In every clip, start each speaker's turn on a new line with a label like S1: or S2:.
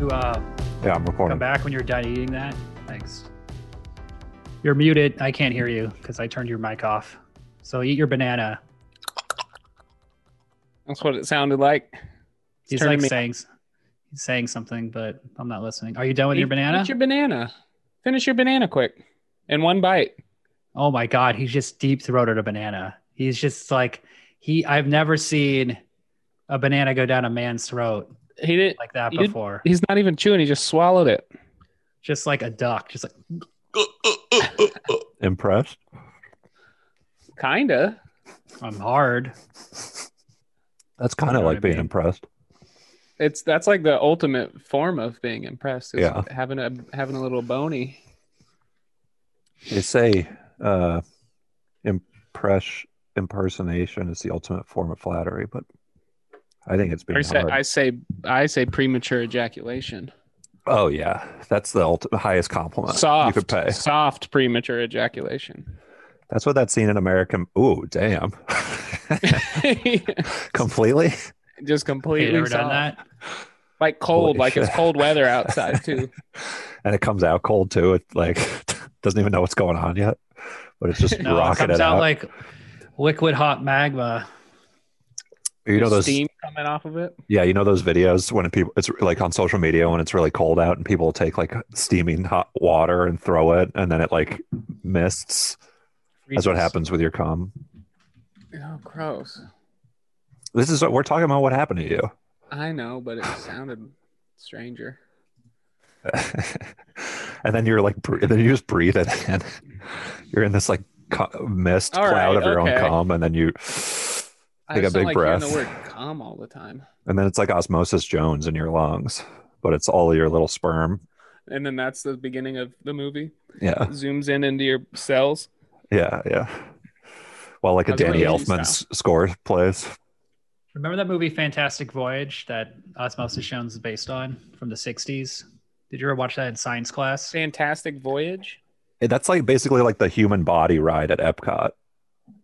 S1: you uh,
S2: Yeah,
S1: come
S2: I'm recording.
S1: back when you're done eating that? Thanks. You're muted. I can't hear you because I turned your mic off. So eat your banana.
S3: That's what it sounded like. It's
S1: He's
S3: turning
S1: like
S3: me-
S1: saying, s- he's saying something, but I'm not listening. Are you done with
S3: Eat-
S1: your banana?
S3: Eat your banana. Finish your banana quick. In one bite.
S1: Oh my god, he's just deep throated a banana. He's just like he. I've never seen a banana go down a man's throat
S3: He didn't
S1: like that
S3: You-
S1: before.
S3: he's not even chewing, he just swallowed it.
S1: Just like a duck. Just like
S2: Impressed?
S3: Kinda.
S1: I'm hard.
S2: That's kind
S1: know
S2: of
S1: what
S2: like
S1: I
S2: being
S1: mean.
S2: impressed.
S3: It's that's like the ultimate form of being impressed. Is
S2: Yeah.
S3: Having a having a little bony.
S2: They say uh, impress impersonation is the ultimate form of flattery, but I think it's being
S3: I say,
S2: hard.
S3: I say I say premature ejaculation.
S2: oh yeah, that's the ult- highest compliment
S3: Soft.
S2: you could pay.
S3: Soft premature ejaculation.
S2: That's what that scene in American. Ooh, damn! Completely.
S3: just
S1: Have you
S3: completely
S1: ever done
S3: soft.
S1: that?
S3: Like cold,
S2: Holy
S3: like it's
S2: shit.
S3: cold weather outside too.
S2: and it comes out cold too. It like doesn't even know what's going on yet, but it's just
S1: No, it
S2: rocking
S1: comes
S2: it,
S1: out,
S2: out.
S1: like liquid hot magma.
S2: you know
S3: There's
S2: those.
S3: steam coming off of it.
S2: Yeah, you know those videos when people it's like on social media when it's really cold out and people take like steaming hot water and throw it and then it like mists. That's what
S3: Freezes.
S2: happens with your cum.
S3: Oh, gross.
S2: This is what we're talking about what happened to you.
S3: I know, but it sounded stranger.
S2: and then you're like bre- then you just breathe it in. You're in this like cu- mist
S3: All
S2: cloud
S3: right,
S2: of your
S3: okay.
S2: own cum and then you
S3: I
S2: Take a
S3: just don't
S2: big
S3: like
S2: breath.
S3: hearing the word "calm" all the time,
S2: and then it's like osmosis jones in your lungs, but it's all your little sperm.
S3: and then that's the beginning of the movie.
S2: Yeah.
S3: Zooms in into your cells.
S2: Yeah, yeah. Well, like a
S3: That's what
S2: Danny
S3: it is
S2: Elfman
S3: now.
S2: s- score plays.
S1: Remember that movie Fantastic Voyage that Osmosis Jones is based on from the 60s? Did you ever watch that in science class?
S3: Fantastic voyage.
S2: Hey, That's like basically like the human body ride at Epcot,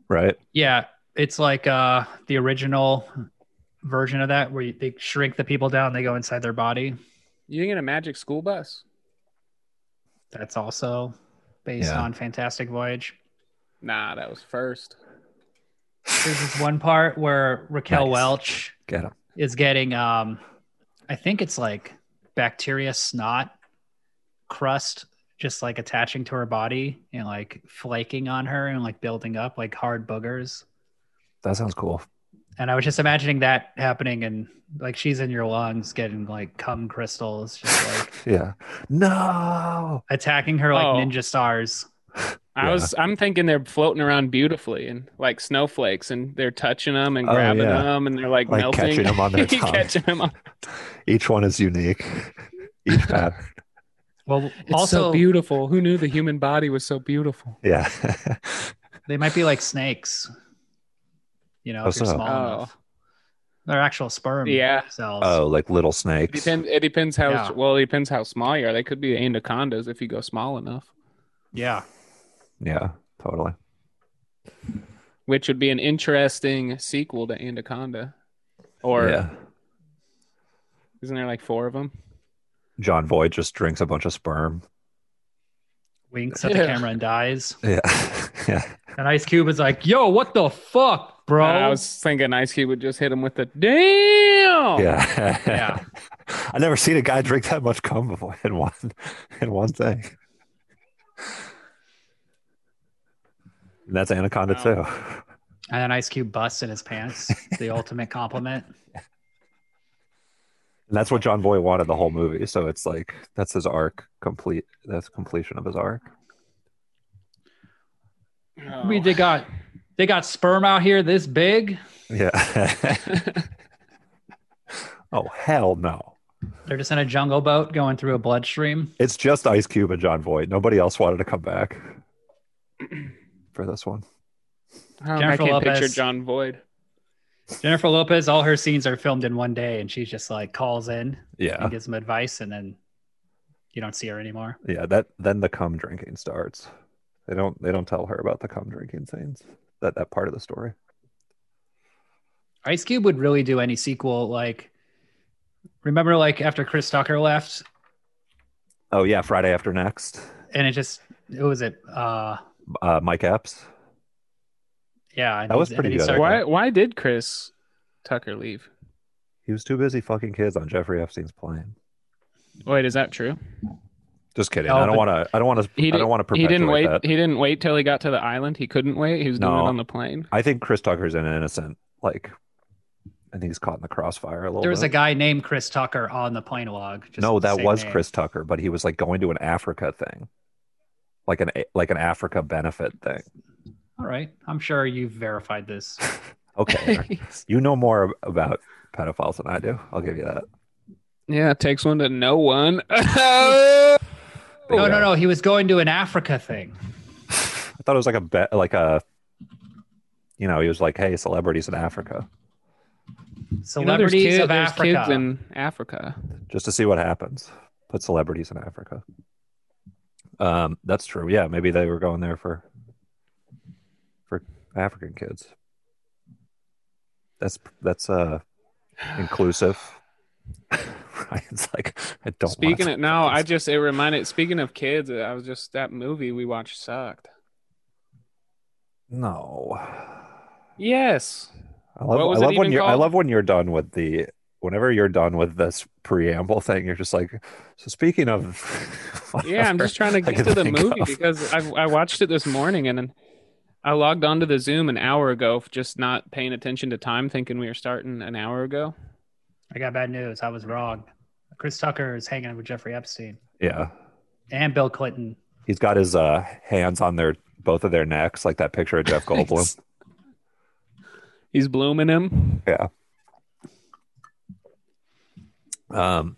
S2: right?
S1: Yeah, it's like uh, the original version of that where you, they shrink the people down, they go inside their body.
S3: You think in a magic school bus?
S1: That's also based
S2: Yeah.
S1: on Fantastic Voyage.
S3: Nah, that was first.
S1: There's this one part where Raquel
S2: Nice.
S1: Welch
S2: Get him.
S1: is getting um I think it's like bacteria snot crust just like attaching to her body and like flaking on her and like building up like hard boogers.
S2: That sounds cool.
S1: And I was just imagining that happening and like she's in your lungs getting like cum crystals just like
S2: Yeah. No.
S1: attacking her like
S3: Oh.
S1: ninja stars.
S3: I
S2: Yeah.
S3: was. I'm thinking they're floating around beautifully and like snowflakes, and they're touching them and
S2: Oh,
S3: grabbing
S2: yeah.
S3: them, and they're like,
S2: Like
S3: melting.
S2: catching 'em on their tongue.
S3: catching 'em on-
S2: Each one is unique. Each pattern.
S1: Well
S3: It's
S1: also
S3: so beautiful. Who knew the human body was so beautiful?
S2: yeah.
S1: they might be like snakes. You know,
S2: How
S1: if you're
S2: so?
S1: small
S3: Oh.
S1: enough. They're actual sperm
S3: Yeah.
S1: cells.
S2: oh, like little
S3: It
S2: snakes.
S3: depends. It depends how
S1: Yeah.
S3: well. It depends how small you are. They could be anacondas if you go small enough,
S1: Yeah.
S2: Yeah, totally.
S3: which would be an interesting sequel to Anaconda. Or
S2: yeah.
S3: isn't there like four of them?
S2: John Voight just drinks a bunch of sperm.
S1: winks at the
S3: Yeah.
S1: camera and dies.
S2: Yeah. yeah.
S1: And Ice Cube is like, "Yo, what the fuck, bro?"
S3: I was thinking Ice Cube would just hit him with the damn.
S2: Yeah.
S1: Yeah.
S2: I never seen a guy drink that much cum before in one in one thing. And that's Anaconda
S3: Wow.
S2: too.
S1: and then Ice Cube busts in his pants. the ultimate compliment.
S2: And that's what John Boy wanted the whole movie. So it's like that's his arc complete. That's completion of his arc.
S3: Oh.
S1: I mean, they got they got sperm out here this big.
S2: Yeah. oh hell no!
S1: They're just in a jungle boat going through a bloodstream.
S2: It's just Ice Cube and John Voight. Nobody else wanted to come back for this one.
S3: Oh, I
S1: Jennifer
S3: can't
S1: Lopez.
S3: picture John Void.
S1: Jennifer Lopez, all her scenes are filmed in one day, and she just like calls in
S2: Yeah,
S1: and gives them advice, and then you don't see her anymore.
S2: yeah. That then the cum drinking starts. They don't. They don't tell her about the cum drinking scenes. That that part of the story.
S1: Ice Cube would really do any sequel. Like Remember, like after Chris Tucker left,
S2: Oh yeah, Friday after next.
S1: and it just it was it. Uh,
S2: Uh, Mike Epps.
S1: yeah, and
S2: That was
S1: he's-
S2: pretty
S1: and he
S2: good, I
S1: started-
S3: Why why did Chris Tucker leave?
S2: He was too busy fucking kids on Jeffrey Epstein's plane.
S3: Wait, is that true?
S2: Just kidding.
S1: Oh,
S2: I don't
S1: but-
S2: want to. I don't want to.
S3: He
S2: I
S3: didn't-
S2: don't want to
S3: he
S2: perpetuate
S3: didn't wait.
S2: that.
S3: He didn't wait till he got to the island. He couldn't wait. He was doing
S2: No.
S3: it on the plane.
S2: I think Chris Tucker's an innocent. Like, I think he's caught in the crossfire a little.
S1: There was a
S2: bit.
S1: guy named Chris Tucker on the plane log. just
S2: no,
S1: the
S2: that
S1: same
S2: was
S1: name.
S2: Chris Tucker, but he was like going to an Africa thing, like an like an Africa benefit thing.
S1: All right, I'm sure you've verified this.
S2: Okay, Aaron. you know more about pedophiles than I do. I'll give you that.
S3: yeah, it takes one to know one.
S2: There you
S1: no, no,
S2: go.
S1: no. He was going to an Africa thing.
S2: I thought it was like a be- like a, you know, he was like, hey, celebrities in Africa,
S3: You know, there's
S1: Celebrities
S3: kid-
S1: of
S3: there's
S1: Africa.
S3: Kids in Africa.
S2: just to see what happens. Put celebrities in Africa. Um, that's true. Yeah, maybe they were going there for for African kids. That's that's uh inclusive. Ryan's like, I don't. want
S3: Speaking
S2: to
S3: of no, I
S2: fucking-
S3: just it reminded. Speaking of kids, I was just that movie we watched sucked.
S2: no.
S3: Yes,
S2: I love,
S3: What was
S2: I
S3: it
S2: love when
S3: even
S2: you're. I
S3: called?
S2: love when you're done with the. Whenever you're done with this preamble thing, you're just like. So speaking of.
S3: yeah, I'm just trying to
S2: whatever I
S3: get
S2: can
S3: to
S2: think
S3: the movie
S2: of.
S3: because I I watched it this morning and then I logged onto the Zoom an hour ago, just not paying attention to time, thinking we were starting an hour ago.
S1: I got bad news. I was wrong. Chris Tucker is hanging out with Jeffrey Epstein
S2: Yeah,
S1: and Bill Clinton.
S2: he's got his uh, hands on their both of their necks, like that picture of Jeff Goldblum.
S3: He's blooming him.
S2: yeah. Um.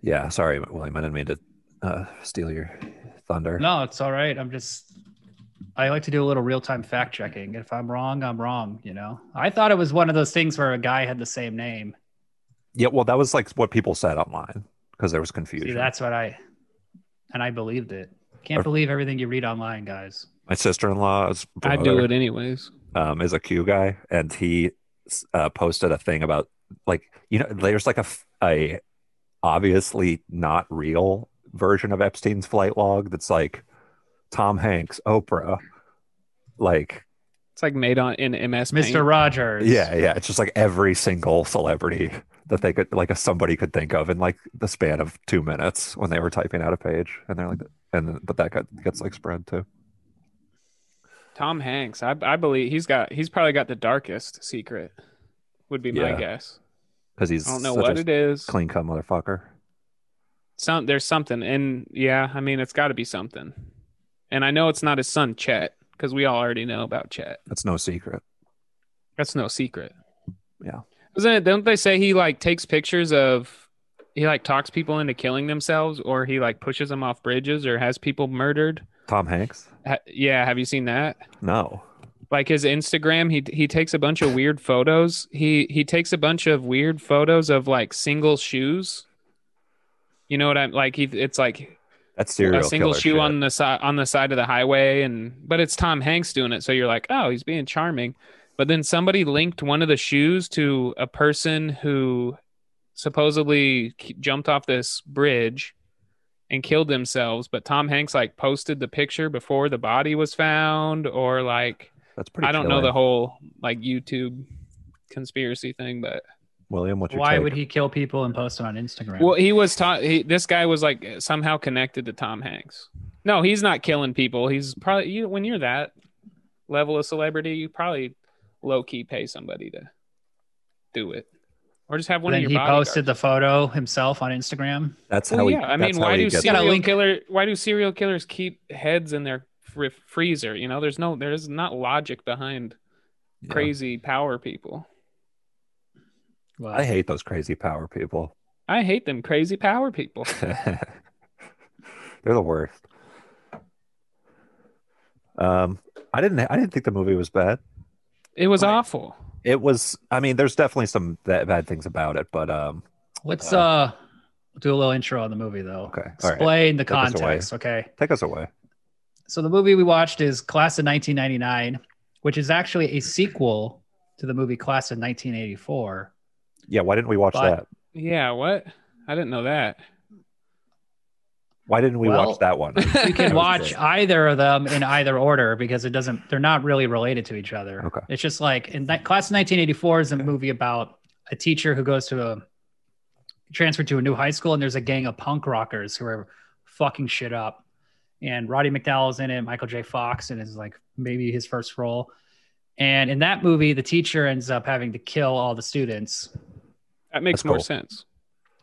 S2: Yeah, sorry, William. I didn't mean to uh, steal your thunder.
S1: No, it's all right. I'm just. I like to do a little real time fact checking. If I'm wrong, I'm wrong. You know. I thought it was one of those things where a guy had the same name.
S2: Yeah, well, that was like what people said online because there was confusion.
S1: See, that's what I. And I believed it. Can't
S2: Or-
S1: believe everything you read online, guys.
S2: My sister-in-law's
S3: I
S2: brother.
S3: do it anyways.
S2: um, is a Q guy, and he uh, posted a thing about like you know there's like a f- a obviously not real version of Epstein's flight log that's like Tom Hanks, Oprah, like
S3: It's like made on in MS Paint.
S1: Mr. Rogers.
S2: yeah, yeah, it's just like every single celebrity that they could like somebody could think of in like the span of two minutes when they were typing out a page, and they're like, and then- but that got, gets like spread too.
S3: Tom Hanks. I I believe he's got he's probably got the darkest secret. Would be my
S2: Yeah.
S3: guess.
S2: Because he's
S3: I don't know
S2: such
S3: what
S2: a
S3: it is.
S2: clean cut motherfucker.
S3: Some there's something, and yeah, I mean it's got to be something. And I know it's not his son Chet because we all already know about Chet.
S2: That's no secret.
S3: That's no secret.
S2: Yeah.
S3: Isn't it? Don't they say he like takes pictures of? He like talks people into killing themselves, or he like pushes them off bridges, or has people murdered.
S2: Tom Hanks?
S3: Ha- yeah, have you seen that?
S2: No.
S3: like his Instagram, he he takes a bunch of weird photos. He he takes a bunch of weird photos of like single shoes. You know what I'm like? He it's like
S2: That's serial
S3: a single
S2: killer
S3: shoe
S2: shit.
S3: on the side on the side of the highway, and but it's Tom Hanks doing it, so you're like, oh, he's being charming. But then somebody linked one of the shoes to a person who supposedly k- jumped off this bridge and killed themselves. But Tom Hanks like posted the picture before the body was found, or like.
S2: That's pretty.
S3: I don't know
S2: chilling.
S3: the whole like YouTube conspiracy thing, but
S2: William. What's your
S1: Why
S2: take?
S1: would he kill people and post it on Instagram?
S3: well, he was taught. He, this guy was like somehow connected to Tom Hanks. No, he's not killing people. He's probably you, when you're that level of celebrity, you probably low key pay somebody to do it, or just have one
S1: then
S3: of
S1: he
S3: your bodyguards.
S1: posted the photo himself on Instagram.
S2: That's
S3: Well,
S2: how he.
S3: yeah, I
S2: that's
S3: mean,
S2: how
S3: why
S2: he
S3: do
S2: gets-
S1: Got a
S3: serial
S1: link.
S3: killer? Why do serial killers keep heads in their fr- freezer? You know, there's no, there's not logic behind
S2: yeah.
S3: crazy power people.
S1: Well,
S2: I hate those crazy power people.
S3: I hate them crazy power people.
S2: They're the worst. Um, I didn't. I didn't think the movie was bad.
S3: It was
S1: Right.
S3: awful.
S2: It was. I mean, there's definitely some that bad things about it, but um,
S1: Let's
S2: Uh,
S1: uh do a little intro on the movie though.
S2: okay, all right.
S1: Explain the
S2: Take us away.
S1: context, okay?
S2: Take us away.
S1: So the movie we watched is Class of 1999, which is actually a sequel to the movie Class of 1984,
S2: Yeah, why didn't we watch
S1: But-
S2: that?
S3: Yeah, what? I didn't know that.
S2: Why didn't we
S1: Well,
S2: watch that one?
S1: You
S2: That
S1: can
S2: was
S1: watch
S2: good.
S1: either of them in either order because it doesn't, they're not really related to each other.
S2: Okay.
S1: It's just like in that class of 1984 is a movie about a teacher who goes to a transferred to a new high school and there's a gang of punk rockers who are fucking shit up. And Roddy McDowell's in it, Michael J. Fox, and it's like maybe his first role. And in that movie, the teacher ends up having to kill all the students.
S3: That makes
S2: That's
S3: more
S2: cool.
S3: sense.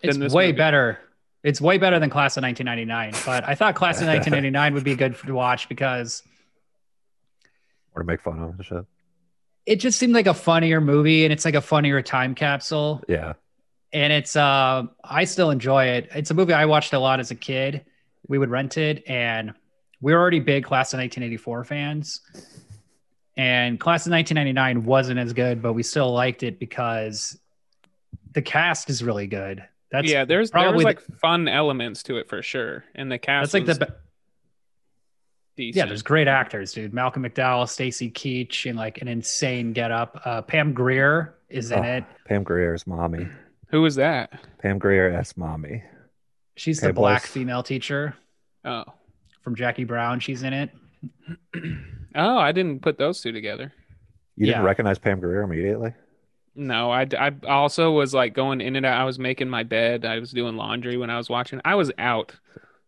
S1: It's
S3: than this
S1: way
S3: movie.
S1: better. It's way better than Class of 1999. But I thought Class of 1999 would be good to watch because
S2: Or to make fun of and shit.
S1: it just seemed like a funnier movie and it's like a funnier time capsule.
S2: Yeah.
S1: And it's, uh, I still enjoy it. It's a movie I watched a lot as a kid. We would rent it and we were already big Class of 1984 fans. And Class of 1999 wasn't as good, but we still liked it because the cast is really good. That's
S3: yeah, there's there was
S1: probably the-
S3: like fun elements to it for sure, and the cast
S1: that's like the
S3: was
S1: be-
S3: decent.
S1: Yeah, there's great actors, dude. Malcolm McDowell, Stacy Keach, and like an insane getup. Uh, Pam Greer is in
S2: Oh.
S1: it.
S2: Pam Greer's mommy.
S3: Who was that?
S2: Pam Greer as mommy.
S1: She's
S2: Okay,
S1: the black
S2: boys.
S1: female teacher
S3: Oh,
S1: from Jackie Brown. She's in it.
S3: oh, I didn't put those two together.
S2: You didn't
S1: Yeah.
S2: recognize Pam Greer immediately?
S3: No, I, I also was like going in and out. I was making my bed. I was doing laundry when I was watching. I was out.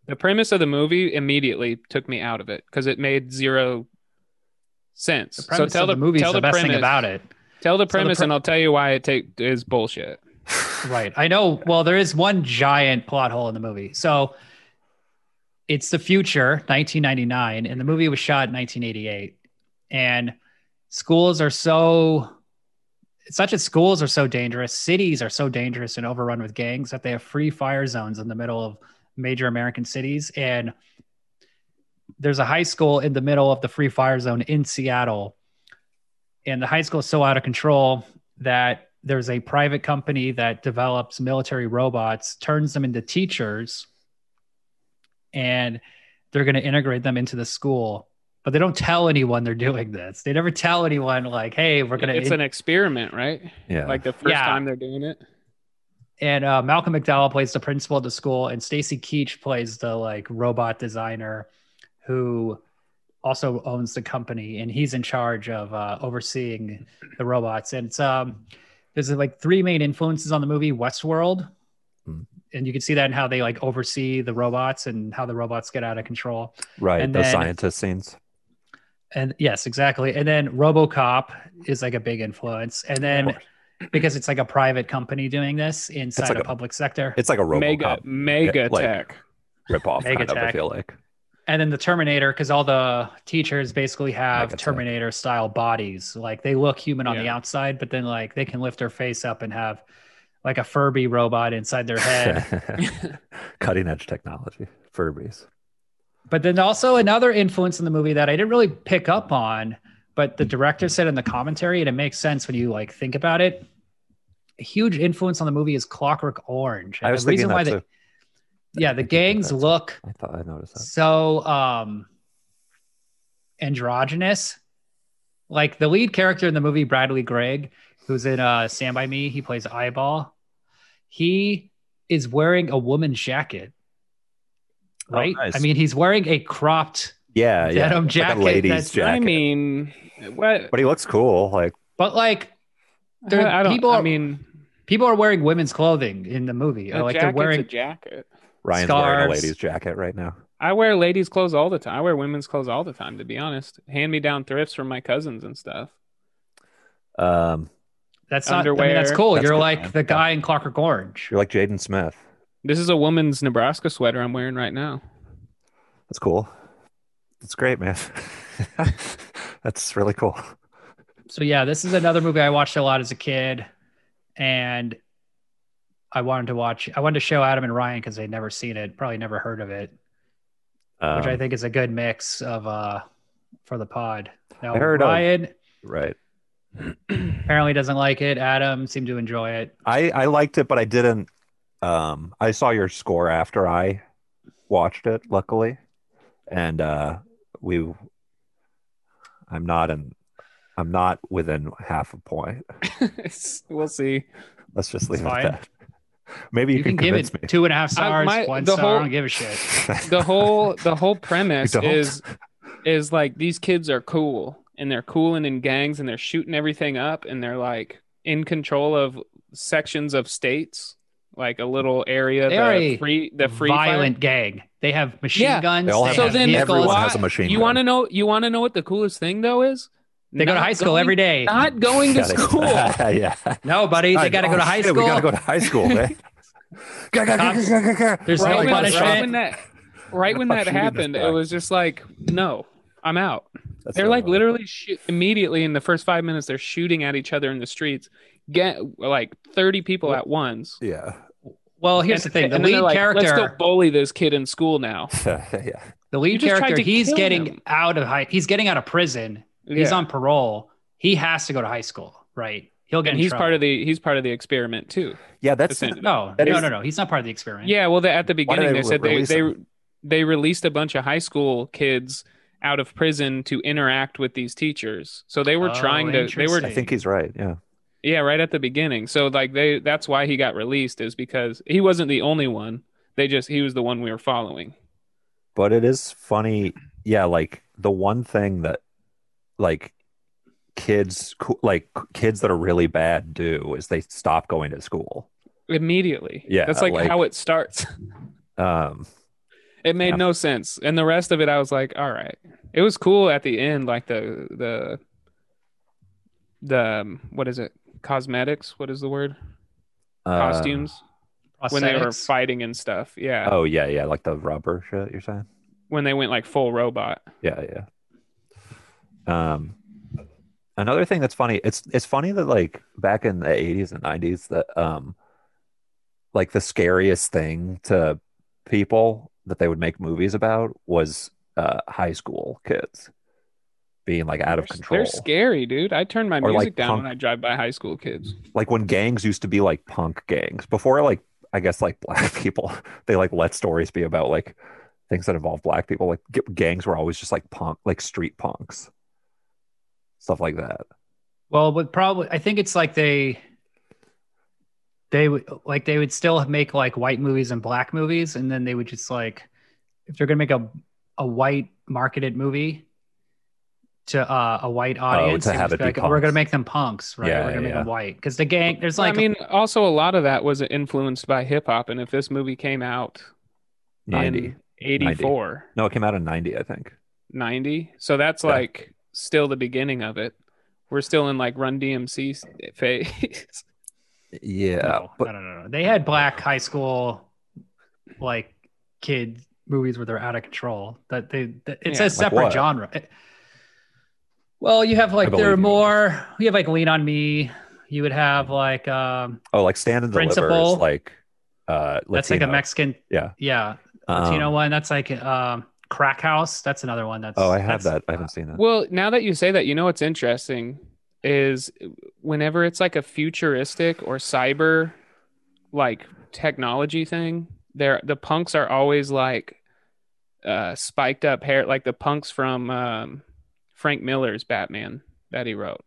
S3: The premise of the movie immediately took me out of it because it made zero sense.
S1: The
S3: so
S1: premise
S3: tell
S1: of the, movie
S3: tell
S1: is the, best
S3: premise,
S1: thing about it.
S3: Tell the
S1: the
S3: premise,
S1: pre-
S3: and I'll tell you why it take is bullshit.
S1: Right. I know. Well, there is one giant plot hole in the movie. So it's the future, 1999, and the movie was shot in 1988. And schools are so, such as schools are so dangerous, cities are so dangerous and overrun with gangs that they have free fire zones in the middle of major American cities. And there's a high school in the middle of the free fire zone in Seattle. And the high school is so out of control that there's a private company that develops military robots, turns them into teachers, and they're going to integrate them into the school. But they don't tell anyone they're doing this. They never tell anyone, like, hey, we're going to.
S3: It's an experiment, right?
S2: Yeah.
S3: Like the first
S1: Yeah.
S3: time they're doing it.
S1: and uh, Malcolm McDowell plays the principal of the school, and Stacy Keach plays the like robot designer who also owns the company, and he's in charge of uh, overseeing the robots. And it's um, there's like three main influences on the movie Westworld,
S2: Hmm.
S1: and you can see that in how they like oversee the robots and how the robots get out of control.
S2: right.
S1: and
S2: The
S1: then-
S2: scientist scenes.
S1: And yes, exactly. And then RoboCop is like a big influence, and
S2: Of
S1: then
S2: course.
S1: because it's like a private company doing this inside
S2: like
S1: a
S2: a-
S1: public sector.
S2: It's like a RoboCop
S3: Mega mega
S2: Yeah, like-
S3: tech.
S2: ripoff,
S1: Mega
S2: kind of, I
S1: Tech.
S2: feel like.
S1: and then the terminator because all the teachers basically have
S2: Like I said.
S1: terminator style bodies like they look human on the
S3: Yeah.
S1: outside but then like they can lift their face up and have like a furby robot inside their head
S2: Cutting edge technology. Furbies.
S1: but then also another influence in the movie that i didn't really pick up on but the director said in the commentary and it makes sense when you like think about it a huge influence on the movie is clockwork orange
S2: I
S1: And
S2: was
S1: the reason
S2: thinking that
S1: why
S2: too.
S1: the yeah the
S2: I think
S1: gangs
S2: that's-
S1: look
S2: I thought I noticed that.
S1: so um androgynous like the lead character in the movie bradley gregg who's in uh stand by me he plays eyeball he is wearing a woman's jacket
S2: Oh,
S1: right
S2: nice.
S1: i mean he's wearing a cropped
S2: Yeah, yeah.
S1: denim
S2: Like a
S1: jacket
S2: ladies
S1: that's-
S2: jacket.
S3: I mean, what?
S2: But he looks cool. Like
S1: but like There-
S3: I, I don't.
S1: people
S3: I
S1: are-
S3: mean,
S1: people are wearing women's clothing in the movie or
S3: a
S1: like they're
S3: jacket's a
S1: wearing
S3: jacket.
S2: Ryan's wearing a
S1: Scarves.
S2: ladies jacket right now.
S3: I wear ladies' clothes all the time. I wear women's clothes all the time, to be honest. Hand me down thrifts from my cousins and stuff.
S2: Um,
S1: that's not I mean,
S3: underwear.
S1: that's cool
S2: That's
S1: you're
S2: good,
S1: like
S2: man.
S1: the guy in clockwork orange
S2: you're like Jaden Smith.
S3: This is a woman's Nebraska sweater I'm wearing right now.
S2: That's cool. That's great, man. That's really cool.
S1: so yeah, this is another movie I watched a lot as a kid, and I wanted to watch. I wanted to show Adam and Ryan because they'd never seen it, probably never heard of it,
S2: Um,
S1: which I think is a good mix of uh for the pod. Now
S2: I heard of-
S1: Ryan
S2: right.
S1: apparently doesn't like it. Adam seemed to enjoy it.
S2: I I liked it, but I didn't. Um, I saw your score after I watched it, luckily, and uh, we. I'm not in. I'm not within half a point.
S3: we'll see.
S2: Let's just leave it
S1: fine.
S2: at that. Maybe you,
S1: you
S2: can,
S1: can, give
S2: convince
S1: it two and a half stars,
S3: my-
S1: one
S3: the
S1: star.
S3: whole-
S1: I don't give a shit.
S2: me.
S3: the whole the whole premise
S2: don't?
S3: is is like these kids are cool and they're cooling in gangs and they're shooting everything up and they're like in control of sections of states like a little area
S1: They
S3: the
S1: are a
S3: free the free fire-
S1: violent gang. They have machine
S3: Yeah.
S1: guns.
S2: They all
S1: they
S2: have
S3: So
S1: have
S3: then-
S1: vehicles.
S2: everyone
S3: Why-
S2: has a machine.
S3: you
S2: gun.
S3: want to know you want to know what the coolest thing though is
S1: They go to
S3: Not
S1: high school
S3: going-
S1: every day.
S3: not going to
S2: Got it.
S3: school
S2: yeah.
S1: No, buddy, they
S2: Alright,
S1: got to
S2: oh,
S1: go to high
S2: shit,
S1: school.
S2: We gotta go to high school, eh? man. Gah, gah, gah,
S1: Cops-
S2: gah, gah, gah, gah.
S1: There's
S2: Right
S1: no
S3: right,
S2: when-
S1: punishment.
S3: when, right when that right when
S2: Not
S3: that
S2: shooting this
S3: happened
S2: guy.
S3: it was just like no i'm out
S2: That's
S3: they're
S2: the
S3: like
S2: one.
S3: literally shoot immediately in the first five minutes they're shooting at each other in the streets get like 30 people at once
S2: Yeah.
S1: Well, here's the
S3: And-
S1: thing: the
S3: and then
S1: lead
S3: they're like, let's go
S1: character,
S3: bully this kid in school now
S2: yeah.
S1: the
S3: You
S1: lead
S3: just tried
S1: character,
S3: to
S1: he's
S3: kill
S1: getting
S3: him.
S1: out of high. He's getting out of prison. He's on parole. He has to go to high school, right? He'll get.
S3: and
S1: in
S3: he's
S1: trouble.
S3: part of the he's part of the experiment too
S2: Yeah, that's
S3: Listen,
S1: No,
S2: That
S1: no,
S2: is-
S1: no, no. He's not part of the experiment.
S3: yeah well they, at the
S2: Why did
S3: beginning
S2: they
S3: they said they
S2: release
S3: they,
S2: him?
S3: they released a bunch of high school kids out of prison to interact with these teachers so they were
S1: Oh,
S3: trying to they were
S2: I think he's right. Yeah.
S3: Yeah, right at the beginning. So like they that's why he got released is because he wasn't the only one. They just he was the one we were following.
S2: But it is funny. Yeah, like the one thing that like kids co- like kids that are really bad do is they stop going to school.
S3: Immediately.
S2: Yeah,
S3: That's like,
S2: like-
S3: how it starts.
S2: Um
S3: It made
S2: Yeah.
S3: no sense. And the rest of it I was like, all right. It was cool at the end, like the the the um, what is it? Cosmetics, what is the word?
S2: uh,
S3: Costumes. when they were
S1: Prosthetics.
S3: fighting and stuff. Yeah.
S2: Oh yeah, yeah, like the rubber shit you're saying?
S3: When they went like full robot.
S2: Yeah, yeah. Um, another thing that's funny, it's it's funny that like back in the eighties and nineties, that um, like the scariest thing to people that they would make movies about was uh high school kids being like out of
S3: They're-
S2: control.
S3: They're scary, dude. I turn my
S2: Or, like,
S3: music down
S2: punk-
S3: when I drive by high school kids.
S2: Like when gangs used to be like punk gangs before, like I guess like black people, they like let stories be about like things that involve black people. Like g- gangs were always just like punk, like street punks, stuff like that.
S1: Well, but probably I think it's like they they would like they would still make like white movies and black movies, and then they would just like if they're gonna make a a white marketed movie to uh, a white audience,
S2: Oh,
S1: they
S2: to
S1: would
S2: have
S1: just
S2: it
S1: be
S2: be
S1: like, we're gonna
S2: punks.
S1: make them punks, right?
S2: Yeah,
S1: we're gonna make
S2: yeah.
S1: them white because the gang there's
S3: Well,
S1: like
S3: I mean, also a lot of that was influenced by hip hop. And if this movie came out
S2: 90.
S3: in 84,
S2: No, it came out in 90, I think.
S3: 90, so that's
S2: Yeah.
S3: like still the beginning of it. We're still in like Run DMC eh, phase.
S2: Yeah.
S1: no,
S2: but
S1: no, no, no, no. They had black high school like kid movies where they're out of control. That they that, it's
S3: Yeah.
S1: a
S3: Like
S1: separate
S2: what?
S1: genre. It- well, you have
S2: I
S1: like there
S2: believe
S1: are
S2: you.
S1: more. You have like Lean on Me. You would have like um
S2: oh, like Stand and Deliver
S1: Principal.
S2: is like uh Latino.
S1: that's like a Mexican
S2: Yeah.
S1: yeah
S2: Um,
S1: Latino one. That's like um Crack House. That's another one. That's
S2: Oh, I have
S1: that's-
S2: that. I haven't seen that.
S3: well, now that you say that, you know what's interesting is whenever it's like a futuristic or cyber like technology thing, there the punks are always like uh spiked up hair like the punks from um Frank Miller's Batman that he wrote.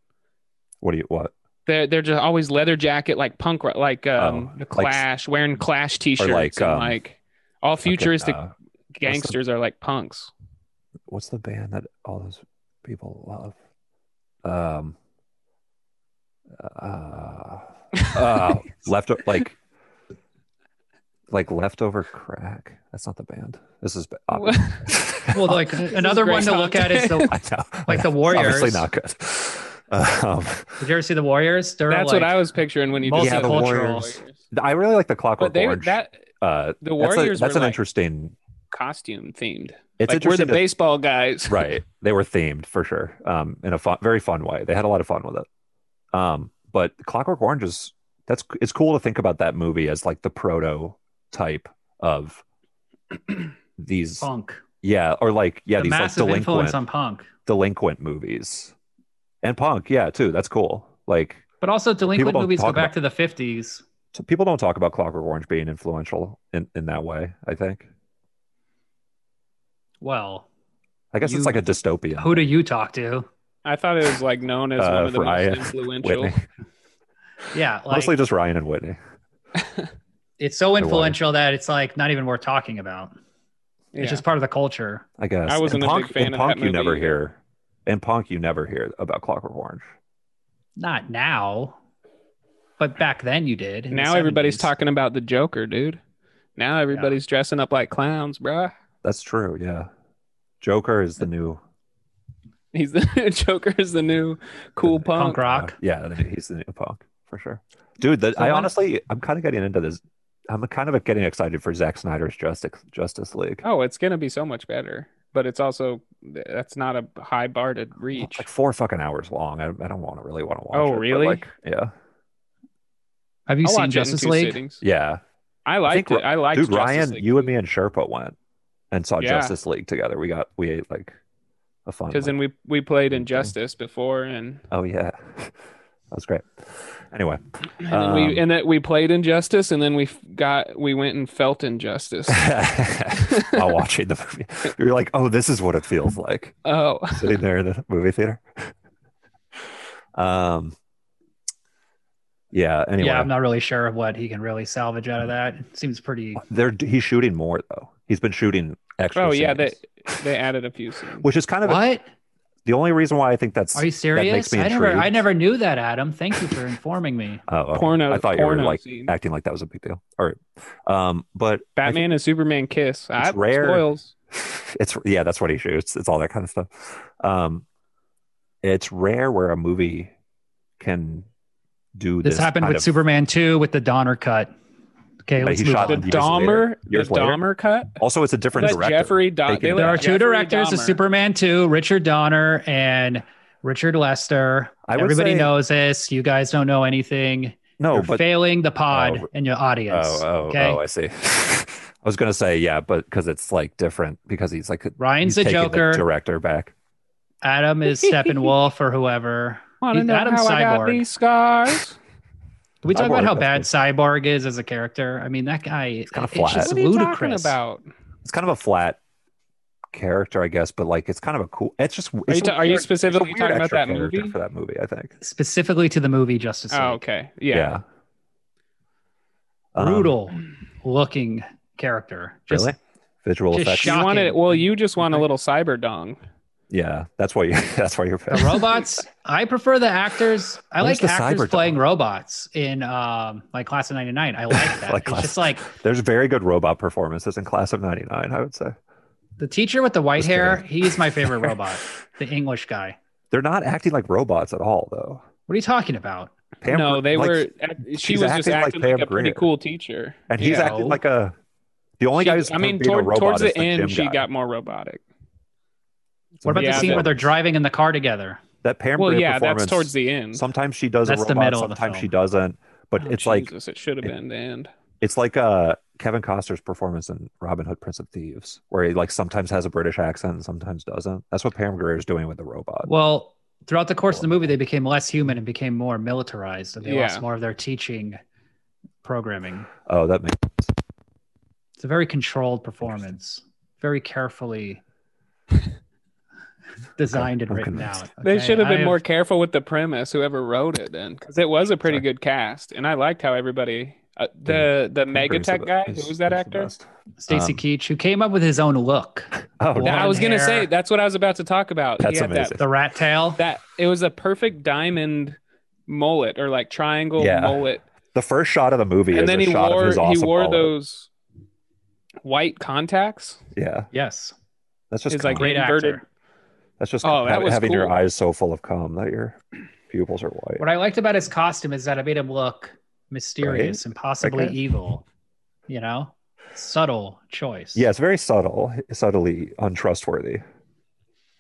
S2: What do you what?
S3: They're they're just always leather jacket, like punk, ro- like um,
S2: Oh,
S3: the
S2: like-
S3: Clash, wearing Clash t-shirts,
S2: like,
S3: and
S2: um,
S3: like all
S2: Fucking,
S3: futuristic
S2: uh,
S3: gangsters are like punks.
S2: what's the band that all those people love? Um uh, uh left like like leftover crack. That's not the band. This is
S3: What?
S1: Well, like another
S3: great
S1: one to look at is the.
S2: I know.
S1: like the
S2: Obviously
S1: Warriors.
S2: not good. Um,
S1: Did you ever see the Warriors? They're
S3: That's
S1: like,
S3: what I was picturing when you just said
S2: multicultural. I really like the Clockwork
S3: But they were
S2: Orange.
S3: that
S2: uh,
S3: the
S2: that's, a,
S3: Warriors
S2: that's
S3: were
S2: an
S3: like
S2: interesting.
S3: costume themed.
S2: It's
S3: like we're the
S2: interesting. to-
S3: baseball guys,
S2: right, they were themed for sure, um, in a fun, very fun way. They had a lot of fun with it. Um, but Clockwork Orange is that's it's cool to think about that movie as like the prototype of these,
S1: punk.
S2: yeah, or like yeah,
S1: the
S2: these like
S1: massive influence
S2: delinquent
S1: on punk.
S2: delinquent movies, and punk, yeah, too. That's cool. Like
S1: But also, delinquent
S2: don't
S1: movies go
S2: talk
S1: back
S2: about-
S1: to the 50s.
S2: so people don't talk about Clockwork Orange being influential in in that way. I think.
S1: Well,
S2: I guess
S1: You-
S2: it's like a dystopia.
S1: who do you talk to?
S3: I thought it was like known as
S2: Uh,
S3: one of the
S2: Mariah
S3: most influential.
S2: Whitney.
S1: Yeah, like,
S2: Mostly just Ryan and Whitney.
S1: it's so
S2: They're white.
S1: influential that it's like not even worth talking about.
S3: Yeah.
S1: It's just part of the culture.
S2: I guess.
S3: I wasn't
S2: in
S3: a big
S2: punk,
S3: fan
S2: in
S3: of that
S2: punk you
S3: movie
S2: never
S3: either.
S2: hear. In punk you never hear about Clockwork Orange.
S1: Not now, but back then you did. in the
S3: now everybody's
S1: 70s.
S3: talking about the Joker, dude. Now everybody's dressing up like clowns, bruh.
S2: That's true. Yeah. Joker is the new.
S3: He's the Joker is the new cool punk.
S1: punk rock.
S2: uh, Yeah, he's the new punk for sure. Dude, that
S1: So
S2: I
S1: when-
S2: honestly, I'm kind of getting into this. I'm kind of getting excited for Zack Snyder's Justice Justice League.
S3: Oh, it's gonna be so much better, but it's also that's not a high bar to reach.
S2: Like four fucking hours long. I, I don't want to really want to watch.
S3: Oh,
S2: it, but,
S3: really?
S2: like, yeah,
S1: Have you
S3: I'll watch it
S1: seen
S3: in
S1: Justice
S3: two
S1: League?
S3: sittings.
S2: yeah.
S3: I liked
S2: think
S3: it. I liked
S2: Dude,
S3: Justice
S2: Ryan,
S3: League
S2: you and me and Sherpa went and saw
S3: Yeah.
S2: Justice League together. We got we ate like a fun.
S3: because
S2: like-
S3: then we we played Injustice before, and,
S2: oh yeah, that was great. Anyway,
S3: and then we
S2: Um,
S3: and that we played Injustice, and then we f- got we went and felt Injustice.
S2: while watching the movie, we were like, "Oh, this is what it feels like."
S3: oh,
S2: sitting there in the movie theater. Um. Yeah. Anyway,
S1: Yeah, I'm not really sure of what he can really salvage out of that. It seems pretty.
S2: they're he's shooting more though. He's been shooting extra.
S3: oh yeah, they
S2: scenes,
S3: they added a few scenes.
S2: which is kind of
S1: What?
S2: the only reason why I think that's.
S1: Are you serious?
S2: me
S1: I never,
S2: intrigued.
S1: I never knew that, Adam. Thank you for informing me.
S2: oh, okay.
S3: porno.
S2: I thought you
S3: porno
S2: were like
S3: scene.
S2: acting like that was a big deal. All right. Um. But I
S3: Batman and Superman kiss. I
S2: rare.
S3: spoils.
S2: it's yeah that's what he shoots it's all that kind of stuff um it's rare where a movie can do this,
S1: This happened
S2: kind
S1: with
S2: of-
S1: Superman 2, with the Donner cut. Okay,
S2: Yeah,
S1: let's
S2: he
S1: move
S2: shot
S3: The
S1: on.
S2: them Uh, years
S3: Dahmer,
S2: later- years
S3: the
S2: later.
S3: Dahmer cut.
S2: also it's a different
S3: Let
S2: director
S3: Jeffrey Dah-
S2: taking
S3: they
S2: it
S3: let
S1: There are
S2: back.
S1: two
S3: Jeffrey
S1: directors of
S3: Dahmer.
S1: Superman 2, Richard Donner and Richard Lester.
S2: I would
S1: Everybody
S2: say-
S1: knows this. You guys don't know anything.
S2: no
S1: You're
S2: but
S1: failing the pod
S2: Oh,
S1: and your audience.
S2: oh oh
S1: okay.
S2: oh i see i was gonna say yeah but because it's like different because he's like
S1: Ryan's the
S2: he's taking
S1: Joker.
S2: the director back
S1: Adam is Steppenwolf or whoever.
S3: Want to
S1: He's
S3: know
S1: Adam
S3: how I got
S1: Cyborg.
S3: these scars?
S1: Can we talk
S2: Cyborg,
S1: about how bad
S2: that's
S1: Cyborg is as a character? I mean, that guy it's
S2: kinda
S1: It's
S2: flat.
S1: just
S3: what are you talking
S1: ludicrous.
S3: about?
S2: it's kind of a flat character i guess but like it's kind of a cool it's just
S3: Are
S2: it's a
S3: you, ta- are you
S2: weird-
S3: specifically
S2: it's a weird
S3: talking about
S2: extra
S3: that
S2: character
S3: movie?
S2: for that movie i think
S1: Specifically to the movie Justice League.
S3: Oh, okay. Yeah.
S2: Um,
S1: Brutal looking character. Just-
S2: really visual
S1: just
S2: effects
S1: shot-
S3: You wanted
S1: Shocking.
S3: well, you just want a little cyber dong.
S2: yeah that's why you that's why you're
S1: The Uh, robots. I prefer the actors. I
S2: Where's
S1: like
S2: the
S1: actors
S2: Cyber
S1: playing
S2: Dog?
S1: robots in um like Class of '99. I like that.
S2: Like
S1: it's
S2: Class-
S1: just like
S2: There's very good robot performances in Class of '99. I would say
S1: the teacher with the white
S2: Just
S1: hair.
S2: kidding.
S1: He's my favorite robot. The English guy.
S2: they're not acting like robots at all, though.
S1: What are you talking about?
S2: Pam-
S3: no, they
S2: like-
S3: were. She
S2: she's
S3: was just
S2: acting like
S3: acting like,
S2: Pam
S3: a pretty
S2: Grier.
S3: cool teacher.
S2: and he's
S1: Yeah.
S2: acting like a. The only
S3: She-
S2: guy who's
S3: I mean,
S2: being a
S3: toward-
S2: robot
S3: towards
S2: is
S3: the end,
S2: gym
S3: she
S2: guy.
S3: got more robotic.
S1: What about
S3: Yeah,
S1: the scene
S3: that-
S1: where they're driving in the car together?
S2: that Pam
S3: Well,
S2: Grier
S3: yeah, that's
S2: performance?
S3: towards the end.
S2: Sometimes she does
S1: That's
S2: a
S1: the
S2: robot,
S1: middle of the
S2: sometimes she
S1: film.
S2: doesn't. But
S3: Oh,
S2: it's like
S3: Jesus, it should have
S2: it-
S3: been the end.
S2: it's like uh, Kevin Costner's performance in Robin Hood, Prince of Thieves, where he like sometimes has a British accent and sometimes doesn't. That's what Pam Grier is doing with the robot.
S1: Well, throughout the course of the movie, they became less human and became more militarized, and they
S3: Yeah.
S1: lost more of their teaching programming.
S2: Oh, that makes
S1: It's a very controlled performance, very carefully designed and
S2: I'm
S1: written
S2: convinced.
S1: out.
S3: They
S1: okay?
S3: should have
S1: I
S3: been more careful with the premise, whoever wrote it, then, because it was a pretty
S2: Sorry.
S3: good cast, and I liked how everybody. Uh, the the Megatech guy, who was that actor?
S1: Stacy
S2: um,
S1: Keach, who came up with his own look,
S2: Oh,
S1: Well,
S2: no.
S3: That- I was gonna
S1: hair.
S3: say that's what I was about to talk about. He
S2: That's
S3: had
S2: amazing.
S1: the rat tail.
S3: That, that it was a perfect diamond mullet or like triangle
S2: Yeah.
S3: mullet,
S2: The first shot of the movie is
S3: and then
S2: a
S3: he
S2: shot of
S3: wore
S2: his awesome
S3: he wore
S2: mullet.
S3: those white contacts.
S2: Yeah,
S1: yes,
S2: that's just
S3: It's like
S2: cum.
S1: great
S3: inverted.
S1: actor.
S2: that's just
S3: Oh,
S2: cum.
S3: that
S2: Hav-
S3: was
S2: having your
S3: cool.
S2: eyes so full of cum that your pupils are white.
S1: What I liked about his costume is that it made him look mysterious and possibly
S2: Okay.
S1: evil. You know, subtle choice.
S2: Yeah, it's very subtle, subtly untrustworthy.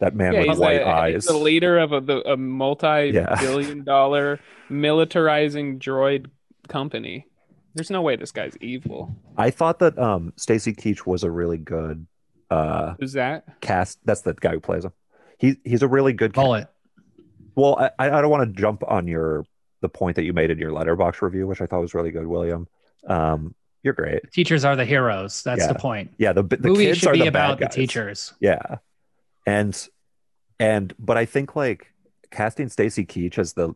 S2: That man
S3: Yeah,
S2: with
S3: he's
S2: white
S3: the,
S2: eyes.
S3: he's the leader of a, the, a multi-billion dollar militarizing droid company. There's no way this guy's evil.
S2: I thought that um, Stacy Keach was a really good uh,
S3: Who's that?
S2: cast. That's the guy who plays him. He he's a really good. Ca-
S1: bullet.
S2: Well, I, I don't want to jump on your the point that you made in your letterbox review, which I thought was really good, William. Um, you're great.
S1: Teachers are the heroes. That's the
S2: Yeah.
S1: point.
S2: Yeah, the the
S1: movie
S2: kids
S1: should
S2: are
S1: be
S2: the
S1: about
S2: bad
S1: the
S2: guys.
S1: teachers.
S2: Yeah, and and but I think like casting Stacy Keach as the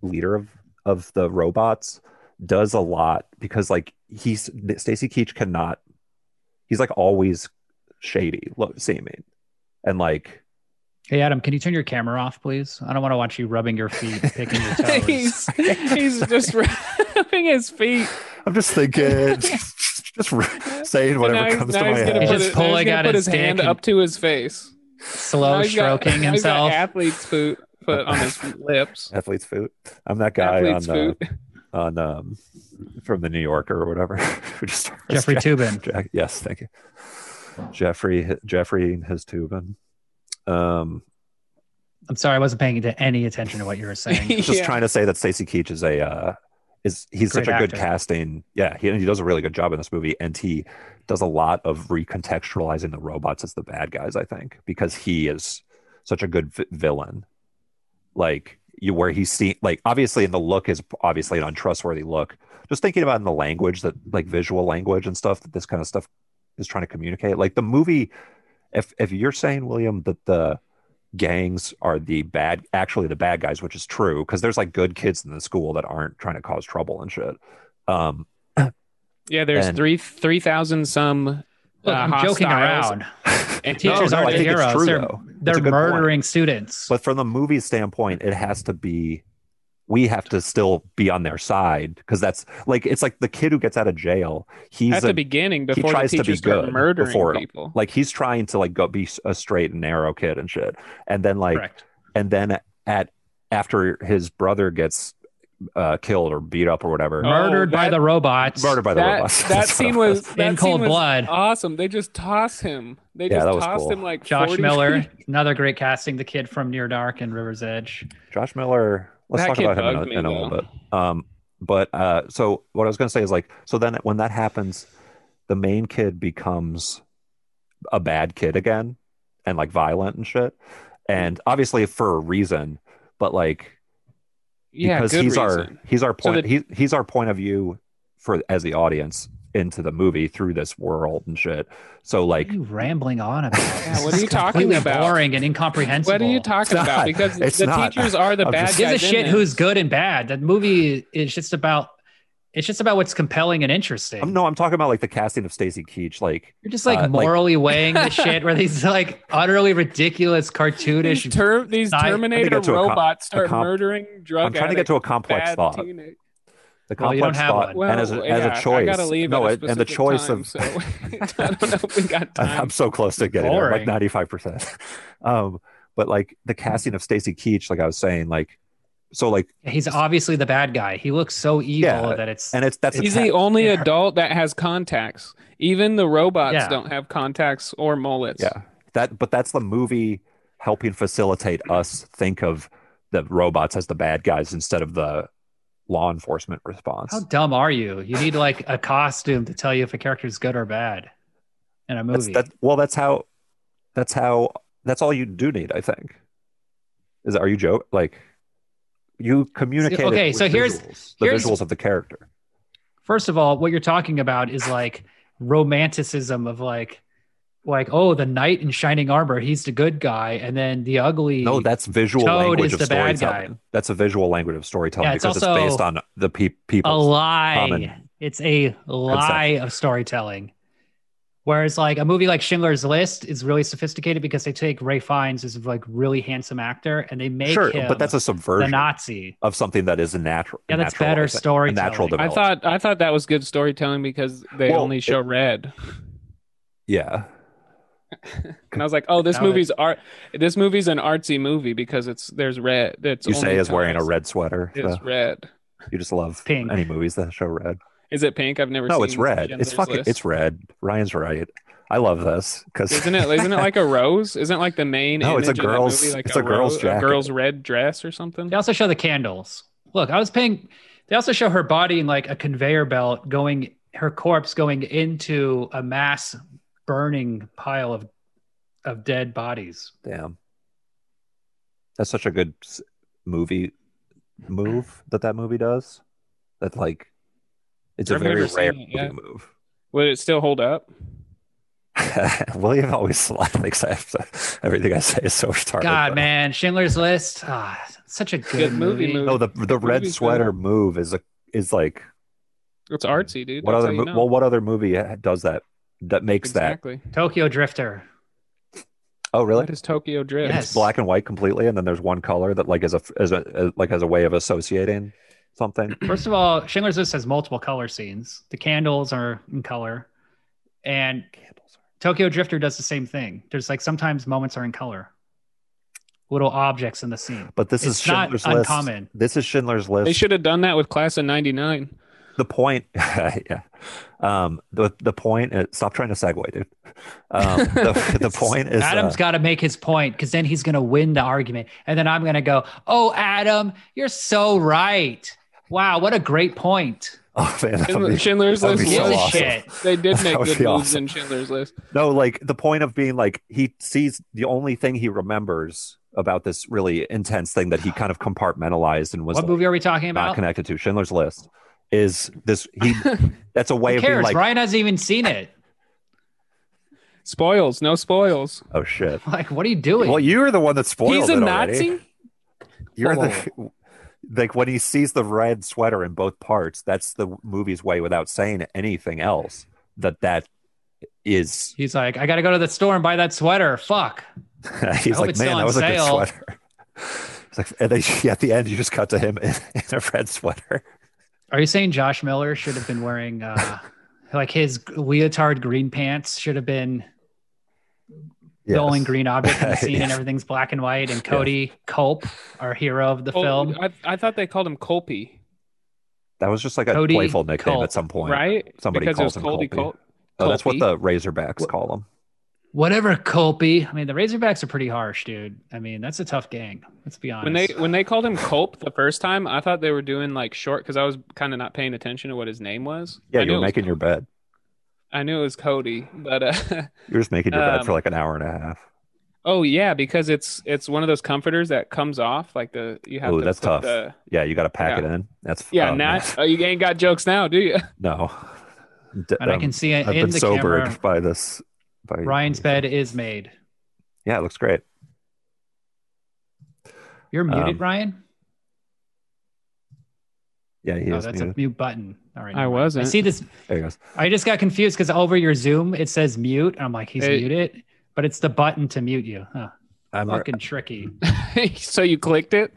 S2: leader of of the robots does a lot because like he's Stacy Keach cannot he's like always shady lo- seeming and like
S1: Hey Adam, can you turn your camera off, please? I don't want to watch you rubbing your feet, picking your toes.
S3: he's he's just rubbing his feet.
S2: I'm just thinking just, just saying whatever
S3: And now he's-
S2: comes
S3: now
S2: to my
S3: he's gonna
S2: head.
S1: He's just
S3: put it- now he's
S1: pulling
S3: gonna
S1: out
S3: put
S1: his dick
S3: hand
S1: and-
S3: up to his face. Now
S1: Slow
S3: he's got-
S1: stroking
S3: now he's got
S1: himself.
S3: athlete's foot foot on his lips.
S2: Athlete's foot. I'm that guy
S3: athlete's
S2: on
S3: foot.
S2: uh, on um from the New Yorker or whatever. who just starts
S1: Jeffrey
S2: jack-
S1: Tubin.
S2: Jack, yes, thank you. Jeffrey, Jeffrey and his Tubin. Um,
S1: I'm sorry, I wasn't paying any attention to what you were saying.
S2: just
S3: Yeah.
S2: trying to say that Stacy Keach is a uh, is he's such a
S1: Great
S2: good
S1: actor.
S2: casting. Yeah, he, he does a really good job in this movie, and he does a lot of recontextualizing the robots as the bad guys. I think because he is such a good vi- villain. Like you, where he's seen, like obviously, and the look is obviously an untrustworthy look. Just thinking about in the language that, like visual language and stuff, that this kind of stuff is trying to communicate. Like the movie, if if you're saying William that the gangs are the bad actually the bad guys which is true because there's like good kids in the school that aren't trying to cause trouble and shit um
S3: Yeah, there's
S2: And-
S3: three three thousand some.
S1: Look,
S3: uh,
S1: I'm joking
S3: hostiles.
S1: around.
S3: And
S2: no,
S1: Teachers
S2: no,
S1: aren't
S2: i
S1: the
S2: think it's
S1: heroes.
S2: true
S1: They're,
S2: though It's a
S1: they're
S2: good point.
S1: murdering students.
S2: but from the movie standpoint it has to be we have to still be on their side because that's like it's like the kid who gets out of jail he's
S3: at
S2: a
S3: the beginning before
S2: tries
S3: the
S2: to be
S3: teachers start
S2: good
S3: murdering
S2: before it-
S3: people.
S2: like he's trying to like go be a straight and narrow kid and shit and then like
S1: Correct.
S2: and then at after his brother gets uh killed or beat up or whatever
S3: Oh,
S1: Murdered by
S3: that-
S1: the robots
S2: murdered by the
S3: that
S2: robots
S3: that
S2: That's what
S3: scene
S2: it
S3: was that
S1: in cold
S3: scene was
S1: blood.
S3: Awesome. They just toss him. They
S2: Yeah,
S3: just
S2: that was
S3: tossed
S2: cool.
S3: him like
S1: Josh
S3: 40
S1: Miller, another great casting, the kid from Near Dark and River's Edge.
S2: Josh Miller. Let's
S3: That
S2: talk
S3: kid
S2: about him in a,
S3: bugged me,
S2: in a little
S3: though.
S2: bit. Um, but uh, so what I was going to say is like, so then when that happens, the main kid becomes a bad kid again, and like violent and shit, and obviously for a reason. But like,
S3: Yeah,
S2: because
S3: good
S2: he's our
S3: reason.
S2: he's our point
S3: the-
S2: he, he's our point of view for as the audience into the movie through this world and shit. So
S1: what
S2: like,
S1: are
S3: Mm-hmm.
S1: you rambling on about? This
S3: what are
S1: is
S3: you talking
S1: completely
S3: about?
S1: Boring and incomprehensible.
S3: What are you talking
S2: It's
S3: about?
S2: not.
S3: Because
S2: It's
S3: the
S2: not.
S3: teachers are the
S2: I'm
S3: bad
S2: just-
S1: Gives
S3: guys.
S1: a
S3: in
S1: shit
S3: this.
S1: who's good and bad. That movie is just about. It's just about what's compelling and interesting.
S2: I'm, no, I'm talking about like the casting of Stacy Keach. Like,
S1: You're just like
S2: Uh, like-
S1: morally weighing the shit where these like utterly ridiculous
S3: These,
S1: cartoonish.
S3: ter- these
S1: I- I
S3: Terminator
S2: think I took a com- a
S3: robots start
S2: com-
S3: murdering drug
S2: I'm trying to get
S3: addicts,
S2: to a complex
S3: bad
S2: thought.
S3: teenage-
S2: The
S1: Well, you don't
S2: complex
S1: have
S2: thought
S1: one.
S3: Well,
S2: and as a,
S3: yeah,
S2: as a
S3: I
S2: choice,
S3: gotta leave
S2: no,
S3: at
S2: it-
S3: a
S2: and the
S3: specific
S2: choice
S3: time,
S2: of
S3: So I don't know if we got
S2: I-
S3: time.
S2: I'm so close to getting there, like
S1: Boring.
S2: 95 percent. Um, but like the casting of Stacy Keach, like I was saying, like so, like
S1: He's obviously the bad guy. He looks so evil
S2: Yeah,
S1: that it's.
S2: and it's that's a
S3: He's
S2: ta-
S3: the only
S1: Yeah.
S3: adult that has contacts. Even the robots
S1: Yeah.
S3: don't have contacts or mullets.
S2: yeah that, but that's the movie helping facilitate us think of the robots as the bad guys instead of the law enforcement response.
S1: How dumb are you? You need like a costume to tell you if a character is good or bad in a
S2: that's
S1: movie.
S2: that. Well, that's how. That's how. That's all you do need, I think. Is are you joke like? You communicate. it
S1: okay,
S2: with
S1: so here's-
S2: visuals, the
S1: here's-
S2: visuals of the character.
S1: First of all, what you're talking about is like romanticism of like, like oh, the knight in shining armor, he's the good guy, and then the ugly.
S2: No, that's visual
S1: Toad
S2: language
S1: is
S2: of
S1: the bad
S2: storytelling.
S1: guy.
S2: That's a visual language of storytelling
S1: Yeah, it's
S2: because it's
S1: also
S2: based on the pe- people.
S1: a lie.
S2: common
S1: It's a lie of storytelling. Whereas like a movie like Schindler's List is really sophisticated because they take Ray Fiennes as like really handsome actor and they make
S2: sure,
S1: him
S2: but that's a
S1: the
S2: subversion
S1: Nazi.
S2: of something that is a natural.
S1: Yeah, that's
S2: natural, I
S1: better
S2: think, a
S1: storytelling.
S2: natural
S3: I
S2: development.
S3: thought I thought that was good storytelling because they
S2: Well,
S3: only show red,
S2: yeah,
S3: and I was like, "Oh, this
S1: Now that-
S3: movie's art. This movie's an artsy movie because it's there's red. That's
S2: you say
S3: only
S2: is wearing a
S3: times
S2: red uh, sweater.
S3: It's
S2: so
S3: red.
S2: you just love
S1: Pink.
S2: any movies that show red.
S3: Is it pink? I've never.
S2: No,
S3: seen
S2: it's red.
S3: Schindler's
S2: It's fucking.
S3: List.
S2: It's red. Ryan's right. I love this because
S3: Isn't it? Isn't it like a rose? Isn't it like the main?
S2: No, it's
S3: image
S2: a
S3: of that
S2: girl's-
S3: Movie, like
S2: it's a girl's
S3: rose-
S2: jacket.
S3: A girl's red dress or something.
S1: They also show the candles. Look, I was paying. They also show her body in like a conveyor belt going, her corpse going into a mass burning pile of of dead bodies.
S2: Damn. That's such a good s- movie move that that movie does. That like it's a
S3: I've
S2: very
S3: never seen
S2: rare
S3: it
S2: movie
S3: yet.
S2: move.
S3: Would it still hold up?
S2: William always thinks I have to- everything I say is so retarded.
S1: God,
S2: but
S1: man, Schindler's List. Ah, Such a good, movie.
S3: movie, movie.
S2: No, the the red
S3: Movie's
S2: sweater
S3: good.
S2: move is a is like
S3: It's artsy, dude.
S2: Hmm. what
S3: That's
S2: other
S3: how
S2: mo-
S3: you know.
S2: well what other movie does that that makes
S3: exactly.
S1: Tokyo Drifter.
S2: that? Oh, really?
S3: What is Tokyo Drift?
S1: Yes.
S2: Black and white completely, and then there's one color that like is a as a as, like as a way of associating something.
S1: First of all, Schindler's List has multiple color scenes. The candles are in color, and Tokyo Drifter does the same thing. There's like sometimes moments are in color, little objects in the scene.
S2: But this is
S1: it's not
S2: Schindler's List.
S1: uncommon.
S2: This is Schindler's List.
S3: They should have done that with Class of '99.
S2: the point yeah um the the point is, stop trying to segue dude um the, the point is
S1: Adam's
S2: uh,
S1: got to make his point because then he's going to win the argument, and then I'm going to go, "Oh, Adam, you're so right. Wow, what a great point.
S2: oh, man, that would
S3: Schindler-
S2: be-
S3: Schindler's
S2: that'd be
S3: List.
S1: Gives
S2: so
S1: a
S3: was-
S2: awesome.
S1: shit."
S3: They did
S2: That
S3: make
S2: would
S3: good
S2: be
S3: moves
S2: awesome.
S3: in Schindler's List.
S2: no like the point of being like he sees the only thing he remembers about this really intense thing that he kind of compartmentalized and was
S1: What
S2: like,
S1: movie are we talking
S2: not
S1: about?
S2: connected to Schindler's List is this he that's a way
S1: Who
S2: of being
S1: cares?
S2: like
S1: Ryan hasn't even seen it.
S3: Spoils, no spoils.
S2: oh shit
S1: Like, what are you doing?
S2: well you're the one that spoiled
S3: He's a
S2: it already.
S3: Nazi.
S2: You're
S1: Oh.
S2: the like when he sees the red sweater in both parts. That's the movie's way without saying anything else. That that is.
S1: He's like, I got to go to the store and buy that sweater. Fuck.
S2: he's
S1: hope
S2: like,
S1: it's
S2: man,
S1: still
S2: that
S1: on
S2: was a good
S1: sale."
S2: sweater. It's like, and they, at the end, you just cut to him in, in a red sweater.
S1: Are you saying Josh Miller should have been wearing uh like his leotard green pants should have been the only
S2: Yes.
S1: green object in the scene and
S2: Yes.
S1: everything everything's black and white and Cody Culp, our hero of the
S3: Oh,
S1: film.
S3: I, I thought they called him Colby,
S2: That was just like a
S1: Cody
S2: playful nickname
S1: Culp,
S2: at some point.
S3: right?
S2: Somebody
S3: because
S2: calls
S3: it was
S2: him
S3: Colby.
S2: Colby.
S3: Col-
S2: Oh, that's what
S3: Colby.
S2: the Razorbacks call him.
S1: Whatever Culpy. I mean, the Razorbacks are pretty harsh, dude. I mean, that's a tough gang. Let's be honest.
S3: when they when they called him Cope the first time, I thought they were doing like short because I was kind of not paying attention to what his name was.
S2: Yeah,
S3: I
S2: you
S3: knew
S2: were
S3: it was,
S2: making your bed.
S3: I knew it was Cody, but uh,
S2: You're just making your bed for
S3: Um,
S2: like an hour and a half.
S3: oh yeah, because it's it's one of those comforters that comes off like the you have
S2: Ooh,
S3: to
S2: that's
S3: put
S2: tough.
S3: the-
S2: Yeah, you got to pack
S3: yeah.
S2: it in. That's
S3: yeah,
S2: oh,
S3: now
S2: man.
S3: oh, you ain't got jokes now, do you?
S2: no.
S1: and I
S2: Um,
S1: can see it
S2: I've
S1: in
S2: been
S1: the
S2: sobered
S1: camera.
S2: by this. By
S1: Ryan's bed is made.
S2: Yeah, it looks great.
S1: You're muted,
S2: Um,
S1: Ryan.
S2: Yeah, he
S1: Oh,
S2: is.
S1: that's
S2: muted.
S1: a mute button. All right.
S3: I
S1: never mind.
S3: wasn't.
S1: I see this
S2: There he goes.
S1: I just got confused because over your Zoom it says mute. and I'm like, he's
S3: Hey.
S1: muted, but it's the button to mute you. Huh.
S2: I'm,
S1: Fucking tricky.
S3: so you clicked it.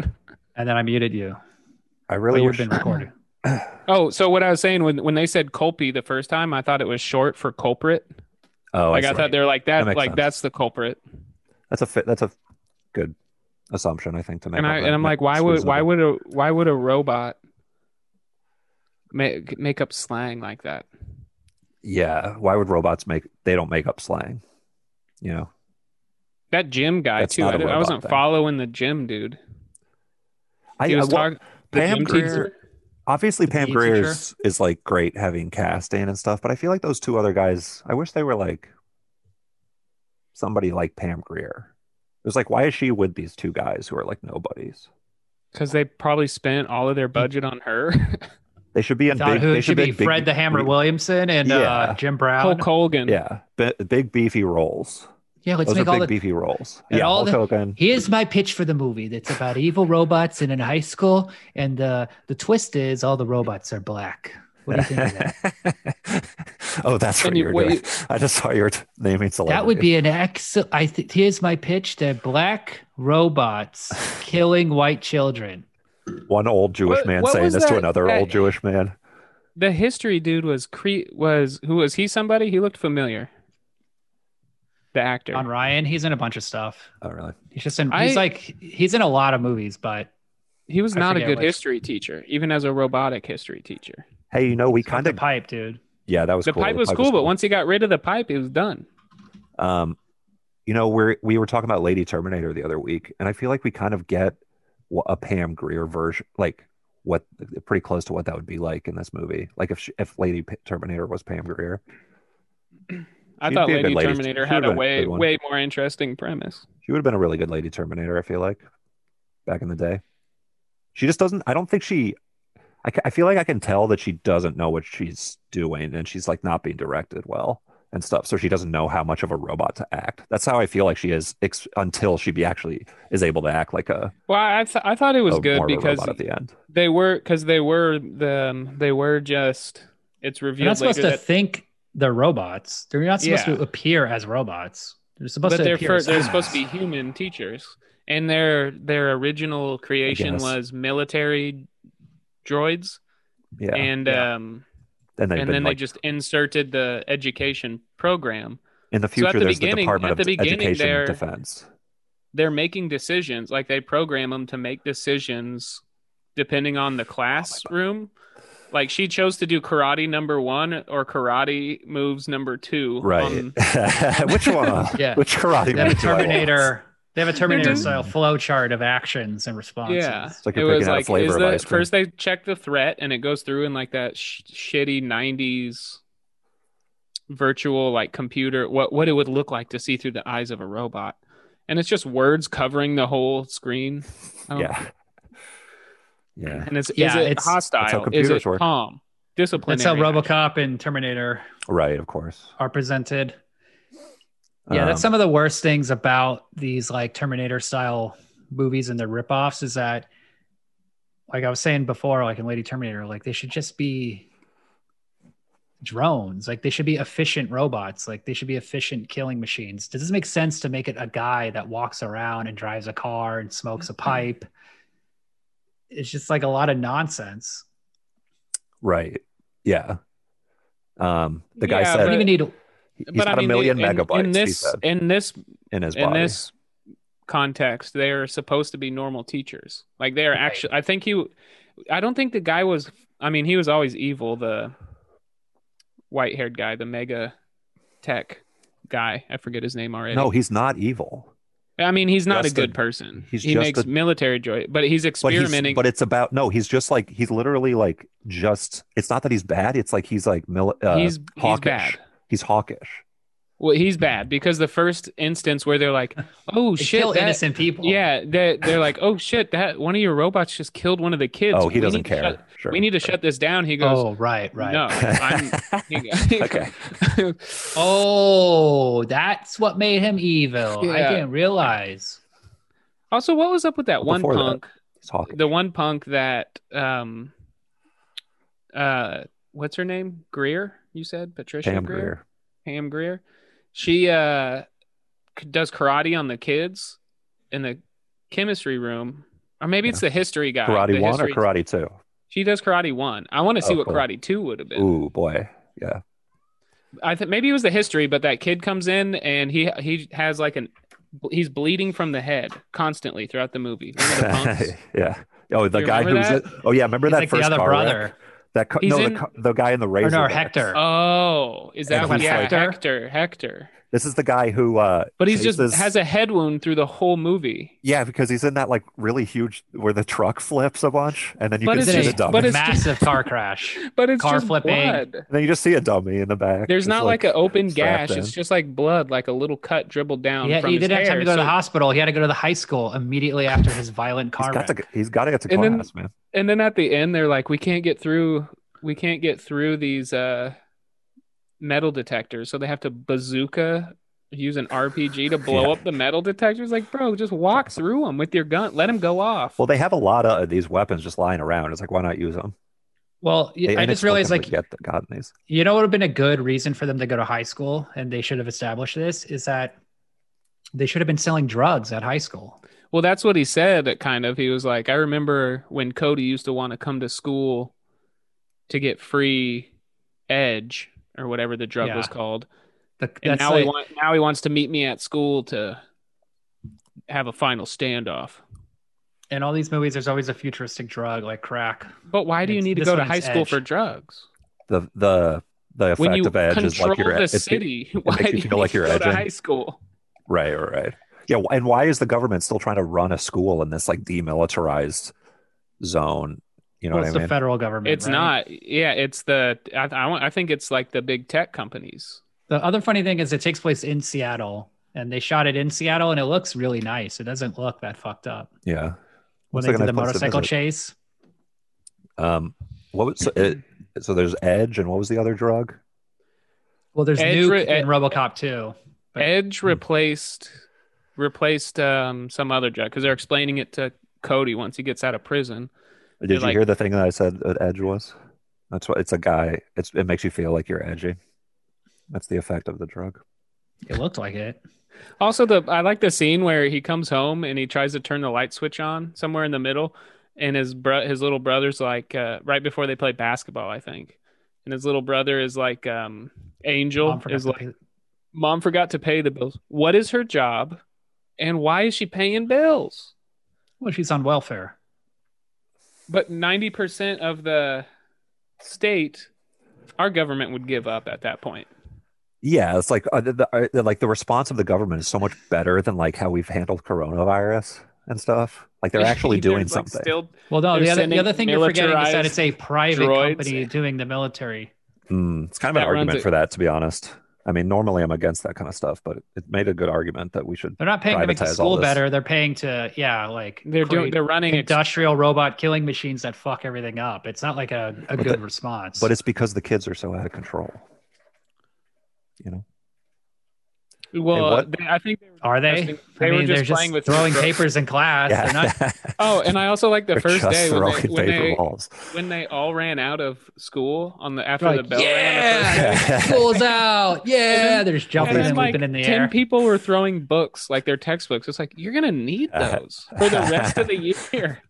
S1: And then I muted you.
S2: I
S1: But
S2: really
S1: you've
S2: wish.
S1: been recorded.
S3: Oh, so what I was saying when when they said Colby the first time, I thought it was short for culprit.
S2: oh,
S3: like
S2: I
S3: I
S2: see.
S3: thought they were like that,
S2: That makes
S3: like
S2: sense.
S3: that's the culprit.
S2: that's a fit. That's a good assumption, I think, to make.
S3: and
S2: on
S3: I
S2: that.
S3: and I'm like, why
S2: It's
S3: would why
S2: reasonable.
S3: would a why would a robot make make up slang like that?
S2: Yeah, why would robots make? They don't make up slang. You know,
S3: That gym guy
S2: That's
S3: too.
S2: not
S3: I,
S2: a
S3: didn't- I
S2: robot
S3: wasn't
S2: thing.
S3: following the gym dude.
S2: I,
S3: He was
S2: I- well,
S3: talking. the
S2: Pam
S3: gym
S2: Grier.
S3: teacher.
S2: Obviously,
S1: The
S2: Pam
S3: E
S1: PE
S2: Grier
S1: teacher.
S2: is, is like great having casting and stuff, but I feel like those two other guys. I wish they were like somebody like Pam Grier. It was like, why is she with these two guys who are like nobodies?
S3: Because they probably spent all of their
S2: Hmm.
S3: budget on her.
S2: They should be in
S1: Thought
S2: big.
S1: who
S2: they
S1: it should be
S2: in big-
S1: Fred the Hammer
S2: re-
S1: Williamson and
S2: Yeah.
S1: uh, Jim Brown.
S3: Hulk Hogan.
S2: Yeah, bi- big beefy rolls.
S1: Yeah, let's
S2: Those
S1: make
S2: are
S1: all the.
S2: big beefy rolls.
S1: and
S2: yeah,
S1: all
S2: Hulk
S1: the-
S2: Hogan.
S1: Here's my pitch for the movie. That's about evil robots in a high school, and uh, the twist is all the robots are black. What do you think of that?
S2: oh, that's what
S3: And
S2: you
S3: you-
S2: were
S3: what
S2: doing.
S3: you-
S2: I just saw you were t- naming celebrities.
S1: That would be an excellent. I think here's my pitch: that black robots killing white children.
S2: one old Jewish
S3: What-
S2: man
S3: what
S2: saying
S3: was
S2: this to
S3: that-
S2: another
S3: that-
S2: old Jewish man.
S3: The history dude was cre was who was he? Somebody he looked familiar. The actor.
S1: On Ryan, he's in a bunch of stuff.
S2: Oh, really?
S1: He's just in.
S3: I-
S1: He's like he's in a lot of movies, but
S3: He was
S1: I
S3: not a
S1: forget
S3: good
S1: which.
S3: history teacher, even as a robotic history teacher.
S2: Hey, you know, we
S1: kind
S2: kind of.
S1: pipe, dude.
S2: Yeah, that was
S3: The
S2: cool.
S3: pipe was cool, but once he got rid of the pipe, it was done.
S2: um, you know, we're we were talking about Lady Terminator the other week, and I feel like we kind of get wh- a Pam Greer version, like what pretty close to what that would be like in this movie. Like if she, if Lady P- Terminator was Pam Greer,
S3: I
S2: She'd
S3: thought
S2: be a good
S3: Lady
S2: lady.
S3: Terminator
S2: She
S3: had
S2: would've been
S3: a
S2: a
S3: way
S2: good one.
S3: way more interesting premise.
S2: she would have been a really good Lady Terminator. I feel like back in the day, she just doesn't. I don't think she. I, ca- I feel like I can tell that she doesn't know what she's doing, and she's like not being directed well. and stuff. So she doesn't know how much of a robot to act. That's how I feel like she is ex- until she be actually is able to act like a,
S3: Well, I th- I thought it was
S2: a
S3: good
S2: more of a
S3: because
S2: robot at the end.
S3: they were because they were the um, they were just it's
S1: You're not
S3: revealed
S1: supposed
S3: later
S1: to
S3: that
S1: think they're robots. They're not supposed
S3: Yeah.
S1: to appear as robots. They're supposed
S3: but
S1: to
S3: they're
S1: appear
S3: fir-
S1: as
S3: they're supposed to be
S1: humans.
S3: human teachers and their their original creation
S2: guess.
S3: was military droids
S2: Yeah. And,
S3: and
S1: Yeah.
S3: um
S2: they've
S3: and
S2: been,
S3: then
S2: like,
S3: they just inserted the education program
S2: in the
S3: so at
S2: future
S3: the
S2: there's the
S3: beginning-
S2: Department
S3: at the
S2: of
S3: beginning
S2: Education
S3: they're-
S2: Defense.
S3: they're making decisions like they program them to make decisions depending on the classroom like she chose to do karate number one or karate moves number two
S2: Right.
S3: on-
S2: Which one?
S1: Yeah.
S2: Which karate?
S1: They have a
S2: move do I want?
S1: Terminator. They have a Terminator
S3: doing-
S1: style flow chart of actions and responses.
S3: yeah
S2: It's like
S3: it
S2: you're
S3: was
S2: picking out a
S3: like
S2: flavor
S3: is
S2: of
S3: the,
S2: ice cream.
S3: first they check the threat and it goes through in like that sh- shitty 90s virtual like computer what what it would look like to see through the eyes of a robot and it's just words covering the whole screen I don't-
S2: Yeah. Yeah.
S3: and it's
S1: Yeah,
S3: is it
S1: it's-
S2: That's how
S3: hostile is it
S2: computers work.
S3: calm
S1: That's how
S3: disciplinary
S1: RoboCop and Terminator
S2: Right. Of course.
S1: are presented. Yeah, that's
S2: Um,
S1: some of the worst things about these like Terminator style movies and their ripoffs is that, like I was saying before, like in Lady Terminator, like they should just be drones. Like they should be efficient robots. Like they should be efficient killing machines. Does this make sense to make it a guy that walks around and drives a car and smokes
S3: Mm-hmm.
S1: a pipe? It's just like a lot of nonsense.
S2: Right. Yeah. Um, the guy
S3: Yeah,
S1: I
S2: said
S1: don't
S3: but-
S1: even need.
S2: he- he's
S3: but I
S2: got
S3: mean,
S2: a million
S3: in,
S2: megabytes.
S3: in
S2: he
S3: this
S2: said,
S3: in this
S2: in his
S3: in
S2: body.
S3: this context they are supposed to be normal teachers like they are
S1: Right.
S3: actually i think he i don't think the guy was i mean he was always evil the white haired guy the mega tech guy i forget his name already
S2: no, he's not evil.
S3: i mean he's not a
S2: just
S3: good
S2: a-
S3: person
S2: he's
S3: he
S2: just
S3: makes
S2: a-
S3: military joy
S2: But
S3: but he's
S2: he's-
S3: experimenting
S2: but it's about no, he's just like he's literally like just it's not that he's bad, it's like he's like mil- uh,
S3: he's, he's
S2: hawkish.
S3: bad
S2: He's hawkish.
S3: well he's bad because the first instance where they're like oh
S1: They
S3: shit
S1: kill
S3: that-
S1: innocent people.
S3: yeah they, they're like oh shit that one of your robots just killed one of the kids
S2: oh, he
S3: We
S2: doesn't
S3: need to
S2: care.
S3: shut-
S2: sure.
S3: we need to shut this down he goes
S1: Oh right, right.
S3: No, I'm.
S2: Okay.
S3: oh,
S1: Oh, that's what made him evil. I
S3: Yeah.
S1: didn't realize.
S3: also, what was up with that one
S2: Before that.
S3: punk?
S2: He's hawkish.
S3: The one punk that um, uh, what's her name? Greer. You said Patricia
S2: Pam
S3: Greer.
S2: Greer.
S3: Pam Greer. She uh c- does karate on the kids in the chemistry room, or maybe it's the history guy.
S2: Karate
S3: the
S2: one
S3: history-
S2: or karate two?
S3: She does karate one. I want to see
S2: Oh,
S3: what
S2: cool.
S3: karate two would have been.
S2: Ooh boy. Yeah.
S3: I think maybe it was the history, but that kid comes in and he he has like an he's bleeding from the head constantly throughout the movie. Remember the punks?
S2: yeah. Oh, the
S3: You
S2: guy who's
S3: remember
S2: in, oh yeah, remember
S1: He's
S2: that
S1: like
S2: first
S1: the other
S2: car wreck?
S1: brother.
S2: That car,
S3: He's
S2: no,
S3: in-
S2: the, car, the guy in the razor.
S1: no,
S2: wax.
S1: Hector.
S3: oh, is that
S2: And
S3: what
S2: he's
S3: yeah,
S1: like-
S3: Hector, Hector.
S2: This is the guy who uh
S3: But he's just
S2: chases-
S3: has a head wound through the whole movie.
S2: Yeah, because he's in that like really huge where the truck flips a bunch, and then you
S3: But
S2: can
S3: it's
S2: see
S1: a-
S2: the dummy.
S3: but it's just-
S1: Massive car crash.
S3: But it's
S1: Car
S3: just
S1: flipping.
S3: blood.
S2: and then you just see a dummy in the back.
S3: There's
S2: just,
S3: not like, an open
S2: strapped
S3: gash.
S2: in.
S3: It's just like blood, like a little cut dribbled down.
S1: Yeah,
S3: from
S1: he
S3: his
S1: didn't have time
S3: hair,
S1: to go to the
S3: so-
S1: hospital. He had to go to the high school immediately after his violent
S2: He's
S1: car
S2: got
S1: wreck.
S2: to. He's got to get to
S3: And then-
S2: class, man.
S3: and then at the end they're like we can't get through we can't get through these uh metal detectors so they have to bazooka use an rpg to blow
S2: Yeah.
S3: up the metal detectors like bro just walk through them with your gun let them go off
S2: Well, they have a lot of these weapons just lying around. It's like, why not use them?
S1: Well,
S2: They,
S1: I
S2: and
S1: just
S2: it's open
S1: realized,
S2: to
S1: like,
S2: get gotten these.
S1: you know what would have been a good reason for them to go to high school, and they should have established this, is that they should have been selling drugs at high school.
S3: well that's what he said kind of he was like i remember when cody used to want to come to school to get free edge or whatever the drug
S1: Yeah.
S3: was called
S1: The,
S3: and
S1: that's
S3: now he
S1: like-
S3: want, now he wants to meet me at school to have a final standoff
S1: in all these movies, there's always a futuristic drug like crack.
S3: But why do you
S1: It's-
S3: need to
S1: this
S3: go to
S1: one
S3: high
S1: it's
S3: school
S1: edge.
S3: for drugs?
S2: The the the
S3: When you
S2: effect of edge is
S3: control
S2: like your
S3: the
S2: it's-
S3: city, why
S2: makes you
S3: do you
S2: feel like
S3: need
S2: you're
S3: to go to
S2: edging.
S3: high school?
S2: Right, right, right. Yeah, wh- and why is the government still trying to run a school in this like demilitarized zone? You know
S1: well,
S2: what
S1: it's
S2: I mean?
S1: the federal government.
S3: It's
S1: right?
S3: not. Yeah, it's the. I, I, want- I think it's like the big tech companies.
S1: The other funny thing is it takes place in Seattle and they shot it in Seattle and it looks really nice. It doesn't look that fucked up.
S2: yeah.
S1: When
S2: Looks
S1: they
S2: like a
S1: did the
S2: nice place to
S1: motorcycle
S2: visit.
S1: chase,
S2: Um, what was so, it, so there's edge, and what was the other drug?
S1: Well, there's
S3: Edge
S1: Nuke
S3: re-
S1: in RoboCop 2. But-
S3: Edge replaced replaced um, some other drug because they're explaining it to Cody once he gets out of prison.
S2: Did
S3: They're
S2: you
S3: like-
S2: hear the thing that I said that Edge was? That's what it's a guy. It's it makes you feel like you're edgy. That's the effect of the drug.
S1: It looked like it.
S3: Also, the I like the scene where he comes home and he tries to turn the light switch on somewhere in the middle, and his bro- his little brother's like uh, right before they play basketball, I think, and his little brother is like um, Angel
S1: Mom forgot
S3: is
S1: to
S3: like
S1: pay-
S3: mom forgot to pay the bills. What is her job, and why is she paying bills?
S1: well, she's on welfare.
S3: But ninety percent of the state, our government would give up at that point.
S2: Yeah, it's like uh, the, the, uh, the- like the response of the government is so much better than like how we've handled coronavirus and stuff. Like they're actually
S3: They're,
S2: doing
S3: like,
S2: something.
S3: Still,
S1: Well, no,
S3: They're
S1: the other, the
S3: sending
S1: other thing you're forgetting is that
S3: militarized
S1: it's a private
S3: droids.
S1: company doing the military.
S2: Mm, it's kind of
S3: That
S2: an
S3: runs
S2: argument
S3: it.
S2: for that, to be honest. I mean, normally I'm against that kind of stuff, but it made a good argument that we should.
S1: They're not paying to make the
S2: Privatize all
S1: school
S2: this.
S1: better. They're paying to, yeah, like
S3: they're doing.
S1: create
S3: They're running. ex-
S1: industrial robot killing machines that fuck everything up. It's not like a, a
S2: But
S1: good
S2: the-
S1: response.
S2: But it's because the kids are so out of control. You know,
S3: well,
S2: what-
S3: they, I think they were
S1: are they?
S3: They
S1: I
S3: were
S1: mean,
S3: just
S1: they're just
S3: playing with
S1: throwing
S3: drugs.
S1: papers in class. They're not
S3: Oh, and I also like the
S2: They're
S3: first
S2: just
S3: day when they,
S2: throwing
S3: when,
S2: paper
S3: they,
S2: balls.
S3: when they all ran out of school on the after
S1: They're like,
S3: the bell rang. on the
S2: yeah,
S3: first day.
S1: school's out. Yeah, they're just jumping
S3: And
S1: and,
S3: then like
S1: leaping in the
S3: ten
S1: air.
S3: people were throwing books, like their textbooks. It's like you're gonna need
S2: Uh,
S3: those for the rest of the year.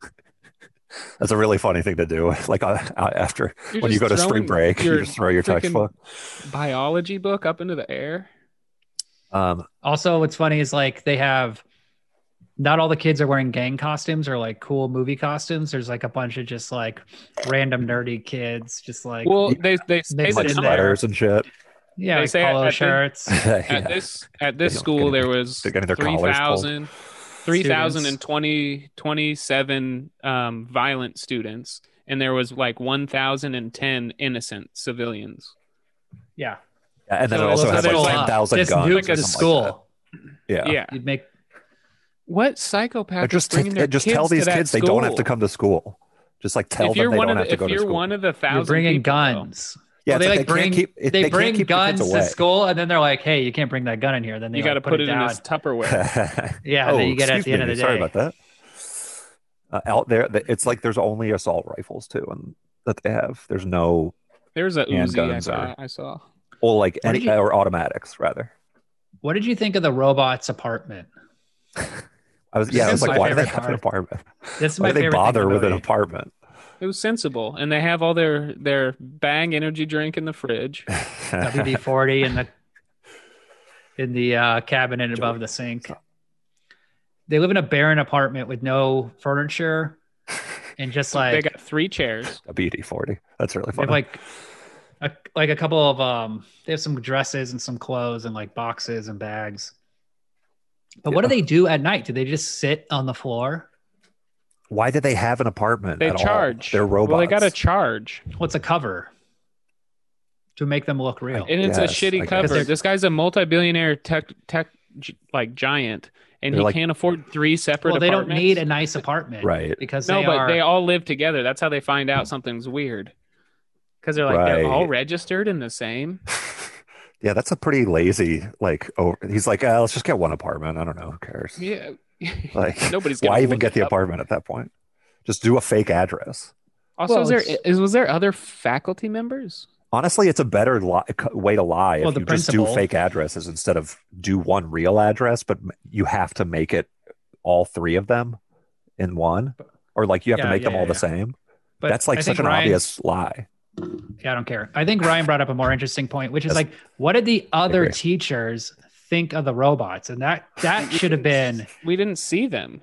S2: That's a really funny thing to do. Like uh, uh, after
S3: You're
S2: when you
S3: just
S2: go to
S3: throwing
S2: spring break, you
S3: your
S2: just throw your
S3: freaking-
S2: textbook.
S3: biology book up into the air.
S2: Um,
S1: Also, what's funny is like they have not all the kids are wearing gang costumes or like cool movie costumes. There's like a bunch of just like random nerdy kids, just like
S3: well, they they say
S1: Mixed
S2: like
S1: in
S3: that
S1: there.
S2: sweaters and shit.
S1: yeah,
S3: they
S1: like
S3: say, I
S1: polo
S3: think-
S1: shirts.
S3: at
S2: Yeah.
S3: this at this
S2: They don't
S3: school
S2: get
S3: there
S2: it.
S3: was
S2: They're getting their collars pulled.
S3: 3,000 3,020 27 um, violent students, and there was like 1,010 innocent civilians.
S1: yeah,
S2: Yeah, and then
S3: So
S2: it also
S3: it's
S2: has
S3: a
S2: like
S3: little-
S2: ten thousand
S1: This
S2: guns.
S1: nuke
S2: or
S1: is
S2: something like
S1: school.
S2: that. yeah.
S3: Yeah.
S1: You'd make
S3: What
S2: Or
S3: psychopath is
S2: just t-
S3: bringing their
S2: just
S3: kids
S2: tell
S3: to
S2: these
S3: that
S2: kids they don't have to
S3: school?
S2: come to school. Just like tell
S3: If you're
S2: them they
S3: one
S2: don't
S3: of
S2: have
S3: the,
S2: to go
S3: if
S2: to
S3: you're
S2: school.
S3: one of the
S1: you're
S3: thousand
S1: bringing
S3: people, though.
S1: guns.
S2: yeah,
S1: Well,
S2: it's
S1: they
S2: like
S1: like
S2: can't
S1: bring
S2: keep, it-
S1: they,
S2: can't
S1: bring
S2: keep the
S1: guns
S2: kids
S1: to
S2: away.
S1: school, and then they're like, "Hey, you can't bring that gun in here." Then they
S3: you
S1: got to
S3: to put it in
S1: down.
S3: his Tupperware.
S1: yeah, and
S2: oh,
S1: then you get it at
S2: excuse
S1: the end of
S2: me,
S1: the day.
S2: Sorry about that. Uh, out there, th- it's like there's only assault rifles too, and that they have. There's no
S3: There's a
S2: And
S3: Uzi I
S2: guns
S3: saw,
S2: are-
S3: I saw.
S2: or like
S1: What
S2: any
S1: did you-
S2: or automatics rather.
S1: What did you think of the robot's apartment?
S2: I was
S1: This
S2: yeah, I
S1: is
S2: was like,
S1: my
S2: why do they
S1: favorite
S2: have an apartment?
S1: This is
S2: Why
S1: my
S2: do they
S1: favorite. thing
S2: bother
S1: in the
S2: with an
S1: movie.
S2: apartment?
S3: It was sensible, and they have all their their Bang energy drink in the fridge.
S1: WD forty in the in the uh, cabinet above the sink. They live in a barren apartment with no furniture and just
S3: they
S1: like
S3: got three chairs.
S2: WD forty. That's really
S1: they have
S2: funny.
S1: like a, like a couple of um they have some dresses and some clothes and like boxes and bags. But what do they
S2: Yeah.
S1: do at night? Do they just sit on the floor?
S2: why do they have an apartment?
S3: They
S2: at all?
S3: charge.
S2: They're robots.
S3: Well, they got to charge,
S1: What's a cover to make them look real?
S3: and
S2: Yes,
S3: it's a
S2: I
S3: shitty
S2: guess.
S3: cover.
S1: They're-
S3: This guy's a multi-billionaire tech tech gi- like giant, and
S2: They're
S3: he
S2: like-
S3: can't afford three separate.
S1: Well, they don't
S3: apartments.
S1: need a nice apartment,
S2: Right.
S1: Because
S3: no,
S1: they
S3: but
S1: are.
S3: they all live together. That's how they find out something's weird. Because they're like
S2: Right.
S3: they're all registered in the same.
S2: Yeah, that's a pretty lazy. Like, oh, he's like, uh, let's just get one apartment. I don't know. Who cares?
S3: Yeah,
S2: Like,
S3: nobody's. Gonna
S2: why even
S3: look
S2: get
S3: it
S2: the
S3: up.
S2: apartment at that point? Just do a fake address.
S3: Also,
S1: Well,
S3: is there
S1: it's-
S3: is was there other faculty members?
S2: Honestly, it's a better li- c- way to lie
S1: Well,
S2: if
S1: the
S2: you just do
S1: principal-
S2: fake addresses instead of do one real address, but m- you have to make it all three of them in one, or like you have to
S1: Yeah,
S2: make them
S1: yeah,
S2: all the
S1: yeah.
S2: same.
S1: but
S2: that's like
S1: I
S2: such
S1: think
S2: an
S1: Ryan-
S2: obvious lie.
S1: Yeah, I don't care. I think Ryan brought up a more interesting point, which is
S2: That's-
S1: like, what did the other
S2: agree.
S1: teachers think of the robots? And that that should have been
S3: We didn't see them.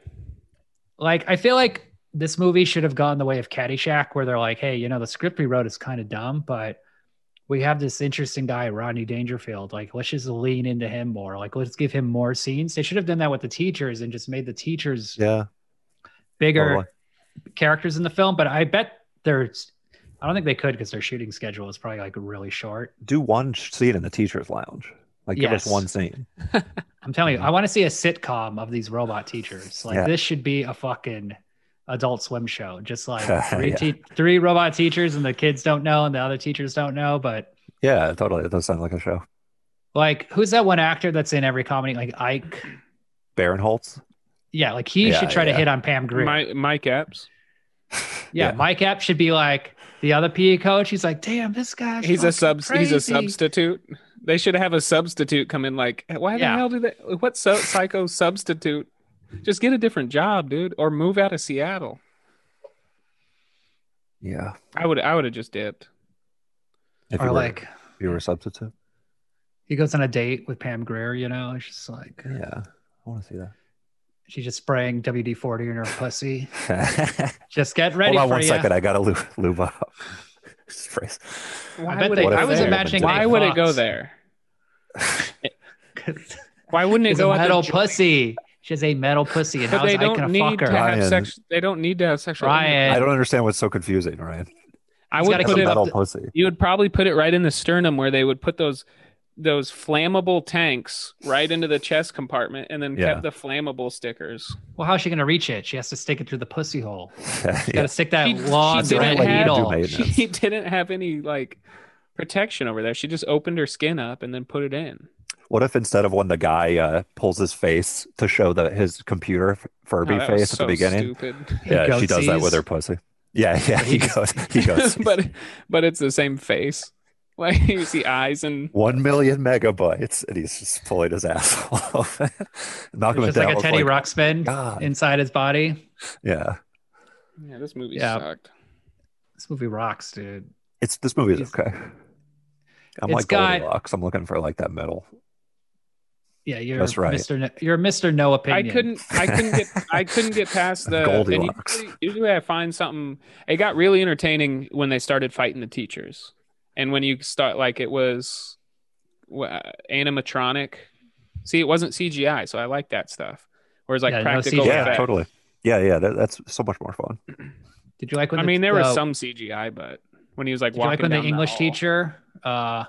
S1: like, I feel like this movie should have gone the way of Caddyshack, where they're like, hey, you know, the script we wrote is kind of dumb, but we have this interesting guy, Rodney Dangerfield. Like, let's just lean into him more. Like, let's give him more scenes. They should have done that with the teachers and just made the teachers
S2: Yeah,
S1: bigger
S2: Totally.
S1: characters in the film. But I bet there's, I don't think they could because their shooting schedule is probably like really short.
S2: do one sh- scene in the teachers' lounge. Like, give us
S1: Yes.
S2: one scene.
S1: I'm telling you, I want to see a sitcom of these robot teachers. Like
S2: Mm-hmm. Yeah.
S1: this should be a fucking adult swim show. Just like three
S2: Yeah.
S1: te- three robot teachers and the kids don't know and the other teachers don't know, but
S2: Yeah, totally. It does sound like a show.
S1: Like, who's that one actor that's in every comedy? Like Ike.
S2: Barinholtz.
S1: Yeah, like he
S2: Yeah,
S1: should try
S2: yeah.
S1: to hit on Pam Grier.
S3: Mi- Mike Epps.
S1: yeah,
S2: yeah.
S1: Mike Epp should be like the other PE coach. He's like, damn, this guy.
S3: He's a sub. He's a
S1: substitute.
S3: substitute. They should have a substitute come in. Like, why the
S1: Yeah.
S3: hell do they? What so, psycho substitute? Just get a different job, dude, or move out of Seattle.
S2: Yeah.
S3: I would. I would have just dipped.
S2: If
S1: Or
S2: you were,
S1: like
S2: if you were a substitute.
S1: he goes on a date with Pam Grier. You know, it's just like
S2: Yeah. I want to see
S1: she's just spraying WD forty in her pussy.
S2: that.
S1: Just get ready
S2: Hold on
S1: for
S2: one
S1: ya.
S2: second. I got to lube, lube up. Sprays.
S3: Why
S1: bet
S3: would
S1: they-
S3: it
S1: I
S3: go
S1: was
S3: there?
S1: imagining
S3: Why
S1: they
S3: would it go
S1: fucked.
S3: there?
S1: 'Cause
S3: Why wouldn't it
S1: She's a
S3: go out
S1: metal
S3: the-
S1: pussy. She has a metal pussy, and
S3: But
S1: how's
S3: they
S1: Ike
S3: don't
S1: gonna
S3: need
S1: fuck
S3: to
S1: her?
S3: have
S2: Ryan.
S3: sex. They don't need to have sexual.
S1: Ryan.
S2: I don't understand what's so confusing, Ryan.
S3: I
S1: He's
S3: would
S1: gotta
S3: put
S2: It's a
S3: it
S1: up
S2: metal
S1: to-
S2: pussy.
S3: You would probably put it right in the sternum where they would put those those flammable tanks right into the chest compartment and then
S2: Yeah.
S3: kept the flammable stickers.
S1: Well, how's she gonna reach it? She has to stick it through the pussy hole. She's
S2: yeah.
S1: gotta stick that
S3: She-
S1: long
S3: she
S1: red
S3: didn't have-
S1: needle.
S2: Right, that's-
S3: She didn't have any like protection over there. She just opened her skin up and then put it in.
S2: What if instead of when the guy uh, pulls his face to show the his computer f- Furby
S3: Oh, that was
S2: face at
S3: so
S2: the beginning?
S3: Stupid.
S1: He
S2: Yeah, she does that
S1: goatsies.
S2: with her pussy. Yeah, yeah. He goes. He goes.
S3: but but it's the same face. Like you see eyes and
S2: One million megabytes, and he's just pulling his asshole. off. Malcolm
S1: It's just
S2: McDowell's
S1: like a Teddy
S2: like,
S1: Ruxpin
S2: God.
S1: inside his body.
S2: Yeah,
S3: yeah, this movie
S1: Yeah.
S3: sucked.
S1: This movie rocks, dude.
S2: it's this movie's
S1: He's-
S2: okay. I'm
S1: It's
S2: like
S1: got-
S2: Goldilocks. I'm looking for like that middle.
S1: Yeah, you're
S2: That's right.
S1: Mr. No, you're Mr. No
S3: I
S1: opinion.
S3: couldn't I couldn't get I couldn't get past the and
S2: Goldilocks.
S3: usually, usually I find something it got really entertaining when they started fighting the teachers. And when you start like it was uh, animatronic. See, it wasn't CGI, so I like that stuff. Whereas like
S1: Yeah, no
S3: practical
S1: CGI.
S2: yeah,
S3: effects.
S2: totally. Yeah, yeah. That, that's so much more fun.
S1: Did you like when
S3: I
S1: the-
S3: mean, there was
S1: uh,
S3: some CGI, but when he was like
S1: Did you like
S3: walking
S1: when the
S3: down
S1: English
S3: hall-
S1: teacher uh,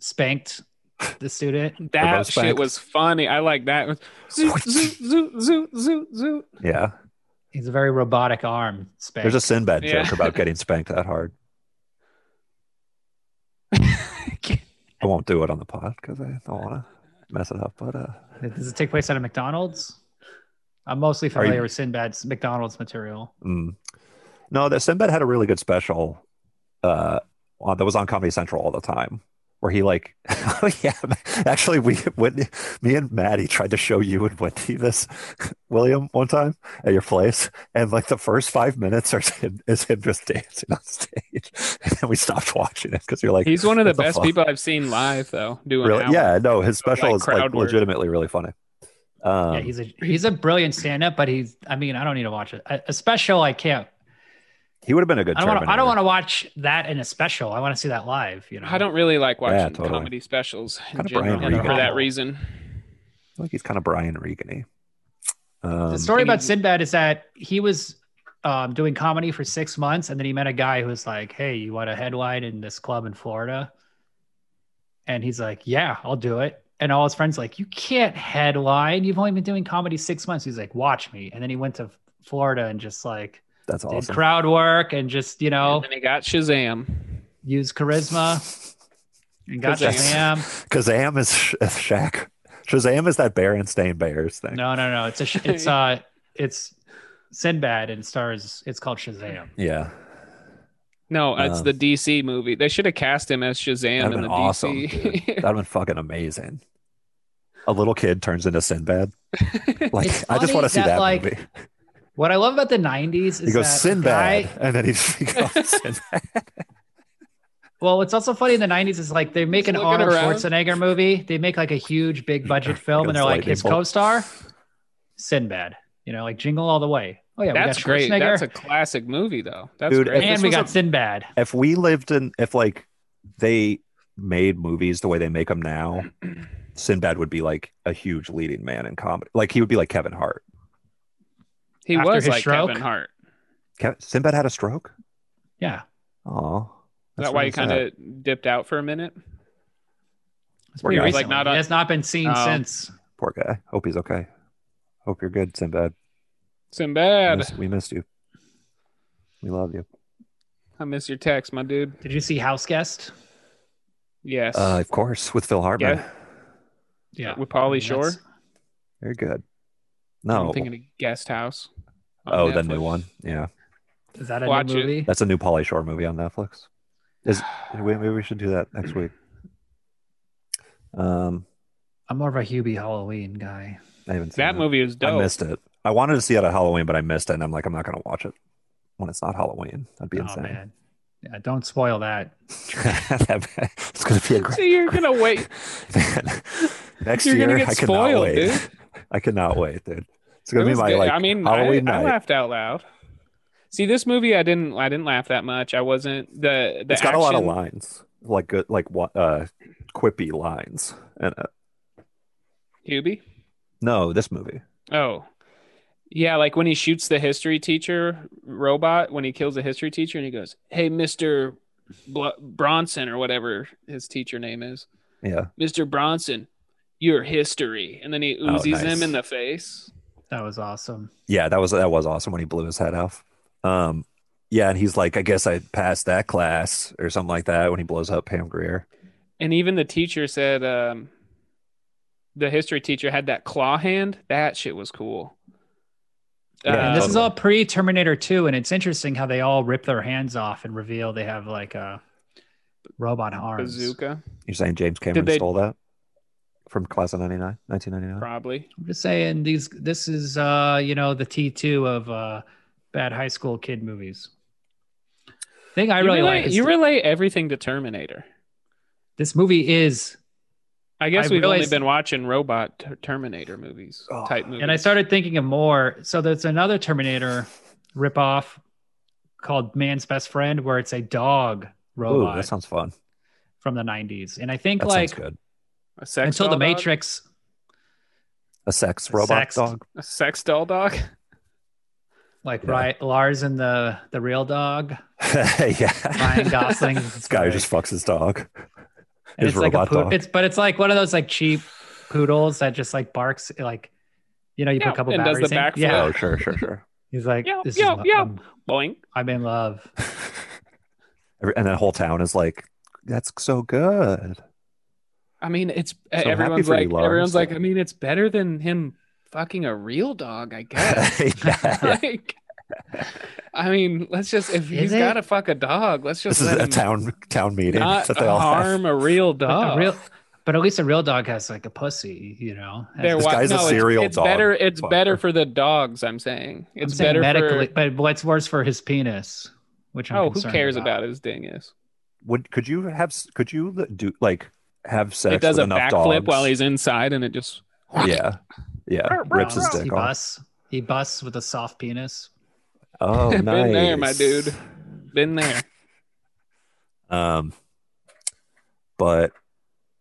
S1: spanked the student?
S3: that
S2: both
S3: shit
S2: spanked.
S3: was funny. I like that. Zoot, zoot, zoot, zoot, zoot, zoot.
S2: Yeah.
S1: He's a very robotic arm spank.
S2: There's a Sinbad
S3: Yeah.
S2: joke about getting spanked that hard. I won't do it on the pod because I don't want to mess it up. But uh,
S1: Does it take place at a McDonald's? I'm mostly
S2: you-
S1: familiar with Sinbad's McDonald's material.
S2: mm. no, the Sinbad had a really good special uh, on, that was on Comedy Central all the time. Where he like, oh yeah, actually we Whitney, me and Maddie tried to show you and Wendy this William one time at your place, and like the first five minutes are him, is him just dancing on stage, and then we stopped watching it because you're like,
S3: He's one of the
S2: what
S3: best
S2: fuck?
S3: people I've seen live, though. Doing
S2: Really? Yeah, no, his special
S3: like,
S2: is like
S3: crowd work.
S2: legitimately really funny. Um,
S1: yeah, he's a he's a brilliant stand-up, but he's I mean, I don't need to watch it. A, a special, I can't.
S2: he would have been a good.
S1: I don't want. I
S2: Terminator.
S1: don't want to watch that in a special. I want to see that live. You know,
S3: I don't really like watching
S2: Yeah, totally.
S3: comedy specials in
S2: Kinda
S3: general
S2: Brian
S3: for
S1: Regan.
S3: that
S2: I
S3: reason.
S2: feel like he's kind of Brian Regan-y. Um,
S1: The story
S3: and
S1: about
S3: he-
S1: Sinbad is that he was um, doing comedy for six months, and then he met a guy who was like, "Hey, you want to headline in this club in Florida?" And he's like, "Yeah, I'll do it." And all his friends like, "You can't headline. You've only been doing comedy six months." He's like, "Watch me." And then he went to Florida and just like
S2: that's
S1: did
S2: awesome.
S1: crowd work and just you know
S3: And then he got Shazam.
S1: use charisma and got
S3: Shazam.
S1: Shazam.
S2: Kazam is Sh- is Shaq. Shazam is that Berenstain Bears thing.
S1: No, no, no. It's a sh- it's uh it's Sinbad and stars. It's called Shazam.
S2: Yeah,
S3: No, it's
S2: Uh,
S3: the DC movie. They should have cast him as Shazam
S2: that'd
S3: in
S2: been
S3: the
S2: awesome. dude.
S3: DC.
S2: That'd been fucking amazing. A little kid turns into Sinbad. Like
S1: It's
S2: I
S1: funny
S2: just want to see
S1: that,
S2: that,
S1: like,
S2: movie.
S1: What I love about the '90s is
S2: He
S1: that
S2: goes Sinbad,
S1: guy-
S2: and then he's he goes Sinbad.
S1: well, it's also funny in the '90s is like they make
S3: Just
S1: an
S3: looking
S1: Arnold
S3: around.
S1: Schwarzenegger movie. They make like a huge, big budget film, and
S2: Goes
S1: they're like
S2: lightning
S1: his
S2: bolt.
S1: co-star, Sinbad. You know, like Jingle All the Way. Oh yeah,
S3: That's
S1: we got
S3: great. That's a
S1: Schwarzenegger,
S3: classic movie, though. That's
S2: Dude,
S3: great.
S2: if
S1: and
S2: this
S1: we
S2: was
S1: got
S2: a-
S1: Sinbad.
S2: if we lived in if like they made movies the way they make them now sinbad would be like a huge leading man in comedy like he would be like kevin hart
S3: he
S1: after
S3: was
S1: his
S3: like
S1: stroke.
S3: Kevin Hart.
S2: Kev- sinbad had a stroke
S1: Yeah,
S2: oh
S3: Is that why he kind of dipped out for a minute?
S1: it's
S2: Poor
S1: pretty
S2: guy.
S3: Like,
S1: recently.
S3: not
S1: It
S3: on-
S1: has not been seen
S3: Oh.
S1: since.
S2: poor guy hope he's okay hope you're good sinbad we
S3: Sinbad,
S2: missed, we missed you we love you
S3: I miss your text, my dude.
S1: Did you see House Guest?
S3: Yes.
S2: Uh, of course, with Phil Hartman.
S3: Yeah.
S1: Yeah.
S3: With Pauly
S1: I mean,
S3: Shore.
S1: that's-
S2: Very good. No.
S3: I'm thinking of Guest House. on
S2: Oh, the
S3: Netflix.
S2: new one. Yeah.
S1: Is that a
S3: Watch it.
S1: new movie?
S2: That's a new Polly Shore movie on Netflix. Is we- maybe we should do that next week. Um,
S1: I'm more of a Hubie Halloween guy.
S2: I haven't seen
S3: That
S2: it.
S3: movie is
S2: I
S3: dope.
S2: missed it. I wanted to see it at Halloween, but I missed it, and I'm like, I'm not gonna watch it when it's not Halloween. That'd be
S1: Oh
S2: insane.
S1: man. Yeah, don't spoil that.
S2: That'd be- it's gonna be a
S3: so
S2: great.
S3: you're gonna wait.
S2: Man, next
S3: You're
S2: year,
S3: gonna get
S2: I cannot
S3: spoiled,
S2: wait.
S3: dude.
S2: I cannot wait, dude. It's
S3: It
S2: gonna be
S3: was
S2: my
S3: good.
S2: like.
S3: I mean,
S2: Halloween
S3: I, I
S2: night.
S3: laughed out loud. See, this movie, I didn't. I didn't laugh that much. I wasn't the. the
S2: it's got a lot of
S3: action-
S2: lines, like good, like what, uh, quippy lines. And uh,
S3: Hubie.
S2: no, this movie.
S3: Oh, yeah. Like when he shoots the history teacher robot when he kills the history teacher, and he goes, "Hey, Mister Bl- Bronson or whatever his teacher name is,
S2: Yeah,
S3: Mister Bronson, your history," and then he
S2: Oh, nice.
S3: oozies him in the face.
S1: That was awesome.
S2: yeah, that was that was awesome when he blew his head off. Um, yeah, and he's like, I guess I passed that class or something like that when he blows up Pam Greer.
S3: And even the teacher said, um, the history teacher had that claw hand. That shit was cool. Uh,
S2: Yeah,
S1: and this is
S2: totally.
S1: all pre Terminator 2, and it's interesting how they all rip their hands off and reveal they have like a robot arms.
S3: bazooka,
S2: You're saying James Cameron
S3: they-
S2: stole that from class of 99, 1999?
S3: probably.
S1: I'm just saying these this is uh you know the T2 of uh bad high school kid movies. Thing I
S3: You
S1: really
S3: relate-
S1: like is
S3: you relate everything to Terminator.
S1: this movie is
S3: I guess
S1: I
S3: we've only
S1: realized-
S3: been watching robot ter- Terminator movies
S2: Oh.
S3: type movies.
S1: and I started thinking of more. So there's another Terminator ripoff called Man's Best Friend where it's a dog
S2: Ooh,
S1: robot
S2: that sounds fun.
S1: from the 90s. And I think
S2: That
S1: like
S2: sounds good.
S3: a sex
S1: until
S3: doll
S1: the
S3: dog?
S1: Matrix
S2: A sex
S1: A
S2: robot
S1: sex-
S2: dog.
S3: a sex doll dog.
S1: like
S2: Yeah.
S1: right Lars and the the real dog
S2: yeah.
S1: Ryan Gosling
S2: this guy just fucks his dog.
S1: And
S2: His
S1: it's like a
S2: robot
S1: poo-
S2: dog.
S1: It's but it's like one of those like cheap poodles that just like barks like you know you
S3: Yeah,
S1: put a couple
S3: and does
S1: batteries
S3: the
S1: in.
S3: backflip.
S1: Yeah,
S2: Oh, sure, sure, sure.
S1: he's like
S3: Yow,
S1: this
S3: yow,
S1: is my-
S3: yow.
S1: um,
S3: Boing.
S1: I'm in love.
S2: Every- and the whole town is like, that's so good.
S3: I mean, it's
S2: happy
S3: everyone's
S2: for you,
S3: like
S2: Lars.
S3: everyone's like. I mean, it's better than him fucking a real dog, I guess.
S2: Yeah.
S3: like, I mean, let's just if
S1: Is
S3: he's
S1: it?
S3: got to fuck a dog, let's
S2: This
S3: just
S2: is
S3: let
S2: a
S3: him
S2: town town meeting
S3: not
S2: that they all have.
S3: harm a real
S1: But a
S3: dog.
S1: real, but at least a real dog has like a pussy, you know. Has-
S3: They're
S2: This
S3: wa-
S2: guy's a
S3: no, it's-
S2: serial
S3: it's,
S2: dog
S3: better. It's
S2: fucker.
S3: better for the dogs. I'm saying
S1: I'm
S3: it's
S1: saying
S3: better
S1: medically,
S3: for.
S1: but what's worse for his penis? Which I'm
S3: Oh, who
S1: concerned
S3: cares
S1: about.
S3: about, his dingus?
S2: Would could you have s- could you l- do like have sex
S3: It does a
S2: with enough dogs?
S3: backflip while he's inside, and it just
S2: yeah yeah rips his
S1: Um, He
S2: dick off.
S1: busts. He busts with a soft penis.
S2: Oh, nice.
S3: Been there, my dude. been there.
S2: Um, but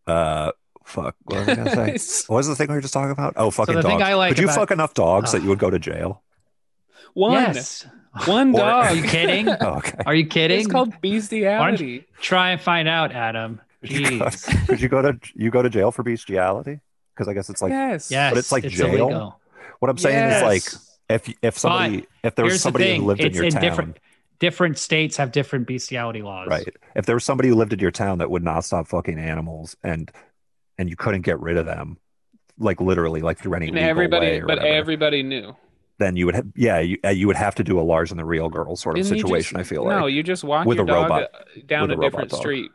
S2: uh, fuck. What was I gonna say? what was the thing we were just talking about? Oh, fucking
S1: the
S2: dogs.
S1: thing I like
S2: Could you
S1: about-
S2: fuck enough dogs that
S1: Ugh.
S2: you would go to jail?
S3: One,
S1: Yes.
S3: one
S2: Or-
S3: dog.
S1: Are you kidding?
S2: Oh, okay.
S1: Are you kidding?
S3: It's called bestiality.
S1: Try and find out, Adam. Jeez.
S2: Could you go to you go to jail for bestiality? Because I guess it's like
S3: yes.
S1: Yes,
S2: it's like jail.
S1: illegal.
S2: what I'm saying is like if if somebody if there was
S1: Here's
S2: somebody
S1: the thing.
S2: who lived in
S1: it's
S2: your town,
S1: different different states have different bestiality laws.
S2: right? If there was somebody who lived in your town that would not stop fucking animals and and you couldn't get rid of them, like literally, like through any
S3: And
S2: legal way
S3: everybody,
S2: or
S3: but
S2: whatever.
S3: everybody knew.
S2: then you would have yeah you, uh, you would have to do a Lars and the Real Girl sort of
S3: Didn't you just-
S2: situation. I feel
S3: No,
S2: like
S3: you just walk
S2: With
S3: your
S2: a
S3: dog
S2: robot.
S3: uh, down
S2: With
S3: a,
S2: a robot
S3: different
S2: dog.
S3: street.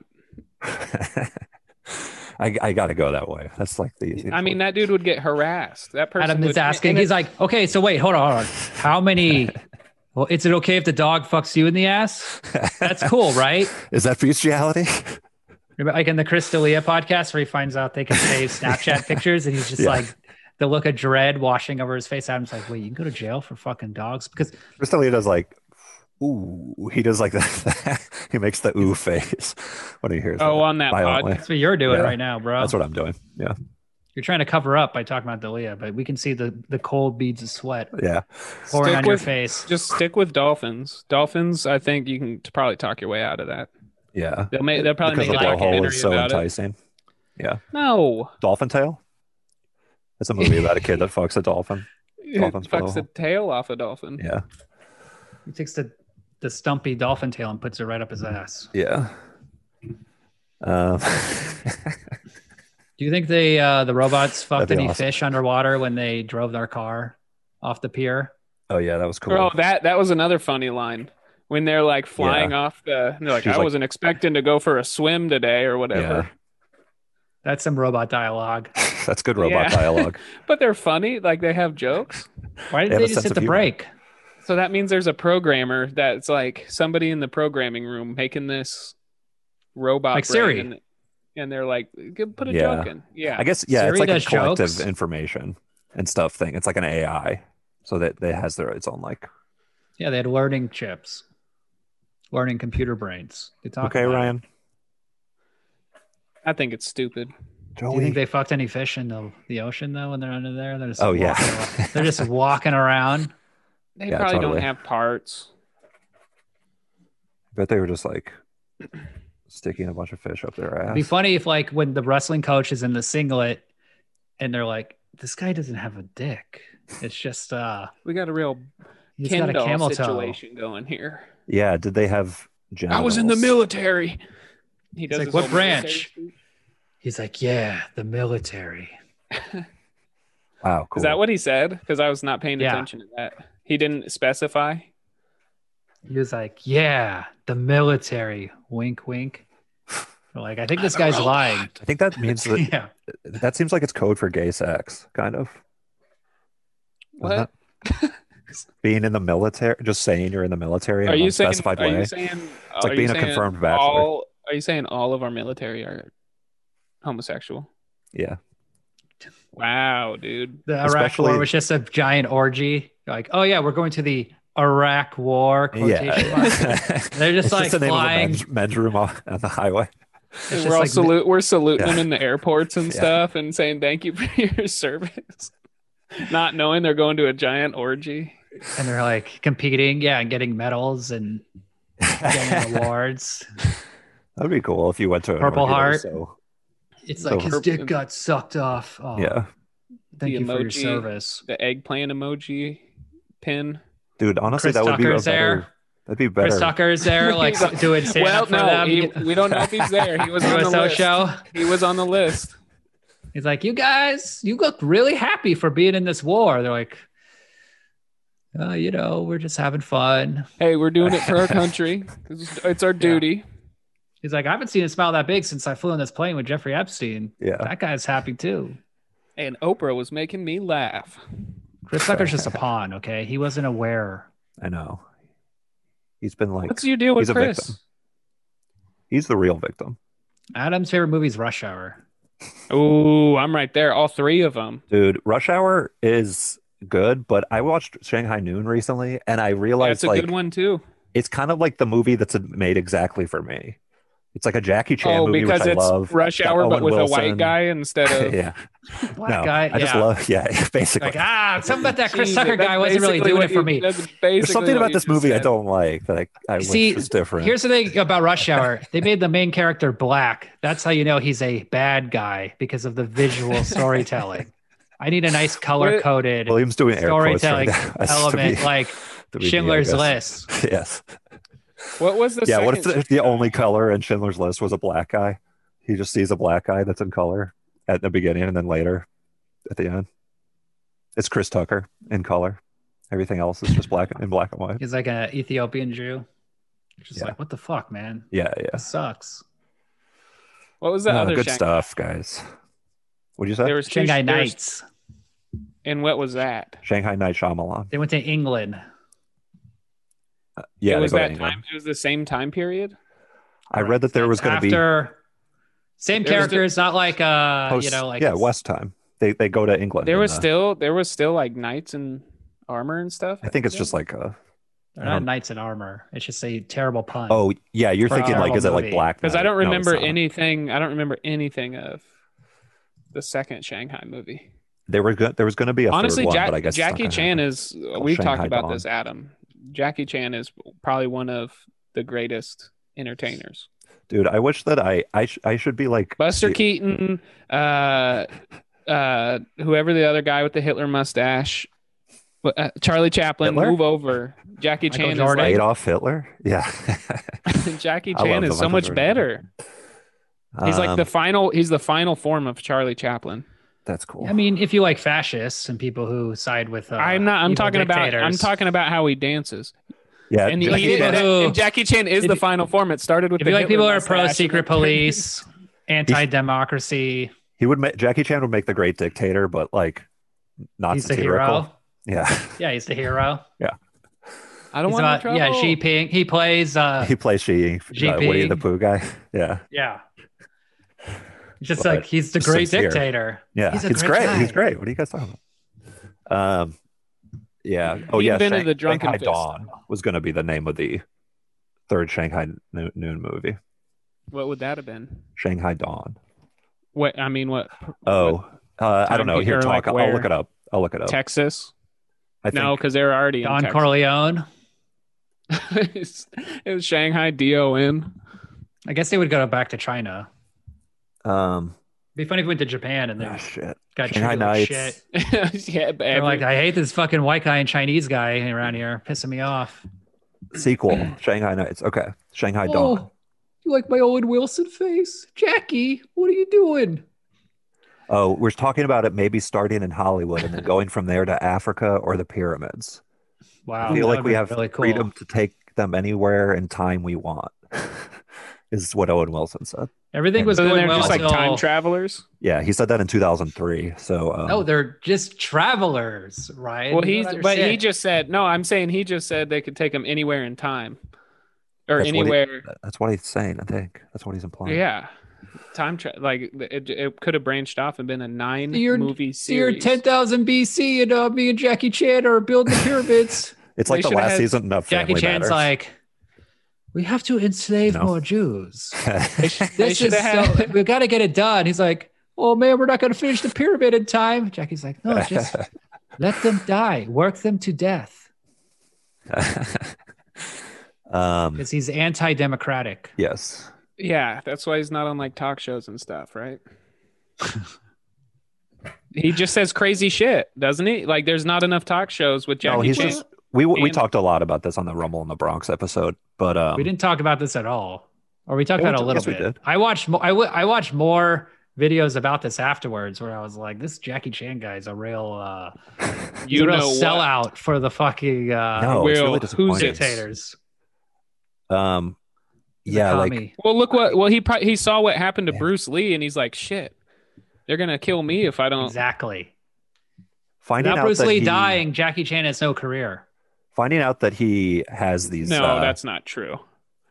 S2: I I gotta go that way. That's like the
S3: I mean, that dude would get harassed. That person
S1: Adam
S3: would,
S1: is
S3: and-
S1: asking.
S3: and
S1: He's
S3: it-
S1: like, okay, so wait, hold on, hold on. How many? Well, is it okay if the dog fucks you in the ass? That's cool, right?
S2: is that bestiality?
S1: Remember, like in the Chris D'Elia podcast, where he finds out they can save Snapchat pictures, and he's just
S2: Yeah.
S1: like the look of dread washing over his face. Adam's like, wait, you can go to jail for fucking dogs because
S2: Crystalina does like ooh. He does like that. he makes the ooh face when he hears.
S3: oh,
S2: that
S3: on that
S2: violently.
S3: pod.
S1: that's what you're doing
S2: Yeah.
S1: right now, bro.
S2: That's what I'm doing. Yeah,
S1: you're trying to cover up by talking about D'Elia, but we can see the the cold beads of sweat
S2: yeah.
S1: pouring
S3: Stick
S1: on your
S3: with-
S1: face.
S3: Just stick with dolphins. Dolphins, I think you can t- probably talk your way out of that.
S2: Yeah,
S3: They'll make. They'll probably
S2: because
S3: make
S2: the
S3: a
S2: blowhole
S3: documentary
S2: is so
S3: about it.
S2: enticing.
S3: No,
S2: Dolphin Tale. It's a movie about a kid that fucks a dolphin.
S3: it
S2: Dolphins
S3: fucks the
S2: blowhole.
S3: tail off a dolphin.
S2: Yeah,
S1: He takes the the stumpy dolphin tail and puts it right up his ass.
S2: yeah. Um,
S1: Do you think they uh, the robots fucked
S2: That'd be
S1: any
S2: awesome.
S1: fish underwater when they drove their car off the pier?
S2: oh yeah, that was cool.
S3: Oh, that that was another funny line when they're like flying off the. and They're like,
S2: She's
S3: I
S2: like-
S3: wasn't expecting to go for a swim today or whatever.
S1: That's some robot dialogue.
S2: yeah, that's good robot
S3: Yeah.
S2: dialogue.
S3: But they're funny. Like they have jokes.
S1: Why
S2: They
S1: did
S2: have
S1: they,
S2: a
S1: just
S2: sense
S1: hit
S2: of
S1: the
S2: humor.
S1: brake?
S3: So that means there's a programmer that's like somebody in the programming room making this robot
S1: Like
S3: brain
S1: Siri.
S3: And, and they're like, "G- put a
S2: Yeah.
S3: joke in. Yeah.
S2: I guess yeah,
S1: Siri
S2: it's like a
S1: does
S2: collective
S1: jokes.
S2: information and stuff thing. It's like an AI, so that that has their its own like.
S1: Yeah, they had learning chips, learning computer brains. They talk
S2: Okay,
S1: about it.
S2: Ryan.
S3: I think it's stupid.
S1: Do you
S2: Joey.
S1: think they fucked any fish in the, the ocean though when they're under there? They're just
S2: Oh, yeah.
S1: walking ar- they're just walking around.
S3: They
S2: Yeah,
S3: probably
S2: totally.
S3: don't have parts.
S2: but they were just like sticking a bunch of fish up their
S1: It'd
S2: ass.
S1: be funny if like when the wrestling coach is in the singlet and they're like, This guy doesn't have a dick. It's just uh
S3: We got a real
S1: he's got a camel
S3: Kendall
S1: toe.
S3: situation going here.
S2: yeah, did they have?
S3: I was in the
S2: genitals?
S3: military. He does
S1: like,
S3: his
S1: "What
S3: whole military
S1: branch?"
S3: speech.
S1: He's like, Yeah, the military.
S2: Wow, cool.
S3: Is that what he said? Because I was not paying
S1: Yeah.
S3: attention to that. He didn't specify.
S1: He was like, Yeah, the military. Wink wink. They're like, I think this guy's lying.
S2: I think that means that
S1: yeah.
S2: that seems like it's code for gay sex, kind of. Doesn't
S3: What?
S2: it? being in the military, just saying you're in the military in
S3: Are
S2: an
S3: you saying?
S2: unspecified
S3: Are
S2: way.
S3: you saying?
S2: it's like
S3: are you
S2: being a
S3: saying
S2: confirmed bachelor.
S3: All, are you saying all of our military are homosexual?
S2: yeah,
S3: Wow, dude.
S1: The Iraq
S2: Especially-
S1: War was just a giant orgy. Like, oh yeah, we're going to the Iraq War. Quotation marks.
S2: yeah.
S1: They're just
S2: It's
S1: like
S2: the name
S1: flying.
S2: of a men's, men's room on, on the highway.
S1: It's
S3: And
S1: just
S3: we're all
S1: like-
S3: salute. We're saluting
S2: Yeah.
S3: them in the airports and
S2: Yeah.
S3: stuff, and saying thank you for your service. Not knowing they're going to a giant orgy.
S1: and they're like competing, yeah, and getting medals and getting
S2: That'd
S1: awards.
S2: be cool if you went to an
S1: Purple
S2: orgy that
S1: Heart.
S2: was So,
S1: It's like
S2: So-
S1: his dick got sucked off. Oh,
S2: yeah,
S1: Thank
S3: The
S1: you for your
S3: emoji.
S1: service.
S3: The eggplant emoji pin.
S2: dude. Honestly,
S1: Chris
S2: that would be a
S1: Tucker's there.
S2: better. That'd be
S1: Chris
S2: better.
S1: Tucker's there, like
S3: He's like,
S1: doing stand
S3: well,
S1: up for
S3: no,
S1: them.
S3: he,
S1: He,
S3: we don't know if he's there. He was on the
S1: USO
S3: list.
S1: show.
S3: He was on the list.
S1: He's like, you guys, you look really happy for being in this war. They're like, oh, you know, we're just having fun.
S3: Hey, we're doing it for our country. It's it's our duty.
S1: He's like, I haven't seen a smile that big since I flew on this plane with Jeffrey Epstein.
S2: yeah,
S1: That guy's happy too.
S3: And Oprah was making me laugh.
S1: Chris Tucker's just a pawn, okay? He wasn't aware.
S2: I know. He's been like,
S3: What's your deal with
S2: he's a
S3: Chris?
S2: victim. he's the real victim,
S1: Adam's favorite movie is Rush Hour.
S3: Ooh, I'm right there. All three of them.
S2: dude. Rush Hour is good, but I watched Shanghai Noon recently, and I realized
S3: That's a
S2: like
S3: good one too.
S2: it's kind of like the movie that's made exactly for me. It's like a Jackie Chan
S3: Oh,
S2: movie,
S3: because
S2: which I
S3: it's
S2: love.
S3: Rush
S2: Got
S3: Hour, but
S2: Owen
S3: with a
S2: Wilson.
S3: white guy instead of.
S2: yeah,
S1: Black
S2: no,
S1: guy.
S2: I just
S1: yeah.
S2: love. Yeah, basically.
S1: like, ah, something about that Chris
S3: Jesus,
S1: Tucker guy
S3: that's
S1: wasn't really
S3: basically
S1: doing
S3: what
S1: it for
S3: you-
S1: me.
S3: that's
S2: There's
S3: basically
S2: something
S3: what
S2: about
S3: you
S2: this
S3: just
S2: movie I
S3: said.
S2: don't like that I, I
S1: See,
S2: wish was different.
S1: Here's the thing about Rush Hour. They made the main character black. That's how you know he's a bad guy because of the visual storytelling. I need a nice color coded
S2: William's doing air quotes right
S1: storytelling
S2: now. That's to
S1: element
S2: be-
S1: like
S2: to be me, I
S1: Schindler's
S2: guess.
S1: List.
S2: Yes.
S3: What was the?
S2: yeah. What if
S3: second-
S2: the, the only color in Schindler's List was a black guy? He just sees a black guy that's in color at the beginning and then later at the end. It's Chris Tucker in color. Everything else is just black in black and white.
S1: He's like an Ethiopian Jew. Just
S2: Yeah.
S1: like, what the fuck, man?
S2: Yeah. Yeah.
S1: This sucks.
S3: What was the
S2: No,
S3: other?
S2: Oh, good
S3: Shanghai?
S2: stuff, guys. What did you say?
S3: There was two,
S1: Shanghai
S3: there was-
S1: Nights.
S3: And what was that?
S2: Shanghai Night Shyamalan.
S1: They went to England.
S2: Yeah,
S3: it
S2: they
S3: was
S2: go to
S3: that
S2: England.
S3: time. It was the same time period.
S2: I read that there was going to be
S1: After same
S3: There was
S1: character, it's not like uh
S2: post,
S1: you know like
S2: yeah, West time. They they go to England.
S3: There
S2: in
S3: was
S2: the-
S3: still there was still like knights and armor and stuff.
S2: I think it's just like a.
S1: they're not knights in armor. It's just a terrible pun.
S2: Oh yeah, you're
S1: For
S2: thinking
S1: our
S2: like is it like
S1: movie.
S2: Black?
S3: because I
S2: Knight?
S3: don't
S2: uh, No, it's
S3: remember
S2: not.
S3: anything. I don't remember anything of the second Shanghai movie.
S2: There were go- there was going to be a
S3: Honestly,
S2: third one,
S3: Jack-
S2: but I guess it's not
S3: Jackie
S2: gonna
S3: Chan
S2: happen.
S3: is. We've talked
S2: Shanghai
S3: about
S2: Dawn.
S3: this, Adam. Jackie Chan is probably one of the greatest entertainers.
S2: Dude, I wish that I I, sh- I should be like
S3: Buster
S2: the-
S3: Keaton, uh, uh, whoever the other guy with the Hitler mustache, but, uh, Charlie Chaplin,
S2: Hitler?
S3: move over. Jackie
S1: Michael
S3: Chan is
S1: Jordan.
S3: like,
S2: Adolf Hitler. Yeah,
S3: Jackie
S2: I love
S3: Chan
S2: the
S3: is so
S2: Michael
S3: much
S2: Jordan.
S3: better. He's like the
S2: Um,
S3: final. He's the final form of Charlie Chaplin.
S2: that's cool.
S1: I mean, if you like fascists and people who side with, uh,
S3: I'm not. I'm
S1: evil
S3: talking about. I'm
S1: dictators,
S3: talking about how he dances.
S2: yeah,
S3: And, he-
S1: Jackie
S3: he-
S1: Chan-
S3: and Jackie Chan is
S1: If-
S3: the final form. It started with
S1: If
S3: the
S1: you like
S3: Hitler
S1: people who are
S3: mustache
S1: pro
S3: and
S1: secret
S3: then-
S1: police, anti-democracy,
S2: he would. Make, Jackie Chan would make the Great Dictator, but like not
S1: he's the
S2: satirical.
S1: hero.
S2: Yeah,
S1: Yeah, he's the hero.
S3: I don't
S1: He's
S3: want no
S1: about-
S3: trouble.
S1: yeah, Xi Jinping. He plays. Uh,
S2: he plays she, uh,
S1: GP.
S2: Woody the Pooh guy. Yeah,
S1: yeah, just
S2: But
S1: like he's the
S2: just
S1: great
S2: sincere.
S1: dictator.
S2: yeah,
S1: He's a
S2: it's
S1: great
S2: great.
S1: guy.
S2: He's great. What are you guys talking about? Um, yeah. Oh
S3: He
S2: yeah.
S3: invented
S2: Shang-
S3: the drunken
S2: Shanghai
S3: fist.
S2: Dawn was going to be the name of the third Shanghai Noo- Noon movie.
S3: What would that have been?
S2: Shanghai Dawn.
S3: What I mean, what
S2: Oh, uh, I
S3: Time
S2: don't know.
S3: to-
S2: Here,
S3: or,
S2: talk.
S3: like,
S2: I'll
S3: where?
S2: look it up. I'll look it up.
S3: Texas?
S2: I think
S3: No, because they're already in
S1: Don
S3: Texas.
S1: Corleone.
S3: it was Shanghai D O N.
S1: I guess they would go back to China.
S2: Um,
S1: It'd be funny if we went to Japan and they
S2: ah, shit.
S1: got
S2: Shanghai
S1: treated like
S2: Knights.
S1: shit.
S3: yeah, but
S1: They're like,
S3: every-
S1: I hate this fucking white guy and Chinese guy around here, pissing me off.
S2: Sequel. Shanghai Nights. Okay. Shanghai
S3: Oh.
S2: Dawn.
S1: Oh, you like my Owen Wilson face, Jackie? What are you doing?
S2: Oh, we're talking about it maybe starting in Hollywood and then going from there to Africa or the pyramids.
S1: Wow,
S2: I
S1: that
S2: feel like
S1: would
S2: we
S1: be
S2: have
S1: really cool.
S2: freedom to take them anywhere and time we want. is what Owen Wilson said.
S1: Everything was
S3: so then
S1: going
S3: they're
S1: well
S3: just like
S1: till-
S3: time travelers.
S2: Yeah, he said that in 2003. So um,
S3: Oh.
S1: No, they're just travelers, right?
S3: Well,
S1: You
S3: he's
S1: don't
S3: but he
S1: understand.
S3: just said no. I'm saying he just said they could take him anywhere in time,
S2: That's
S3: or
S2: what he-
S3: anywhere.
S2: that's what he's saying. I think that's what he's implying.
S3: yeah, time tra- like it, it could have branched off and been a nine
S1: So you're-
S3: movie
S1: So you're
S3: series.
S1: 10,000 BC, and uh, me and Jackie Chan are building the pyramids.
S2: it's
S3: They
S2: like the
S3: should
S2: last
S3: have-
S2: season of
S1: Jackie
S2: Family
S1: Chan's
S2: Matters.
S1: like, we have to enslave
S2: No.
S1: more Jews.
S3: They sh- they
S1: This
S3: should
S1: is
S3: have
S1: so, we got to get it done. He's like, oh man, we're not going to finish the pyramid in time. Jackie's like, no, just let them die, work them to death,
S2: um,
S1: because he's anti-democratic.
S2: yes.
S3: Yeah, that's why he's not on like talk shows and stuff, right? he just says crazy shit, doesn't he? Like, there's not enough talk shows with Jackie
S1: Oh,
S2: no, he's
S3: Chan.
S2: just we we
S3: And-
S2: talked a lot about this on the Rumble in the Bronx episode, but um,
S1: we didn't talk about this at all, or we talked
S2: Yeah, we
S1: about it a
S2: did.
S1: little
S2: Oh, Yes, we
S1: bit.
S2: did.
S1: I watched, mo- I wa- I watched more videos about this afterwards, where I was like, this Jackie Chan guy's a real, uh, he's
S3: you
S1: a real
S3: know what?
S1: sellout for the fucking uh,
S2: no, Oh, it's
S3: Will,
S2: really
S3: who's
S2: disappointing.
S1: dictators.
S2: Um,
S1: He's a
S2: yeah, like
S1: commie.
S3: Well, look what. Well, he pro- he saw what happened to
S2: Yeah.
S3: Bruce Lee, and he's like, shit, they're gonna kill me if
S2: uh,
S3: I don't.
S1: exactly.
S2: finding
S1: Without
S2: out
S1: Bruce
S2: that
S1: Lee
S2: he,
S1: dying, Jackie Chan has no career.
S2: finding out that he has these
S3: No,
S2: uh,
S3: that's not true.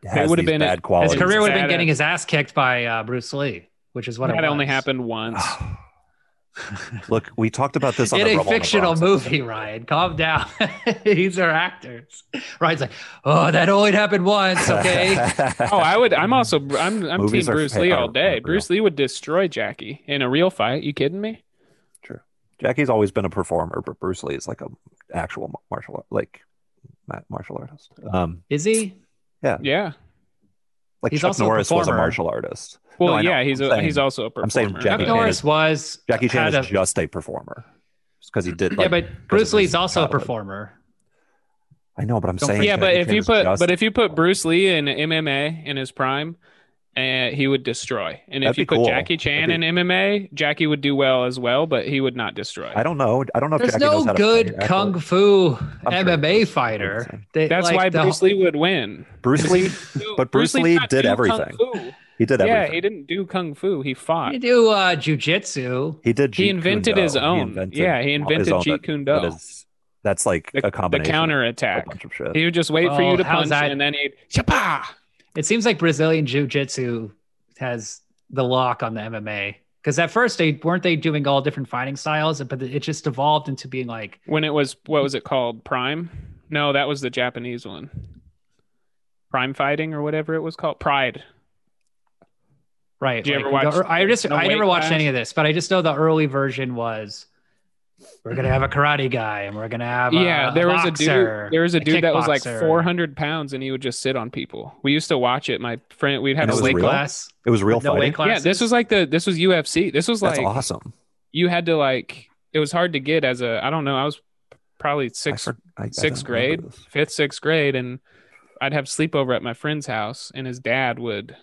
S2: has
S3: would've
S2: these
S3: been-
S2: bad
S3: his
S2: qualities.
S1: His career would have
S3: Sad
S1: been getting
S3: ass.
S1: his ass kicked by uh, Bruce Lee, which is what
S3: uh, that
S1: it
S3: only
S1: was.
S3: happened once.
S2: Look, we talked about this on
S1: in
S2: the
S1: a
S2: Rumble in the
S1: fictional
S2: Bronx
S1: movie, Ryan. Calm down. These are actors. Ryan's like, oh, that only happened once.
S2: episode.
S1: Okay.
S3: oh, I would. I'm also. I'm. I'm
S2: Movies
S3: team
S2: are
S3: Bruce
S2: fa-
S3: Lee
S2: are-
S3: all day.
S2: are
S3: Bruce Lee would destroy Jackie in a real fight. You kidding me?
S2: Jackie's always been a performer, but Bruce Lee is like a actual mar- martial art, like ma- martial artist. Um,
S1: is he?
S3: Yeah.
S2: like
S1: He's
S2: Chuck
S1: also a
S2: Norris was a
S1: performer.
S2: martial artist.
S3: Well,
S2: I know.
S3: yeah, he's
S2: I'm
S3: a,
S2: saying-
S3: he's also a performer.
S2: I'm saying
S1: Chuck
S2: Jackie Chan
S1: Norris
S2: is-
S1: was.
S2: Jackie Chan
S1: had
S2: is
S1: a-
S2: just a performer because he did. Like,
S1: yeah, but Bruce
S2: his
S1: Lee's also a
S2: childhood.
S1: performer.
S2: I know, but I'm
S1: Don't
S2: saying
S3: yeah, but
S2: Jackie
S3: if
S2: Chan
S3: you
S2: is
S3: put
S2: just-
S3: but if you put Bruce Lee in MMA in his prime, uh, he would destroy. And
S2: That'd
S3: if you
S2: be
S3: put
S2: cool.
S3: Jackie Chan
S2: That'd
S3: in MMA, Jackie would do well as well, but he would not destroy.
S2: I don't know. I don't know if
S1: There's
S2: Jackie knows
S1: no
S2: how to
S1: good
S2: fight, actually.
S1: kung fu
S2: sure
S1: MMA
S2: there's-
S1: fighter. They-
S3: That's
S1: like,
S3: why
S1: the-
S3: Bruce Lee would win.
S2: Bruce Lee, but Bruce Lee
S3: not
S2: did
S3: do kung
S2: everything.
S3: fu.
S2: he did
S3: Yeah,
S2: everything.
S3: he didn't do kung fu. He fought.
S1: You do uh, jujitsu.
S2: He did.
S3: He
S2: Jeet Kune
S3: invented
S2: Do.
S3: his
S2: He
S3: own. Yeah, he
S2: his
S3: invented
S2: own
S3: Jeet
S2: that-
S3: Kune
S2: that
S3: Do.
S2: is- that's like
S3: The,
S2: a
S3: the
S2: combination. of A
S3: counterattack.
S2: bunch of shit.
S3: He would just wait for
S1: Oh,
S3: you to
S1: how's
S3: punch,
S1: that-
S3: and then he'd Shapa!
S1: It seems like Brazilian jiu-jitsu has the lock on the MMA because at first they weren't they doing all different fighting styles, but it just evolved into being like
S3: when it was what was it called prime no that was the japanese one prime fighting or whatever it was called pride
S1: right.
S3: Did you
S1: like,
S3: ever watch
S1: the- I just
S3: the
S1: I never
S3: weight
S1: watched
S3: class?
S1: any of this, but I just know the early version was we're gonna have a karate guy and we're gonna have a,
S3: yeah there was a
S1: boxer,
S3: dude there was a dude that was like
S1: kickboxer.
S3: 400 pounds and he would just sit on people we used to watch it my friend we'd have
S2: And
S1: No
S2: it
S3: a
S2: was
S1: weight
S3: weight
S2: real?
S1: class.
S2: it was real
S1: no weight
S2: fighting.
S1: class.
S3: yeah this was like the this was ufc this was
S2: That's
S3: like
S2: awesome.
S3: you had to like it was hard to get as a i don't know i was probably
S2: I
S3: six
S2: for- I- I don't
S3: sixth
S2: remember
S3: grade,
S2: this.
S3: fifth, sixth grade, and I'd have sleepover at my friend's house, and his dad would.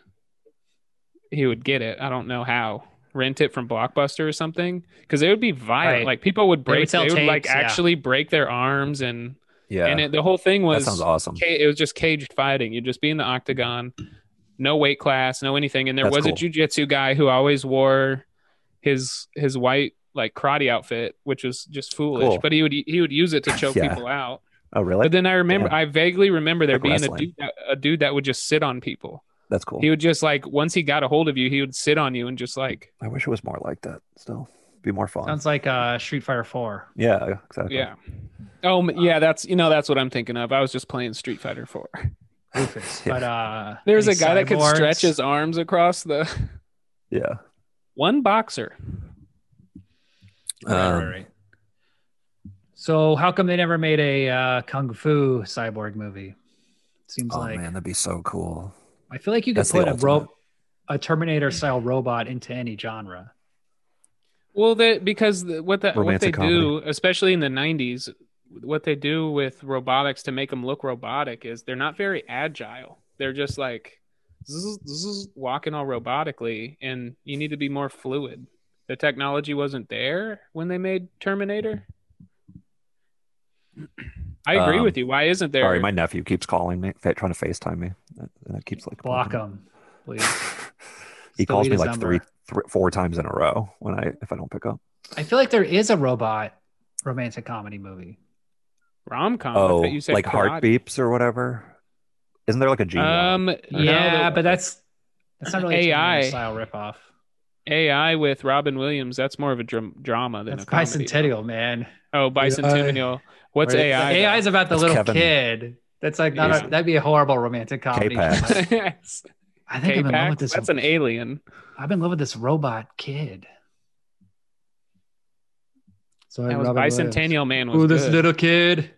S3: he would get it. I don't know how. Rent it from Blockbuster or something because it would be violent.
S1: Right.
S3: Like people
S1: They
S3: would
S1: would
S3: break.
S1: sell
S3: They would, like
S1: tapes, yeah.
S3: actually break their arms and
S2: Yeah,
S3: and it, the whole thing
S2: that
S3: was
S2: sounds awesome.
S3: ca- it was just caged fighting. You'd just be in the octagon, no weight class, no anything. And there
S2: That's
S3: was
S2: cool.
S3: a jujitsu guy who always wore his his white like karate outfit, which was just foolish.
S2: Cool.
S3: But he would he would use it to choke
S2: Yeah.
S3: people out.
S2: Oh, really?
S3: But then I remember
S2: Damn.
S3: I vaguely remember there
S2: Like
S3: being
S2: wrestling.
S3: a dude that, a dude that would just sit on people.
S2: That's cool.
S3: He would just like once he got a hold of you, he would sit on you and just like
S2: I wish it was more like that. Still, be more fun.
S1: Sounds like uh, Street Fighter Four.
S2: yeah, exactly.
S3: yeah. Oh m- yeah, that's you know that's what I'm thinking of. I was just playing Street Fighter 4.
S1: Rufus.
S2: Yeah.
S1: But uh,
S3: There's a
S1: any
S3: guy that could stretch
S1: cyborgs?
S3: his arms across the
S2: yeah.
S3: one boxer.
S1: Right, right,
S2: Um,
S1: right. So how come they never made a uh, kung fu cyborg movie? Seems
S2: Oh
S1: like
S2: man, that'd be so cool.
S1: I feel like you could
S2: That's the
S1: put a
S2: ultimate.
S1: rope, a Terminator style robot into any genre.
S3: Well, that because the, what the, what they
S2: Romantic comedy.
S3: do, especially in the '90s, what they do with robotics to make them look robotic is they're not very agile. They're just like zzz, zzz, walking all robotically, and you need to be more fluid. The technology wasn't there when they made Terminator. I agree
S2: Um,
S3: with you. Why isn't there?
S2: Sorry, my nephew keeps calling me, fa- trying to Facetime me, and it keeps like
S1: Block
S3: Mm-hmm.
S2: bugging me.
S1: them, please.
S2: he calls
S1: Delete
S2: me
S1: his
S2: like
S1: number.
S2: three, three, four times in a row when I if I don't pick up.
S1: I feel like there is a robot romantic comedy movie.
S3: Rom com.
S2: oh,
S3: Uh, you said
S2: like
S3: karate.
S2: heartbeats or whatever. Isn't there like a G?
S3: Um,
S2: No,
S1: yeah,
S3: yeah,
S1: but that's that's not really
S3: AI.
S1: a Terminator style ripoff.
S3: AI with Robin Williams. That's more of a dram- drama than
S1: That's
S3: a comedy.
S1: bicentennial, man.
S3: Oh, bicentennial. What's
S1: Where
S3: AI?
S1: it's- AI is about the
S2: That's
S1: little
S2: Kevin.
S1: kid. That's like not
S3: Yeah.
S1: a, that'd be a horrible romantic comedy.
S2: K-Pax.
S1: Like, I think I'm in love
S3: K-Pax?
S1: with this.
S3: That's an alien.
S1: I've been loving this robot kid. So
S3: That was bicentennial man was
S1: Ooh, this
S3: good.
S1: little kid.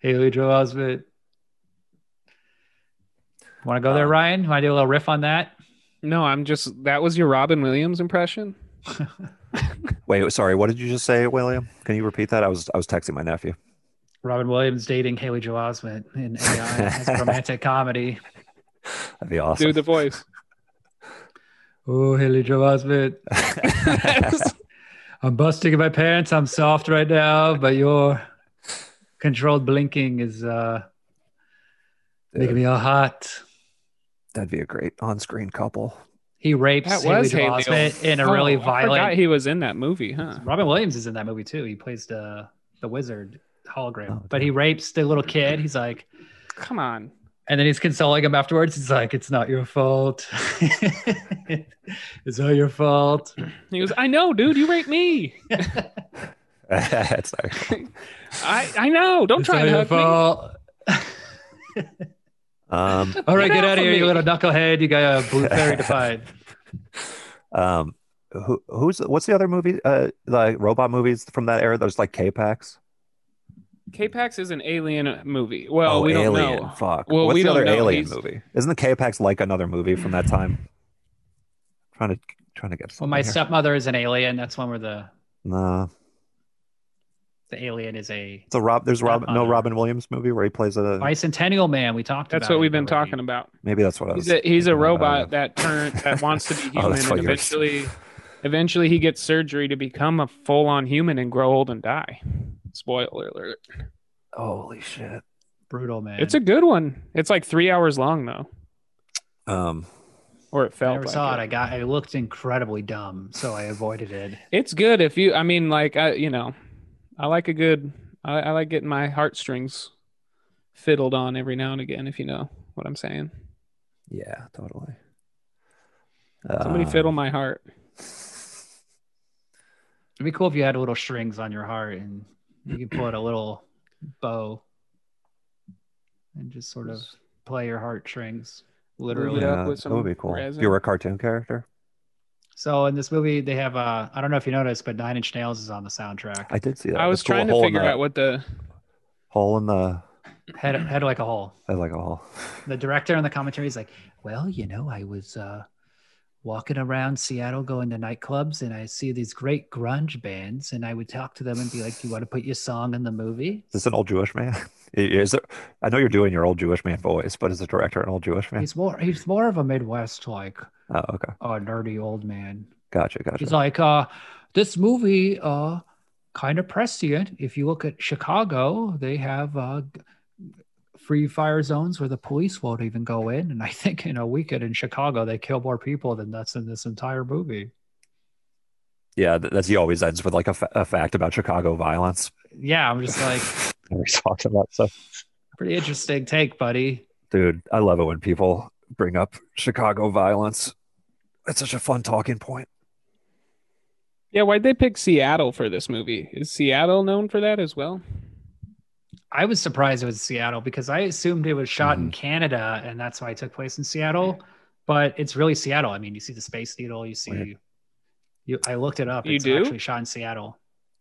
S1: Haley Joel Osment. Want to go there,
S2: Um,
S1: Ryan? Want to do a little riff on that?
S3: No, I'm just that was your Robin Williams impression.
S2: Wait, sorry. What did you just say, William? Can you repeat that? I was I was texting my nephew.
S1: Robin Williams dating Haley Joel Osment in AI as a romantic comedy.
S2: That'd be awesome.
S3: Do the voice.
S1: Oh, Haley Joel Osment. I'm busting in my pants. I'm soft right now, but your controlled blinking is uh, making
S2: Dude,
S1: me all hot.
S2: that'd be a great on-screen couple.
S1: He rapes
S3: That
S1: Haley
S3: was
S1: Joel
S3: Haley.
S1: Osment in a
S3: Oh,
S1: really
S3: I forgot
S1: violent.
S3: he was in that movie, huh?
S1: Robin Williams is in that movie too. He plays the the wizard hologram,
S2: Oh,
S1: but he rapes the little kid. He's like,
S3: Come on.
S1: and then he's consoling him afterwards. He's like, "It's not your fault. it's not your fault."
S3: He goes, I know, dude, you raped me.
S2: It's not-
S3: I, I know. Don't
S1: it's
S3: try
S1: not
S3: and
S1: your
S3: hug me.
S1: fault.
S2: um,
S1: All right,
S3: Get
S1: get,
S3: off
S1: out of
S3: of
S1: here, you
S3: me.
S1: little knucklehead. You got a blue fairy to find.
S2: um, who, who's what's the other movie? Uh, the robot movies from that era. There's like E K-Pax.
S3: K-Pax is an alien movie. Well,
S1: Oh,
S3: we don't
S2: Oh, Alien.
S3: know.
S2: Fuck.
S3: Well,
S2: What's
S3: we
S2: the
S3: don't
S2: other
S3: know.
S2: Alien
S3: He's-
S2: movie? Isn't the K-Pax like another movie from that time? trying to trying to get.
S1: Well, my
S2: something here.
S1: stepmother is an alien. That's one where the
S2: Nah,
S1: the alien is a
S2: it's a Rob. There's Rob. No
S1: Stepmother.
S2: Robin Williams movie where he plays a.
S1: bicentennial man. We talked about.
S3: That's what
S1: it
S3: we've been
S1: already.
S3: talking about.
S2: Maybe that's what I was.
S3: He's a, he's
S2: thinking of, I
S3: a
S2: don't
S3: robot
S2: know.
S3: that turn that wants to be
S2: Oh,
S3: human
S2: that's
S3: and
S2: what yours-
S3: eventually eventually he gets surgery to become a full on human and grow old and die. Spoiler alert.
S2: Holy shit.
S1: Brutal man.
S3: It's a good one. It's like three hours long though.
S2: Um.
S3: Or it
S1: I
S3: felt
S1: never
S3: like
S1: saw it.
S3: it.
S1: I got. I looked incredibly dumb, so I avoided it.
S3: It's good if you I mean like I you know, I like a good I, I like getting my heartstrings fiddled on every now and again, if you know what I'm saying.
S2: Yeah. Totally.
S3: Somebody
S2: Um,
S3: fiddle my heart.
S1: It'd be cool if you had little strings on your heart and you could put a little bow and just sort of play your heart strings, literally.
S3: it up
S2: Uh, Yeah,
S3: with
S2: that would be
S3: some
S2: cool. If
S3: resin.
S2: you were a cartoon character,
S1: So in this movie, they have. Uh, I don't know if you noticed, but Nine Inch Nails is on the soundtrack.
S2: I did see that.
S3: I was
S2: That's cool.
S3: trying
S2: Hole
S3: to
S2: in
S3: figure
S2: the-
S3: out what the
S2: hole in the.
S1: Head, head like a hole.
S2: I like a hole.
S1: the director on the commentary is like, "Well, you know, I was uh, walking around Seattle going to nightclubs and I see these great grunge bands and I would talk to them and be like, Do you want to put your song in the movie?
S2: Is this an old Jewish man? Is there, I know you're doing your old Jewish man voice, but is the director an old Jewish man?
S1: He's more he's more of a Midwest like
S2: Oh, okay.
S1: uh, nerdy old man.
S2: Gotcha. Gotcha.
S1: He's like, uh, this movie uh kind of prescient. If you look at Chicago, they have uh g- free fire zones where the police won't even go in. And I think in a weekend in Chicago they kill more people than that's in this entire movie.
S2: yeah. th- That's he always ends with like a, fa- a fact about Chicago violence.
S1: Yeah, I'm just like
S2: we talked about stuff.
S1: pretty interesting take, buddy.
S2: Dude, I love it when people bring up Chicago violence. It's such a fun talking point.
S3: Yeah, why'd they pick Seattle for this movie? Is Seattle known for that as well?
S1: I was surprised it was Seattle because I assumed it was shot
S2: Mm-hmm.
S1: in Canada and that's why it took place in Seattle. But it's really Seattle. I mean, you see the Space Needle, you see
S2: Weird.
S1: you I looked it up.
S3: You
S1: it's
S3: do?
S1: actually shot in Seattle.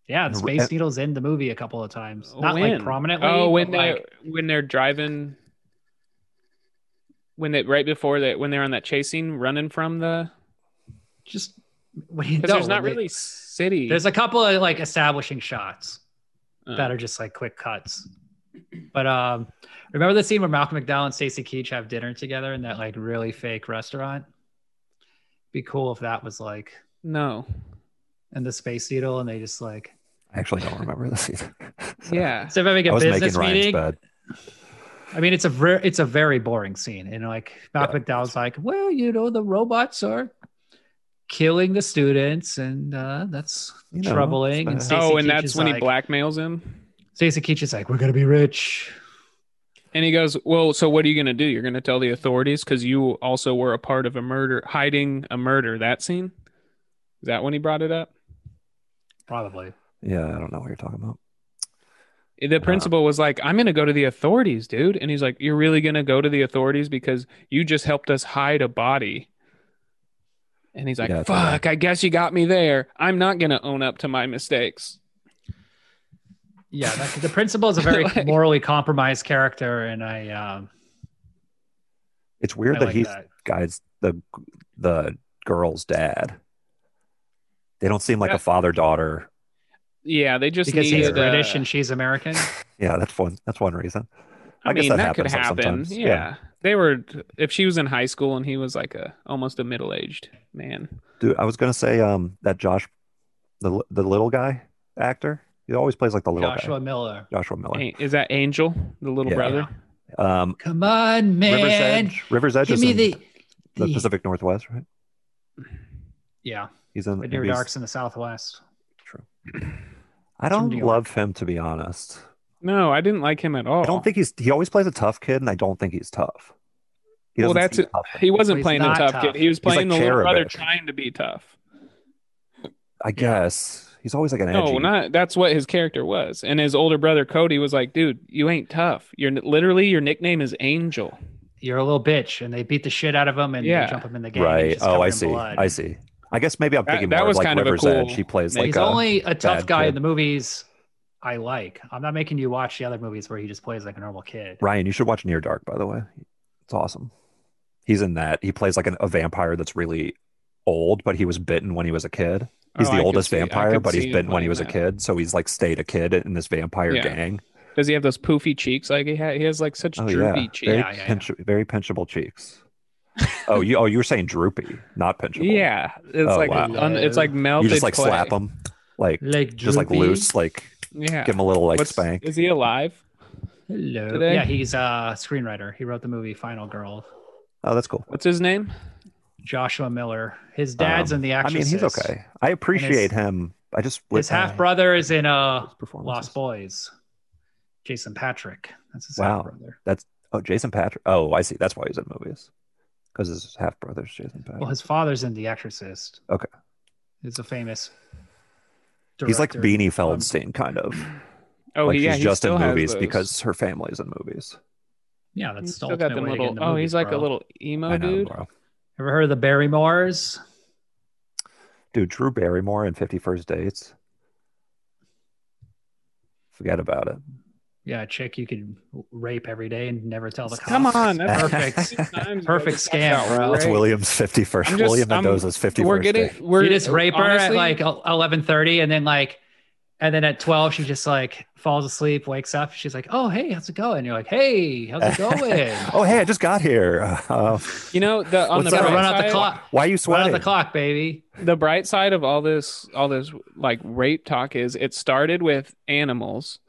S1: Yeah, the
S2: And-
S1: Space Needle's in the movie a couple of times. Not
S3: When?
S1: like prominently.
S3: Oh, when
S1: but,
S3: they
S1: like,
S3: when they're driving, when they right before that when they're on that chasing running from the
S1: just when you
S3: because
S1: no,
S3: there's not
S1: when they-
S3: really city.
S1: there's a couple of like establishing shots.
S3: Uh,
S1: that are just like quick cuts. But um, remember the scene where Malcolm McDowell and Stacey Keach have dinner together in that like really fake restaurant? Be cool if that was like
S3: no.
S1: in the Space Needle, and they just like
S2: I actually don't remember this either.
S3: Yeah,
S1: instead of having
S2: I
S1: a
S2: was making
S1: business
S2: Ryan's
S1: meeting.
S2: bed.
S1: I mean, it's a ver- it's a very boring scene, and like Malcolm McDowell's like, well, you know, the robots are killing the students, and uh, that's
S2: You know,
S1: troubling. And
S2: it's
S1: Stacey
S2: bad.
S3: oh,
S1: Keach
S3: and that's
S1: is
S3: when he
S1: like-
S3: blackmails him,
S1: Stacey Keach is like, we're gonna be rich.
S3: and he goes, "Well, so what are you going to do? You're going to tell the authorities because you also were a part of a murder, hiding a murder." That scene, is that when he brought it up?
S1: Probably.
S2: Yeah, I don't know what you're talking about. Uh-huh.
S3: The principal was like, "I'm going to go to the authorities, dude," and he's like, "You're really going to go to the authorities because you just helped us hide a body." And he's like,
S2: Yeah, it's all right.
S3: "Fuck, I guess you got me there. I'm not going to own up to my mistakes."
S1: yeah that, the principal is a very
S3: Like-
S1: morally compromised character and i um
S2: It's
S1: I
S2: weird that
S1: like
S2: he's
S1: that
S2: guys the the girl's dad. They don't seem like
S3: Yeah.
S2: a father daughter.
S3: Yeah, they just
S1: because he's
S3: needed uh,
S1: british and she's american
S2: Yeah, that's one. That's one reason.
S3: I,
S2: I guess
S3: mean,
S2: that
S3: that could
S2: happens
S3: happen.
S2: sometimes.
S3: Yeah. They were if she was in high school and he was like a almost a middle-aged man.
S2: Dude, I was gonna say um that Josh, the the little guy actor. He always plays like the little
S1: joshua miller
S2: guy. Joshua Miller.
S3: A- Is that Angel, the little
S2: Yeah.
S3: brother?
S2: Um,
S1: come on
S2: River's
S1: man
S2: Edge. River's Edge
S1: give
S2: is
S1: me
S2: in
S1: the,
S2: the,
S1: the,
S2: Pacific Northwest, right?
S1: yeah
S2: He's in.
S1: but near
S2: he's-
S1: dark's in the southwest
S2: True. I
S1: from
S2: don't
S1: New York.
S2: love him to be honest.
S3: No, I didn't like him at all.
S2: I don't think he's. He always plays a tough kid, and I don't think he's tough. He
S3: Well,
S2: doesn't
S3: that's
S2: seem
S3: it.
S2: tough.
S3: he wasn't
S1: He's
S3: playing the
S1: not
S3: tough,
S1: tough.
S3: kid. He was
S2: like
S3: playing the little brother
S2: cherubic.
S3: trying to be tough.
S2: I guess he's always like an edgy.
S3: No, not that's what his character was. And his older brother Cody was like, "Dude, you ain't tough. You're literally your nickname is Angel."
S1: you're a little bitch and they beat the shit out of him and they
S3: Yeah.
S1: jump him in the game and he's
S2: right.
S1: just
S2: Oh,
S1: covered
S2: I
S1: in
S2: see.
S1: blood.
S2: I see. I guess maybe I'm
S3: That-
S2: thinking
S3: that
S2: more
S3: was
S2: of like
S3: kind of a
S2: River's Edge.
S3: cool
S2: She plays
S3: mix.
S2: like
S1: he's
S2: a,
S1: only a tough
S2: bad
S1: guy in
S2: kid.
S1: the movies i like i'm not making you watch the other movies where he just plays like a normal kid
S2: Ryan. You should watch Near Dark, by the way. It's awesome. He's in that. He plays like an, a vampire that's really old, but he was bitten when he was a kid. He's
S3: Oh, I
S2: the
S3: could
S2: oldest
S3: see- I
S2: vampire,
S3: could
S2: but
S3: see
S2: he's
S3: him
S2: bitten when he
S3: playing
S2: was a
S3: that.
S2: kid, so he's like stayed a kid in this vampire
S3: Yeah.
S2: gang.
S3: Does he have those poofy cheeks like he had? He has like such
S2: Oh
S3: droopy
S2: yeah,
S3: cheeks.
S2: very,
S1: Yeah, yeah, yeah.
S2: pinch- very pinchable cheeks. oh, you oh you were saying droopy, not pinchable.
S3: Yeah, it's
S2: Oh,
S3: like
S2: wow.
S3: un- it's like
S2: you
S3: melted.
S2: just like
S3: clay.
S2: slap him, like
S1: like
S2: just like
S1: droopy.
S2: loose, like
S3: Yeah.
S2: give him a little like
S3: What's-
S2: spank.
S3: Is he alive?
S1: Hello.
S3: today?
S1: yeah he's a screenwriter he wrote the movie final girl
S2: Oh, that's cool.
S3: What's his name?
S1: Joshua Miller. His dad's
S2: Um,
S1: in the
S2: I
S1: action.
S2: mean, he's okay. I appreciate him. I just
S1: His
S2: uh,
S1: half brother is in uh,
S2: his performances.
S1: Lost Boys. Jason Patrick. That's his
S2: Wow.
S1: half brother.
S2: Oh, Jason Patrick. Oh, I see. That's why he's in movies because his half brother's Jason Patrick.
S1: Well, his father's in The Exorcist.
S2: Okay.
S1: He's a famous.
S2: he's like
S1: director. um,
S2: Beanie Feldstein, kind of.
S3: Oh,
S2: like
S3: he- yeah,
S2: she's
S3: he
S2: just
S3: still
S2: in
S3: has
S2: movies
S3: those.
S2: because her family's in movies.
S1: Yeah,
S3: He's
S1: that's the
S3: still got
S1: ultimate
S3: them
S1: way to get
S3: little.
S1: into
S3: oh,
S1: movies,
S3: he's like
S1: bro.
S3: a little emo
S1: Oh,
S2: I know,
S3: dude.
S2: bro.
S1: Ever heard of the Barrymores?
S2: Dude, Drew Barrymore in Fifty First Dates. Forget about it.
S1: yeah, a chick you could rape every day and never tell the cops.
S3: Come on, that's
S1: perfect.
S3: two times
S1: Perfect
S3: what we talked
S1: scam,
S3: about,
S1: bro.
S2: That's
S3: right?
S2: William's 51st.
S3: I'm just-
S2: William
S3: I'm-
S2: Mendoza's 51st.
S3: We're getting
S2: day.
S3: we're
S1: you just rape her at
S3: honestly,
S1: like eleven thirty, and then like, and then at twelve she just like falls asleep, wakes up, she's like, "Oh hey, how's it going?" You're like, "Hey, how's it going?"
S2: oh, hey, I just got here. Uh,
S3: you know the on
S2: What's
S3: the
S2: up?
S1: gotta
S3: bright
S1: run out the
S3: side-
S1: clock.
S2: why are you
S1: Run out
S2: sweating?
S1: the clock, baby.
S3: the bright side of all this all this like rape talk is it started with animals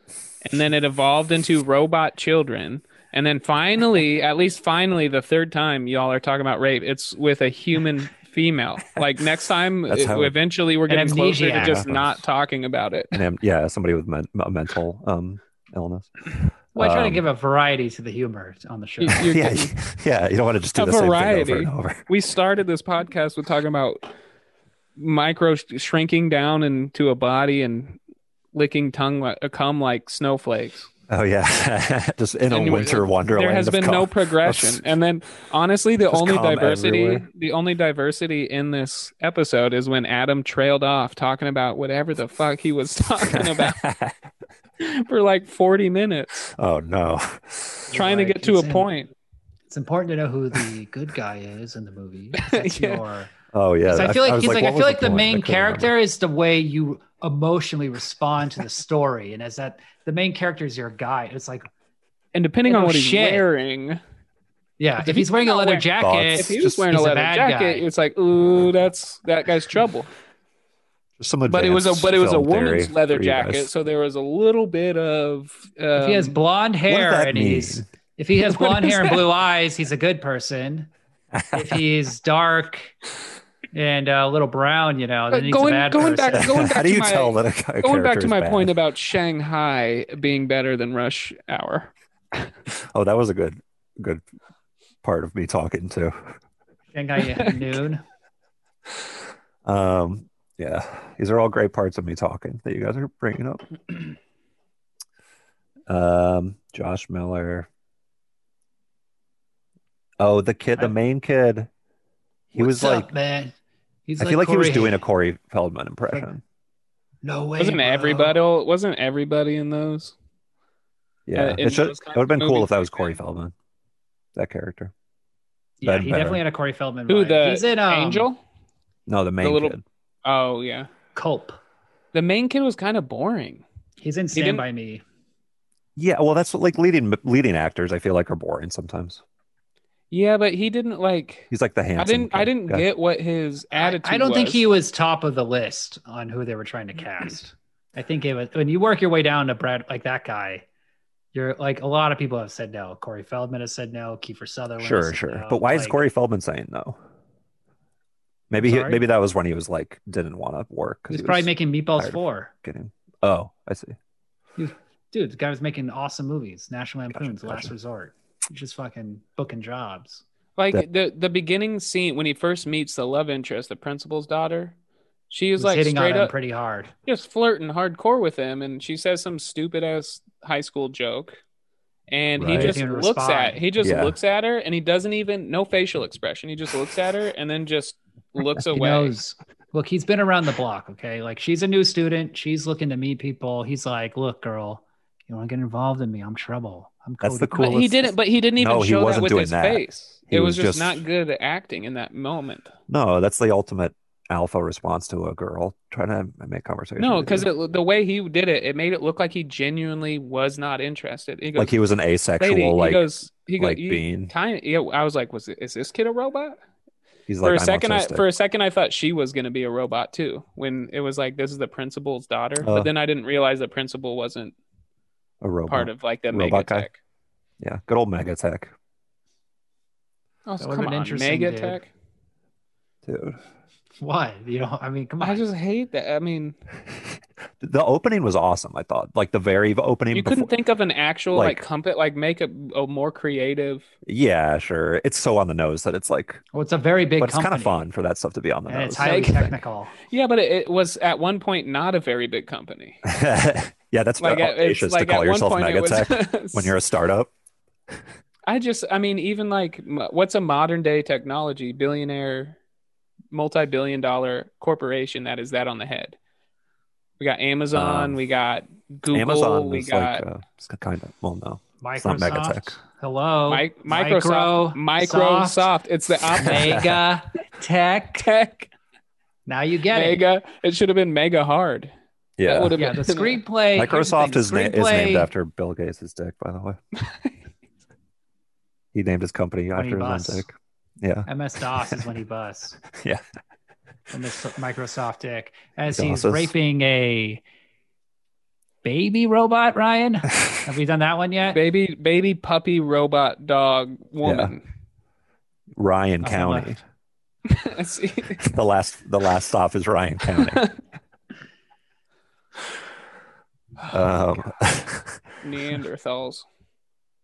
S3: and then it evolved into robot children and then finally at least finally the third time y'all are talking about rape it's with a human female like next time
S2: That's
S3: it-
S2: how-
S3: eventually we're
S1: An
S3: getting closer to
S1: amnesiac.
S3: just not talking about it
S2: And then, yeah, somebody with men- a mental um, illness.
S1: Well, I try to
S2: Um,
S1: give a variety to the humor on the show.
S3: You- you-
S2: yeah, you- yeah. You don't want to just do
S3: A
S2: the same
S3: variety.
S2: thing over and over.
S3: we started this podcast with talking about micro sh- shrinking down into a body and licking tongue like, cum like snowflakes
S2: Oh yeah, just in a
S3: Anyway,
S2: winter wonderland.
S3: there has
S2: of
S3: been
S2: co-
S3: no
S2: of-
S3: progression and then honestly the
S2: Just
S3: only
S2: calm
S3: diversity
S2: everywhere.
S3: the only diversity in this episode is when adam trailed off talking about whatever the fuck he was talking about for like 40 minutes
S2: oh no.
S3: trying to
S1: Like,
S3: get to a
S1: it's in-
S3: point
S1: It's important to know who the good guy is in the movie. That's
S3: Yeah.
S1: your.
S2: Oh yeah.
S1: 'cause I feel like
S2: was
S1: he's like,
S2: what
S1: I
S2: was
S1: feel like the
S2: point? I
S1: main
S2: couldn't remember.
S1: character is the way you emotionally respond to the story, and as that the main character is your guy, it's like
S3: and depending
S1: Oh,
S3: on what he's
S1: shit.
S3: wearing
S1: yeah,
S3: If
S1: if
S3: he's
S1: he's wearing a
S3: not
S1: leather
S3: wearing-
S1: jacket,
S2: Thoughts?
S3: if he was
S1: just-
S3: wearing a
S1: he's a
S3: leather
S1: bad
S3: jacket
S1: guy.
S3: it's like ooh that's that guy's trouble
S2: Just some
S3: but it was a
S2: advanced
S3: but it was a
S2: film theory
S3: woman's leather
S2: for you guys.
S3: jacket so there was a little bit of
S1: if he has
S3: um,
S1: blonde
S2: What did
S1: hair
S2: that
S1: and
S2: mean?
S1: he's if he has
S3: What
S1: blonde
S3: is
S1: hair and
S3: that?
S1: blue eyes, he's a good person. if he's dark and uh, a little brown, you know, then he's
S3: Going-
S1: a bad
S3: going
S1: person.
S3: back- going
S2: How
S3: back
S2: do
S3: to
S2: you
S3: my-
S2: tell that a ca-
S3: going back
S2: character
S3: to
S2: is
S3: my
S2: bad?
S3: point about Shanghai being better than rush hour.
S2: Oh, that was a good good part of me talking too.
S1: Shanghai at noon.
S2: Um, yeah, these are all great parts of me talking that you guys are bringing up. Um, Josh Miller. Oh, the kid, the main kid. He was
S1: What's
S2: like,
S1: up, man. He's
S2: I feel like he was
S1: Corey
S2: doing a
S1: Haim.
S2: Corey Feldman impression.
S3: uh,
S1: No way.
S3: Wasn't
S1: bro.
S3: everybody wasn't everybody in those?
S2: Yeah,
S3: Uh, in
S2: it should. It
S3: those
S2: would
S3: kinds
S2: have been
S3: of
S2: cool
S3: movies
S2: if that was
S3: back
S2: Corey
S3: then.
S2: Feldman, that character.
S1: Yeah,
S2: Ben
S1: he
S2: Better.
S1: definitely had a Corey Feldman.
S3: Who
S1: vibe.
S3: the
S1: He's in um,
S3: Angel?
S2: No, the main
S3: little-
S2: kid.
S3: Oh yeah.
S1: Culp.
S3: The main kid was kind of boring.
S1: He's in
S3: He
S1: Stand
S3: didn't-
S1: by Me.
S2: Yeah, well, that's what, like leading leading actors. I feel like are boring sometimes.
S3: Yeah, but he didn't like
S2: He's like the handsome.
S3: I didn't I
S2: kid
S3: didn't
S2: guy.
S3: get what his attitude
S1: I, I don't think
S3: was.
S1: he was top of the list on who they were trying to cast. I think it was when you work your way down to Brad like that guy. You're like a lot of people have said no. Corey Feldman has said no. Kiefer Sutherland. has
S2: Sure,
S1: said
S2: sure.
S1: no.
S2: But why
S1: uh,
S2: is
S1: Like,
S2: Corey Feldman saying no? Maybe he,
S1: sorry?
S2: maybe that was when he was like didn't want to work
S1: He's
S2: he
S1: probably
S2: was
S1: making Meatballs
S2: tired.
S1: Four.
S2: getting. Oh, I see.
S1: Dude, the guy was making awesome movies. National
S2: Gotcha,
S1: Lampoon's Last
S2: gotcha.
S1: Resort. He's just fucking booking jobs.
S3: like
S2: that-
S3: the the beginning scene when he first meets the love interest, the principal's daughter. She is
S1: was
S3: like
S1: hitting on
S3: straight
S1: him
S3: up
S1: pretty hard.
S3: just flirting hardcore with him and she says some stupid ass high school joke and
S2: Right.
S3: he just
S1: Didn't
S3: looks
S1: respond.
S3: at he just
S2: Yeah.
S3: looks at her and he doesn't even no facial expression he just looks at her and then just looks
S1: He
S3: away
S1: knows. Look, he's been around the block. Okay, like she's a new student. She's looking to meet people. He's like, "Look, girl, you want to get involved in me? I'm trouble. I'm
S2: That's the
S1: Cody."
S2: cool-
S3: but he
S2: coolest-
S3: didn't but he didn't even
S2: No, he
S3: show that
S2: wasn't
S3: with
S2: doing
S3: his
S2: that.
S3: face
S2: He
S3: it
S2: was
S3: was,
S2: just-
S3: just, not good acting in that moment
S2: No, that's the ultimate alpha response to a girl trying to make conversation.
S3: no
S2: with
S3: because
S2: you.
S3: the way he did it it made it look like he genuinely was not interested he goes
S2: like he was an asexual,
S3: "Lady," he
S2: like
S3: goes he goes
S2: like
S3: "You
S2: bean.
S3: kind yeah i was like was it, is this kid a robot
S2: he's
S3: for
S2: like
S3: a
S2: I'm
S3: second, I,
S2: autistic.
S3: for a second, I thought she was going to be a robot too. When it was like, this is the principal's daughter,
S2: Oh.
S3: but then I didn't realize the principal wasn't
S2: a robot.
S3: part of like that mega
S2: Robot guy?
S3: tech.
S2: yeah, good old Megatech,
S3: Oh,
S1: That would've
S3: come
S1: been
S3: on,
S1: interesting,
S3: mega
S1: dude.
S3: tech.
S2: dude.
S1: Why? You know, I mean, come on.
S3: I just hate that. I mean,
S2: The opening was awesome. I thought, like the very opening.
S3: you
S2: before...
S3: couldn't think of an actual like,
S2: like-
S3: company, like make a, a more creative.
S2: Yeah, sure. It's so on the nose that it's like,
S1: well, it's a very big
S2: but it's kind
S1: company,
S2: of fun for that stuff to be on the
S1: and
S2: nose.
S1: it's highly
S3: Mega-
S1: technical.
S3: Yeah, but it, it was at one point not a very big company.
S2: yeah, that's
S3: Like, at- it's,
S2: audacious
S3: like
S2: to call
S3: at one
S2: yourself
S3: point it was-
S2: Megatech when you're a startup.
S3: I just, I mean, even like, m- what's a modern day technology billionaire, multi billion dollar corporation that is that on the head? We got Amazon.
S2: Um,
S3: we got Google.
S2: Amazon
S3: we
S2: is
S3: got
S2: like uh, it's kind of well no
S1: Microsoft.
S2: not Megatech.
S1: Hello.
S3: Mi- Microsoft. Microsoft. It's the opposite.
S1: Mega Tech.
S3: Tech.
S1: Now you get it.
S3: Mega. It should have been mega hard.
S2: yeah
S3: would've
S1: Yeah, the
S3: been-
S1: screenplay. here's the
S2: Microsoft
S1: thing,
S2: is, na- is
S1: screenplay-
S2: named after Bill Gates' dick by the way he named his company
S1: When he
S2: after his
S1: busts.
S2: own dick yeah
S1: MS DOS is when he busts.
S2: Yeah.
S1: And this Microsoft dick as he's
S2: DOSes.
S1: raping a baby robot, Ryan. Have we done that one yet?
S3: Baby, baby, puppy, robot, dog, woman.
S2: Ryan
S1: On the
S2: County
S1: left.
S3: See?
S2: the last the last stop is Ryan County
S3: Oh
S2: um,
S3: Neanderthals.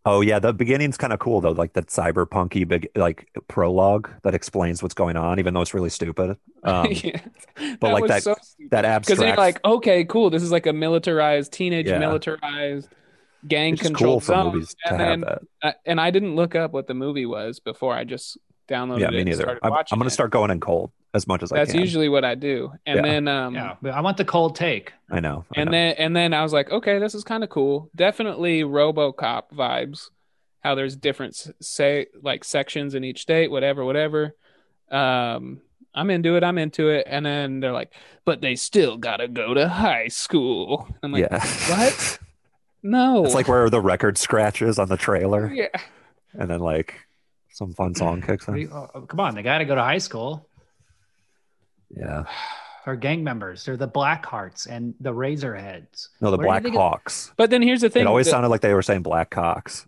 S2: Oh yeah, the beginning's kind of cool though, like that cyberpunky big like prologue that explains what's going on, even though it's really stupid. Um,
S3: yeah.
S2: but like
S3: was
S2: that-
S3: so
S2: that
S3: because
S2: abstract,
S3: then you're like, okay, cool. This is like a militarized teenage
S2: Yeah.
S3: militarized gang
S2: it's just cool
S3: controlled
S2: for
S3: zone.
S2: movies to
S3: and
S2: have
S3: then,
S2: that.
S3: uh, and I didn't look up what the movie was before. I just downloaded
S2: Yeah,
S3: it.
S2: me
S3: and
S2: neither.
S3: started
S2: I'm, I'm
S3: watching
S2: gonna
S3: it.
S2: start going in cold as much as I
S3: That's
S2: can.
S3: usually what I do. And
S2: Yeah.
S3: then, um,
S1: Yeah, but I want the cold take.
S2: I know. I
S3: and
S2: know.
S3: then and then I was like, okay, this is kind of cool. Definitely RoboCop vibes. How there's different s- say like sections in each state, whatever, whatever. Um, I'm into it. I'm into it. And then they're like, but they still gotta go to high school. I'm like,
S2: yeah,
S3: what? no,
S2: it's like where the record scratches on the trailer,
S3: yeah,
S2: and then like some fun song kicks
S1: What do
S2: in.
S1: you- oh, oh, Come on, they got to go to high school.
S2: Yeah,
S1: They're gang members. They're the Blackhearts and the Razorheads.
S2: no, the
S1: Where do
S2: Black
S1: they get-
S2: Hawks.
S3: But then here's the thing.
S2: It always
S3: the-
S2: sounded like they were saying Black Cocks.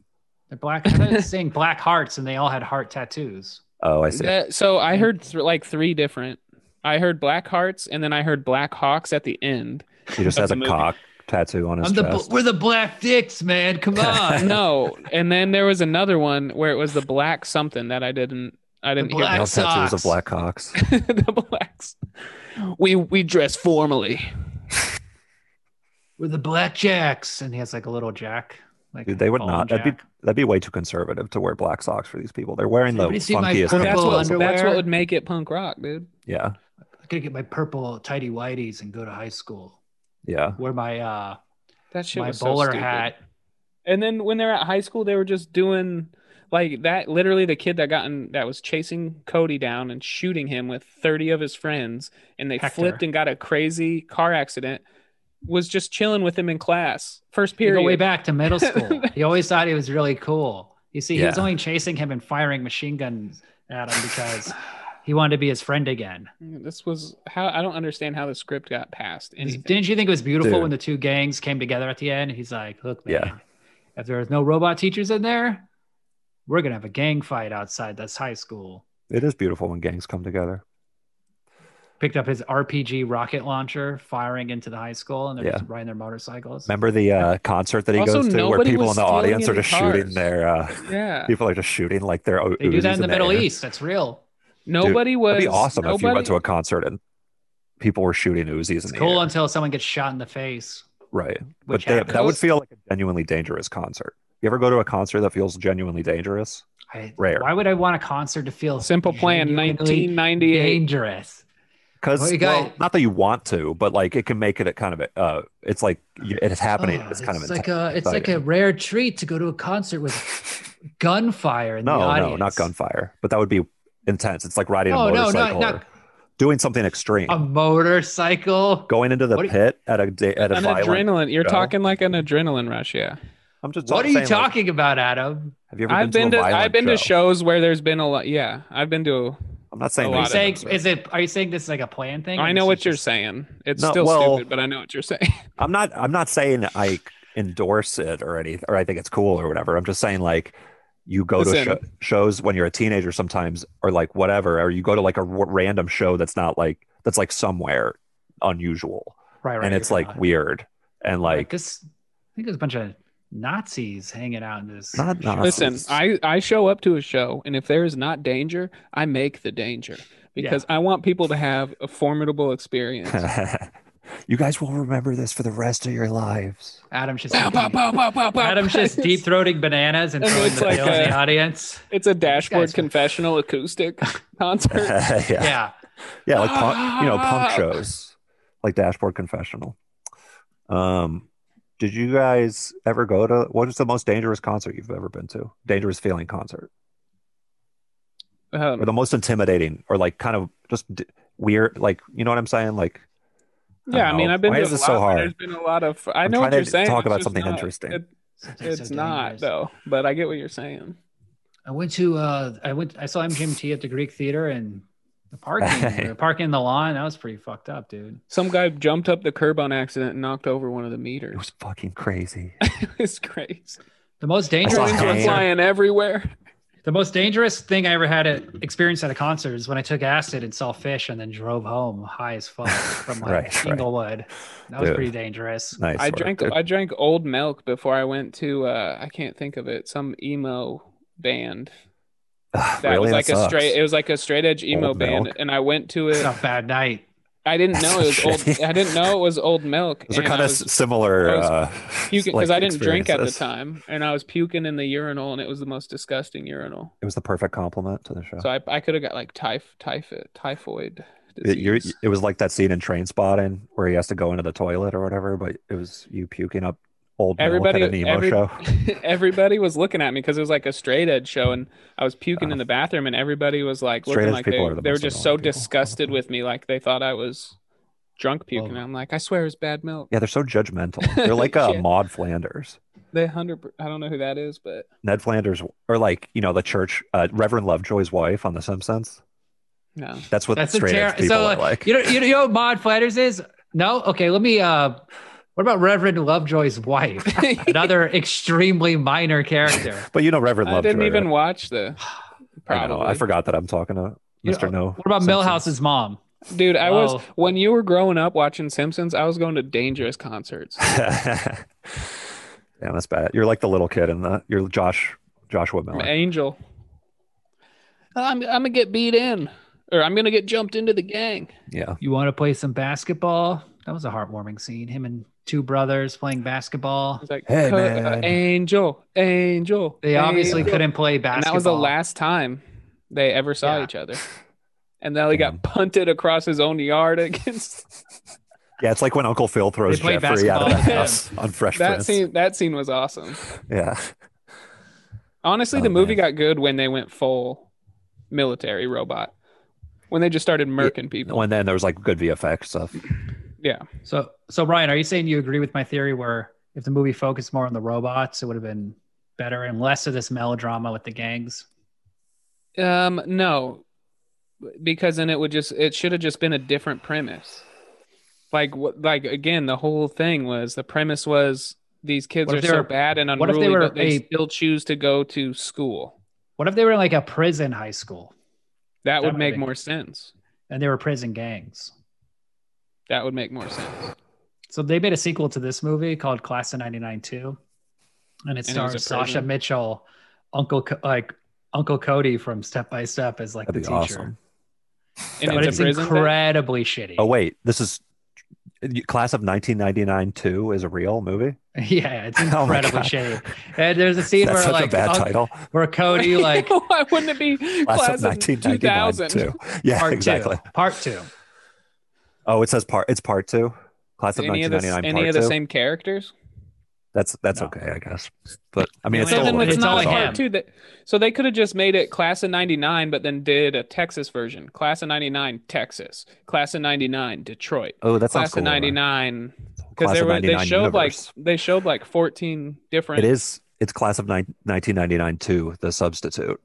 S1: They're black. I thought they were saying Black Hearts, and they all had heart tattoos.
S2: Oh, I see.
S3: that- so I heard th- like three different. I heard Black Hearts, and then I heard Black Hawks at the end.
S2: he just has
S3: the
S2: a
S3: movie.
S2: cock tattoo on his
S1: I'm the,
S2: chest.
S1: bl- we're the Black Dicks, man. Come on.
S3: no and then there was another one where it was the black something that i didn't i didn't hear
S1: Black
S2: no tattoos
S1: Sox.
S2: of Black Hawks.
S3: the blacks we we dress formally
S1: We're the Black Jacks, and he has like a little jack. Like
S2: Dude, they would
S1: bone
S2: not. That'd be
S1: jack.
S2: that'd be way too conservative to wear black socks for these people. They're wearing the
S1: Everybody see my
S2: funkiest.
S1: purple
S3: that's
S2: things
S3: what
S1: underwear?
S3: that's what would make it punk rock dude
S2: Yeah,
S1: I could get my purple tidy whities and go to high school.
S2: yeah.
S1: Wear my uh
S3: that shit
S1: my
S3: was so
S1: bowler
S3: stupid.
S1: hat.
S3: and then when they're at high school they were just doing like that literally the kid that gotten that was chasing cody down and shooting him with 30 of his friends and they
S1: Hector.
S3: flipped and got a crazy car accident was just chilling with him in class first
S1: You
S3: period
S1: Go way back to middle school. he always thought he was really cool. You see, he was
S2: Yeah.
S1: only chasing him and firing machine guns at him because he wanted to be his friend again.
S3: Mm, This was how I don't understand how the script got passed. Anything.
S1: Didn't you think it was beautiful
S2: Dude.
S1: when the two gangs came together at the end? He's like, look, man,
S2: Yeah.
S1: if there's no robot teachers in there, we're gonna have a gang fight outside this high school.
S2: It is beautiful when gangs come together.
S1: Picked up his RPG rocket launcher, firing into the high school, and they're
S2: Yeah.
S1: just riding their motorcycles.
S2: Remember the uh, concert that he
S3: Also,
S2: goes to, where
S3: nobody
S2: people
S3: was
S2: in the
S3: stealing
S2: audience are
S3: any
S2: just
S3: cars.
S2: shooting their. Uh,
S3: Yeah,
S2: people are just shooting like their. o-
S1: they do
S2: Uzis
S1: that in the Middle
S2: air.
S1: East. That's real.
S3: nobody was.
S2: That'd be awesome if you went to
S3: nobody-
S2: a concert and people were shooting Uzis in
S1: It's
S2: the
S1: cool
S2: air.
S1: until someone gets shot in the face.
S2: Right, but
S1: Which
S2: they,
S1: happens.
S2: that would feel like a genuinely dangerous concert. You ever go to a concert that feels genuinely dangerous?
S1: I,
S2: Rare.
S1: Why would I want a concert to feel
S3: Simple Plan,
S1: genuinely
S3: 1998.
S1: dangerous?
S2: because
S1: Well, you got-
S2: well, not that you want to, but like it can make it a kind of uh, it's like you- it's happening.
S1: Oh,
S2: it's kind of
S1: like
S2: intense.
S1: a it's like a
S2: exciting.
S1: rare treat to go to a concert with gunfire in
S2: no,
S1: the audience.
S2: no, not gunfire, but that would be intense. It's like riding a
S1: Oh, no, not-
S2: motorcycle
S1: not-
S2: or doing something extreme,
S1: A motorcycle.
S2: going into the
S1: what do you-
S2: pit at a day, at a
S3: an
S2: violent.
S3: adrenaline. You're
S2: show.
S3: talking like an adrenaline rush. Yeah,
S2: I'm just
S1: What are you
S2: saying, like,
S1: talking about, Adam?
S2: have you ever
S3: I've been
S2: to?
S3: to
S2: a violent
S3: I've been to
S2: show?
S3: shows where there's been a lot. Yeah, I've been to.
S2: I'm not
S3: a
S2: saying
S1: Are you
S3: lot
S2: that
S3: of
S1: saying
S3: them, sir.
S1: is it? Are you saying this is like a plan thing?
S3: I
S1: or
S3: know
S1: this
S3: what
S1: is
S3: you're
S1: just-
S3: saying. It's
S2: No,
S3: still
S2: well-
S3: stupid, but I know what you're saying.
S2: I'm not. I'm not saying I endorse it or anything, or I think it's cool or whatever. I'm just saying like you go
S3: Listen.
S2: to sho- shows when you're a teenager sometimes, or like whatever, or you go to like a r- random show that's not like that's like somewhere unusual
S1: Right, right.
S2: and it's
S1: you're
S2: like
S1: not.
S2: weird and like
S1: this. I think there's a bunch of Nazis hanging out in this.
S2: Not
S1: show.
S2: Nazis.
S3: Listen, I I show up to a show, and if there is not danger, I make the danger because I want people to have a formidable experience.
S2: you guys will remember this for the rest of your lives.
S1: Adam's just
S3: Pow, pow,
S1: eating-
S3: pow, pow, pow, pow.
S1: Adam's just deep throating bananas and
S3: It
S1: throwing
S3: looks
S1: the
S3: like
S1: pill in
S3: a-
S1: the audience.
S3: It's a dashboard
S1: guys-
S3: confessional acoustic concert.
S2: yeah.
S1: Yeah.
S2: yeah, like punk, you know, punk shows, like Dashboard Confessional. Um, did you guys ever go to what is the most dangerous concert you've ever been to? Dangerous feeling concert,
S3: Um,
S2: or the most intimidating, or like kind of just d- weird, like you know what I'm saying? Like,
S3: yeah, I,
S2: don't
S3: mean,
S2: know.
S3: I've been
S2: Why
S3: to
S2: is
S3: a
S2: this
S3: lot,
S2: so hard?
S3: There's been a lot of. I
S2: I'm
S3: know what
S2: trying
S3: you're
S2: to
S3: saying.
S2: talk
S3: it's
S2: about
S3: just
S2: something
S3: not-
S2: interesting.
S3: it-
S1: It's so
S3: it's not
S1: dangerous.
S3: though, but I get what you're saying.
S1: I went to uh I went I saw MGMT at the Greek Theater and the parking the parking in the lawn that was pretty fucked up, dude.
S3: Some guy jumped up the curb on accident and knocked over one of the
S2: it
S3: meters.
S2: was fucking crazy.
S3: it's crazy.
S1: The most
S2: saw
S1: dangerous
S3: Trains were
S2: Hanger.
S1: concert,
S3: flying everywhere.
S1: the most dangerous thing I ever had at experience at a concert is when I took acid and saw fish and then drove home high as fuck from like
S2: Right, right.
S1: Inglewood. That was
S2: Dude.
S1: pretty dangerous.
S2: Nice.
S3: I
S2: work,
S3: drank
S2: dude.
S3: I drank old milk before I went to uh I can't think of it, some emo band.
S2: Ugh,
S3: That
S2: really?
S3: was like
S2: That
S3: a
S2: sucks.
S3: straight it was like a straight edge emo
S2: Old
S3: band
S2: Milk?
S3: and I went to
S1: It's
S3: it.
S1: a bad night.
S3: I didn't know it was old
S2: Shitty.
S3: I didn't know it was old milk.
S2: Those are
S3: and
S2: kind
S3: I
S2: of
S3: was
S2: similar.
S3: I was
S2: uh,
S3: puking because
S2: like,
S3: I didn't drink at the
S2: experiences.
S3: time and I was puking in the urinal and it was the most disgusting urinal.
S2: It was the perfect compliment to the show.
S3: So I I could have got like typh typh typhoid disease.
S2: it, you're, it was like that scene in Train Spotting where he has to go into the toilet or whatever, but it was you puking up old
S3: Everybody-
S2: milk at an emo
S3: every-
S2: show.
S3: everybody was looking at me because it was like a straight edge show and I was puking in the bathroom and everybody was like
S2: Straight
S3: looking
S2: edge
S3: like they,
S2: people are the
S3: they were
S2: most
S3: just so
S2: annoying people.
S3: disgusted with me like they thought I was drunk puking.
S1: Well-
S3: I'm like, I swear it's bad milk.
S2: Yeah, they're so judgmental. They're like uh,
S3: Yeah.
S2: Maud Flanders,
S3: They hundred per- I don't know who that is, but
S2: Ned Flanders, or like you know the church uh, Reverend Lovejoy's wife on The Simpsons.
S3: no.
S2: That's what
S1: That's a
S2: straight
S1: ter-
S2: edge people
S1: so
S2: are
S1: like,
S2: like.
S1: you know you know, you know what Mod Flanders is? No? Okay, let me uh what about Reverend Lovejoy's wife? Another extremely minor character.
S2: but you know Reverend
S3: I
S2: Lovejoy.
S3: didn't even
S2: right?
S3: watch the
S2: I, know.
S3: probably.
S2: I forgot that I'm talking to
S1: You
S2: Mr. No.
S1: What about
S2: Simpson.
S1: Millhouse's mom?
S3: Dude, I was
S1: Wow.
S3: when you were growing up watching Simpsons, I was going to dangerous concerts.
S2: Damn, that's bad. You're like the little kid in the. You're Josh Joshua Miller.
S3: Angel. I'm I'm gonna get beat in. Or I'm gonna get jumped into the gang.
S2: Yeah.
S1: You want to play some basketball? That was a heartwarming scene. Him and two brothers playing basketball.
S3: It's like
S2: Hey,
S3: "Co- uh,
S2: man."
S3: Angel, Angel.
S1: They obviously
S3: Angel."
S1: couldn't play basketball.
S3: And that was the last time they ever saw
S1: Yeah.
S3: each other. And then he
S2: Damn.
S3: got punted across his own yard against
S2: Yeah, it's like when Uncle Phil throws
S1: They play
S2: Jeffrey out of the
S1: basketball.
S2: house on Fresh
S3: that
S2: Prince.
S3: scene. That scene was awesome.
S2: yeah.
S3: Honestly,
S2: Oh,
S3: the movie
S2: man.
S3: got good when they went full military robot. When they just started murking people.
S2: When then there was like good VFX stuff.
S3: Yeah.
S1: So, so Ryan, are you saying you agree with my theory where if the movie focused more on the robots, it would have been better and less of this melodrama with the gangs?
S3: Um. No, because then it would just. It should have just been a different premise. Like what? Like again, the whole thing was the premise was these kids
S1: What
S3: are
S1: if they
S3: so
S1: were-
S3: bad and
S1: what if they
S3: unruly
S1: were
S3: that they
S1: a-
S3: still choose to go to school.
S1: What if they were in like a prison high school
S3: That would
S1: would
S3: make
S1: be-
S3: more sense.
S1: and they were prison gangs?
S3: That would make more sense.
S1: So they made a sequel to this movie called Class of '99 2, and it
S3: And it was a
S1: stars Sasha
S3: prison.
S1: Mitchell, Uncle Co- like Uncle Cody from Step by Step as like
S2: That'd
S1: the
S2: be
S1: teacher.
S2: awesome.
S3: And
S1: But
S3: it's a
S1: it's,
S3: prison thing?
S1: incredibly shitty.
S2: Oh wait, this is class of 1999 2 is a real movie.
S1: Yeah, it's
S2: Oh my
S1: incredibly
S2: God.
S1: shitty. And there's a scene
S2: That's
S1: where
S2: such a
S1: like
S2: bad
S1: Unc-
S2: title.
S1: where Cody like
S3: why wouldn't it be
S2: Class,
S3: uh, class,
S2: of
S3: of
S2: 1999
S3: 2000?
S2: 2. Yeah,
S1: part
S2: exactly.
S1: two, part two.
S2: Oh, it says part. It's part two. Class of
S3: Any of the,
S2: 1999
S3: any of the
S2: part two.
S3: same characters?
S2: That's that's
S1: No.
S2: okay, I guess. But I mean, it's
S1: So
S2: still
S1: then
S2: a-
S1: it's
S2: it's
S1: not
S2: still
S1: like
S2: hard.
S1: him.
S3: two. That, so they could have just made it class of 99, but then did a Texas version. Class of 99, Texas. Class of 99, Detroit.
S2: Oh, that's
S3: class of 99. Because
S2: Class
S3: they,
S2: of
S3: were- they
S2: 99
S3: showed
S2: universe.
S3: like they showed like 14 different.
S2: It is. It's class of nine- 1999 2, the substitute.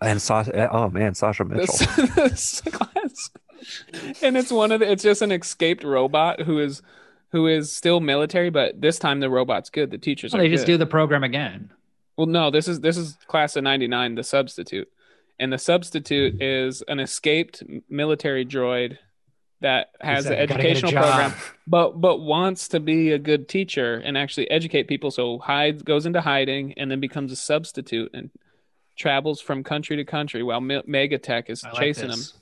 S2: And Sasha, oh man, Sasha Mitchell.
S3: this, this class. And it's one of the, it's just an escaped robot who is who is still military, but this time the robot's good. The teachers
S1: Well,
S3: are
S1: they just
S3: good.
S1: do the program again.
S3: Well, no, this is this is class of '99, the substitute, and the substitute is an escaped military droid that has
S1: He's
S3: an
S1: like, "I gotta get a
S3: educational
S1: job."
S3: program, but but wants to be a good teacher and actually educate people. So hides goes into hiding and then becomes a substitute and travels from country to country while Me- Megatech is
S1: I like
S3: chasing him.
S1: this.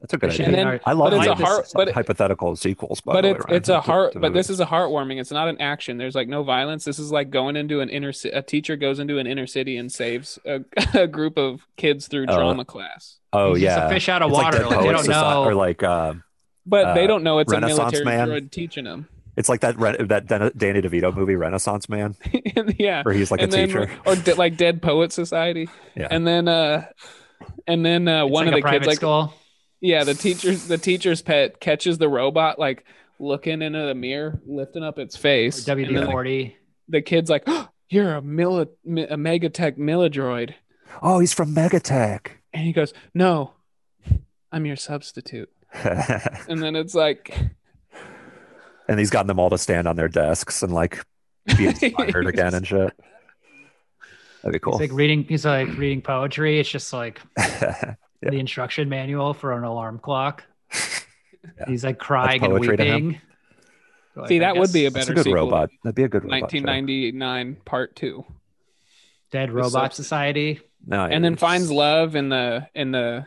S2: That's a good
S1: They
S2: idea.
S1: should-
S3: And then-
S2: I love
S3: but it's
S2: these
S3: a heart- but it-
S2: hypothetical sequels. By
S3: but
S2: the way,
S3: it's
S2: Ryan,
S3: it's a
S2: to-
S3: heart.
S2: to
S3: But
S2: movies.
S3: this is a heartwarming. It's not an action. There's like no violence. This is like going into an inner. ci- A teacher goes into an inner city and saves a, a group of kids through
S2: Oh.
S3: drama class.
S2: oh
S1: He's just
S2: yeah,
S1: a fish out of
S2: It's
S1: water.
S2: Dead
S1: Like, they
S2: Poets
S1: don't
S2: Society-
S1: know.
S2: or like uh,
S3: But they
S2: Uh,
S3: don't know it's a
S2: Renaissance
S3: military
S2: man.
S3: droid teaching them.
S2: It's like that re- that Den- Danny DeVito movie Renaissance Man,
S3: yeah.
S2: where he's like
S3: and
S2: a
S3: then,
S2: teacher.
S3: or de- like Dead Poet Society.
S2: Yeah.
S3: And then uh and then uh one
S1: like
S3: of
S1: a
S3: the kids
S1: private
S3: like
S1: school.
S3: yeah, the teacher's the teacher's pet catches the robot like looking into the mirror, lifting up its face. and
S1: WD forty.
S3: the kid's like, oh, "You're a mili- mi- a Megatech Milidroid,"
S2: Oh, he's from Megatech.
S3: and he goes, "No, I'm your substitute." And then it's like,
S2: and he's gotten them all to stand on their desks and like be inspired again and shit. That'd be cool.
S1: He's like reading. He's like reading poetry. It's just like
S2: Yeah.
S1: the instruction manual for an alarm clock.
S2: Yeah.
S1: He's like crying and
S2: poetry to him.
S1: weeping. Like,
S3: see,
S1: I
S3: that would be a
S1: guess
S2: That's
S3: better
S2: a good
S3: sequel.
S2: robot. That'd be a good robot. Joe.
S3: 1999 Part Two,
S1: dead robot
S3: substitute.
S1: society.
S2: No,
S3: and then
S2: it's
S3: finds love in the in the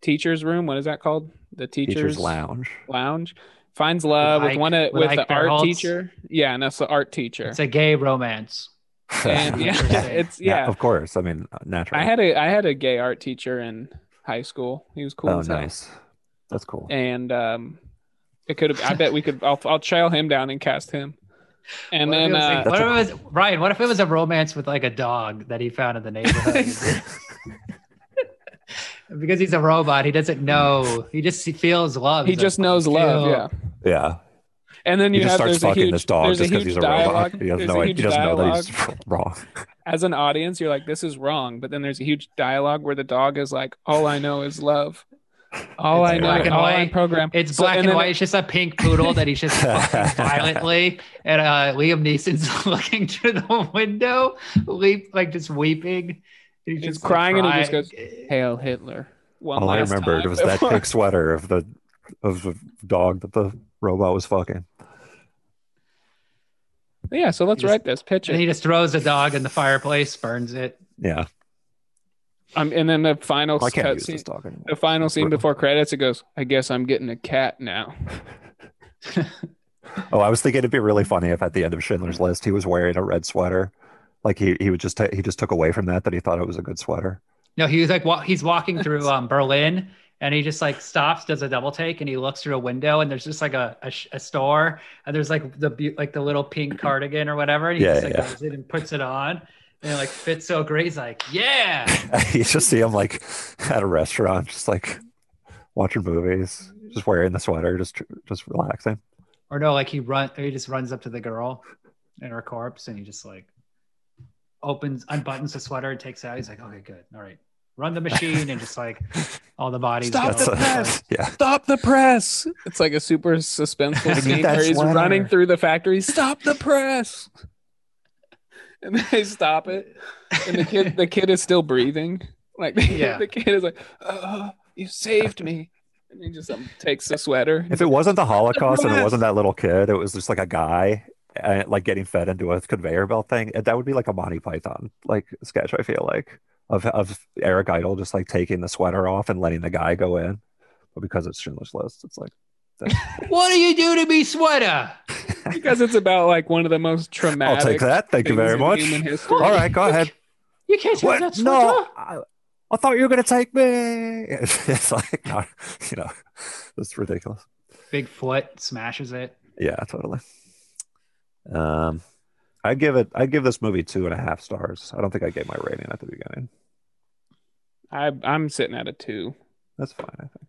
S3: teacher's room. What is that called? The teacher's,
S2: teacher's lounge.
S3: lounge. Finds love with,
S1: Ike-
S3: one of,
S1: with
S3: with,
S1: Ike
S3: the art
S1: Barinholtz.
S3: teacher. Yeah, and that's the art teacher.
S1: It's a gay romance.
S3: and yeah,
S1: Yeah.
S3: it's
S2: Yeah,
S3: yeah.
S2: of course. I mean, uh, naturally.
S3: I had a I had a gay art teacher in high school. He was cool.
S2: oh,
S3: as hell.
S2: nice. That's cool.
S3: And um, it could have. I bet we could. I'll I'll trail him down and cast him. And
S1: What if
S3: then
S1: it was, like-
S3: uh,
S1: what if it was Ryan? What if it was a romance with like a dog that he found in the neighborhood? because he's a robot, he doesn't know. He just feels love.
S3: he
S1: He's
S3: just
S1: like,
S3: knows love.
S1: "Ew."
S3: Yeah.
S2: yeah.
S3: And then
S2: He
S3: you
S2: just
S3: have
S2: starts
S3: there's a
S2: fucking
S3: huge
S2: this dog
S3: there's a
S2: just because
S3: huge
S2: he's a
S3: dialogue.
S2: robot. He doesn't
S3: there's
S2: know
S3: a
S2: he
S3: huge
S2: doesn't know
S3: dialogue.
S2: that he's wrong.
S3: As an audience, you're like, this is wrong. But then there's a huge dialogue where the dog is like, all I know is love. All
S1: It's
S3: I know,
S1: black and
S3: all I
S1: white.
S3: program.
S1: It's
S3: So-
S1: black and,
S3: then
S1: white. It's just a pink poodle that he's just fucking violently. And uh, Liam Neeson's looking through the window, weep like just weeping. He's,
S3: He's
S1: just
S3: crying and he
S1: like,
S3: just goes,
S1: crying.
S3: Hail Hitler. One
S2: All I
S3: last
S2: remembered
S3: time
S2: was that
S3: before-
S2: pink sweater of the of the dog that the robot was fucking.
S3: Yeah, so let's
S1: He just-
S3: write this. Pitch it.
S1: And he just throws the dog in the fireplace, burns it.
S2: Yeah.
S3: Um, and then the final
S2: I can't
S3: cut
S2: use
S3: scene,
S2: this dog anymore.
S3: the final scene
S2: Brutal.
S3: before credits, it goes, "I guess I'm getting a cat now."
S2: Oh, I was thinking it'd be really funny if at the end of Schindler's List he was wearing a red sweater. Like he he would just ta- he just took away from that that he thought it was a good sweater.
S1: No, he was like wa- he's walking through um, Berlin, and he just like stops, does a double take, and he looks through a window, and there's just like a, a, sh- a store, and there's like the be- like the little pink cardigan or whatever, and he
S2: Yeah,
S1: just like
S2: yeah.
S1: goes in and puts it on, and it like fits so great. He's like, yeah,
S2: you just see him like at a restaurant, just like watching movies, just wearing the sweater, just just relaxing.
S1: or no, like he run, or he just runs up to the girl, and her corpse, and he just like opens, unbuttons the sweater, and takes it out. He's like, okay, good, all right, run the machine, and just like all the bodies.
S3: Stop
S1: go.
S2: That's
S3: the
S2: a-
S3: press.
S2: Yeah,
S3: Stop the press! It's like a super suspenseful
S2: I
S3: scene
S2: need that
S3: where he's
S2: sweater.
S3: running through the factory. Stop the press! And they stop it, and the kid, the kid is still breathing. Like the,
S1: Yeah.
S3: the kid is like, "Oh, you saved me!" And he just um, takes the sweater.
S2: if it wasn't the Holocaust and it
S3: Yes.
S2: wasn't that little kid, it was just like a guy uh, like getting fed into a conveyor belt thing. That would be like a Monty Python like sketch. I feel like of of Eric Idle just like taking the sweater off and letting the guy go in, but because it's Schindler's List, it's like
S1: What do you do to me, sweater?
S3: because it's about like one of the most
S2: I'll
S3: traumatic.
S2: take that. Thank you
S3: things
S2: very
S3: in
S2: much.
S3: human history.
S2: All right, go ahead.
S1: You can't have that
S2: What?
S1: sweater.
S2: No, I, I thought you were gonna take me. It's like no, you know, it's ridiculous.
S1: Bigfoot smashes it.
S2: Yeah, totally. Um, I give it. I give this movie two and a half stars. I don't think I gave my rating at the beginning.
S3: I, I'm sitting at a two.
S2: That's fine. I think.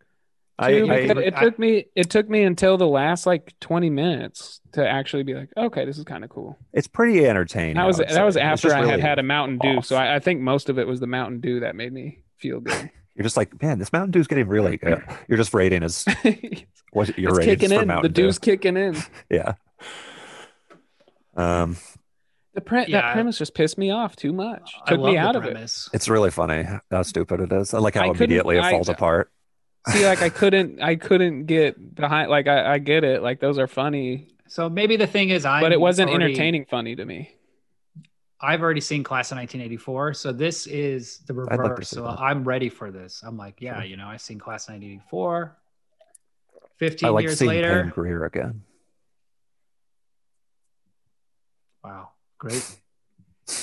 S3: Dude,
S2: I, I,
S3: it, it
S1: I-
S3: took me it took me until the last like 20 minutes to actually be like okay this is kind of cool
S2: it's pretty entertaining.
S3: that was
S2: I would
S3: that was
S2: say. It's
S3: after
S2: just
S3: i had
S2: really-
S3: had a mountain dew
S2: off.
S3: so I, I think most of it was the mountain dew that made me feel good
S2: You're just like, man, this Mountain Dew's getting really good. You're just rating is
S3: it's
S2: what your rating
S3: kicking
S2: for
S3: in the
S2: Mountain Dew.
S3: dew's kicking in
S2: Yeah. Um,
S3: the pre-
S1: Yeah.
S3: that premise just pissed me off too much
S1: I
S3: took
S1: love
S3: me
S1: the
S3: out of it
S1: premise.
S2: it's really funny how stupid it is. I like
S3: I
S2: how
S3: couldn't-
S2: immediately it
S3: I-
S2: falls apart.
S3: see like i couldn't i couldn't get behind like i, I get it like those are funny
S1: So maybe the thing is, I
S3: but it wasn't entertaining funny to me
S1: I've already seen Class of 1984, so this is the
S2: like to
S1: reverse.
S2: see
S1: so
S2: that.
S1: I'm ready for this. I'm like, yeah,
S2: Sure.
S1: you know, I've seen Class of 1984. 15
S2: I like
S1: years
S2: seeing Pam
S1: later,
S2: Greer again.
S1: wow, great,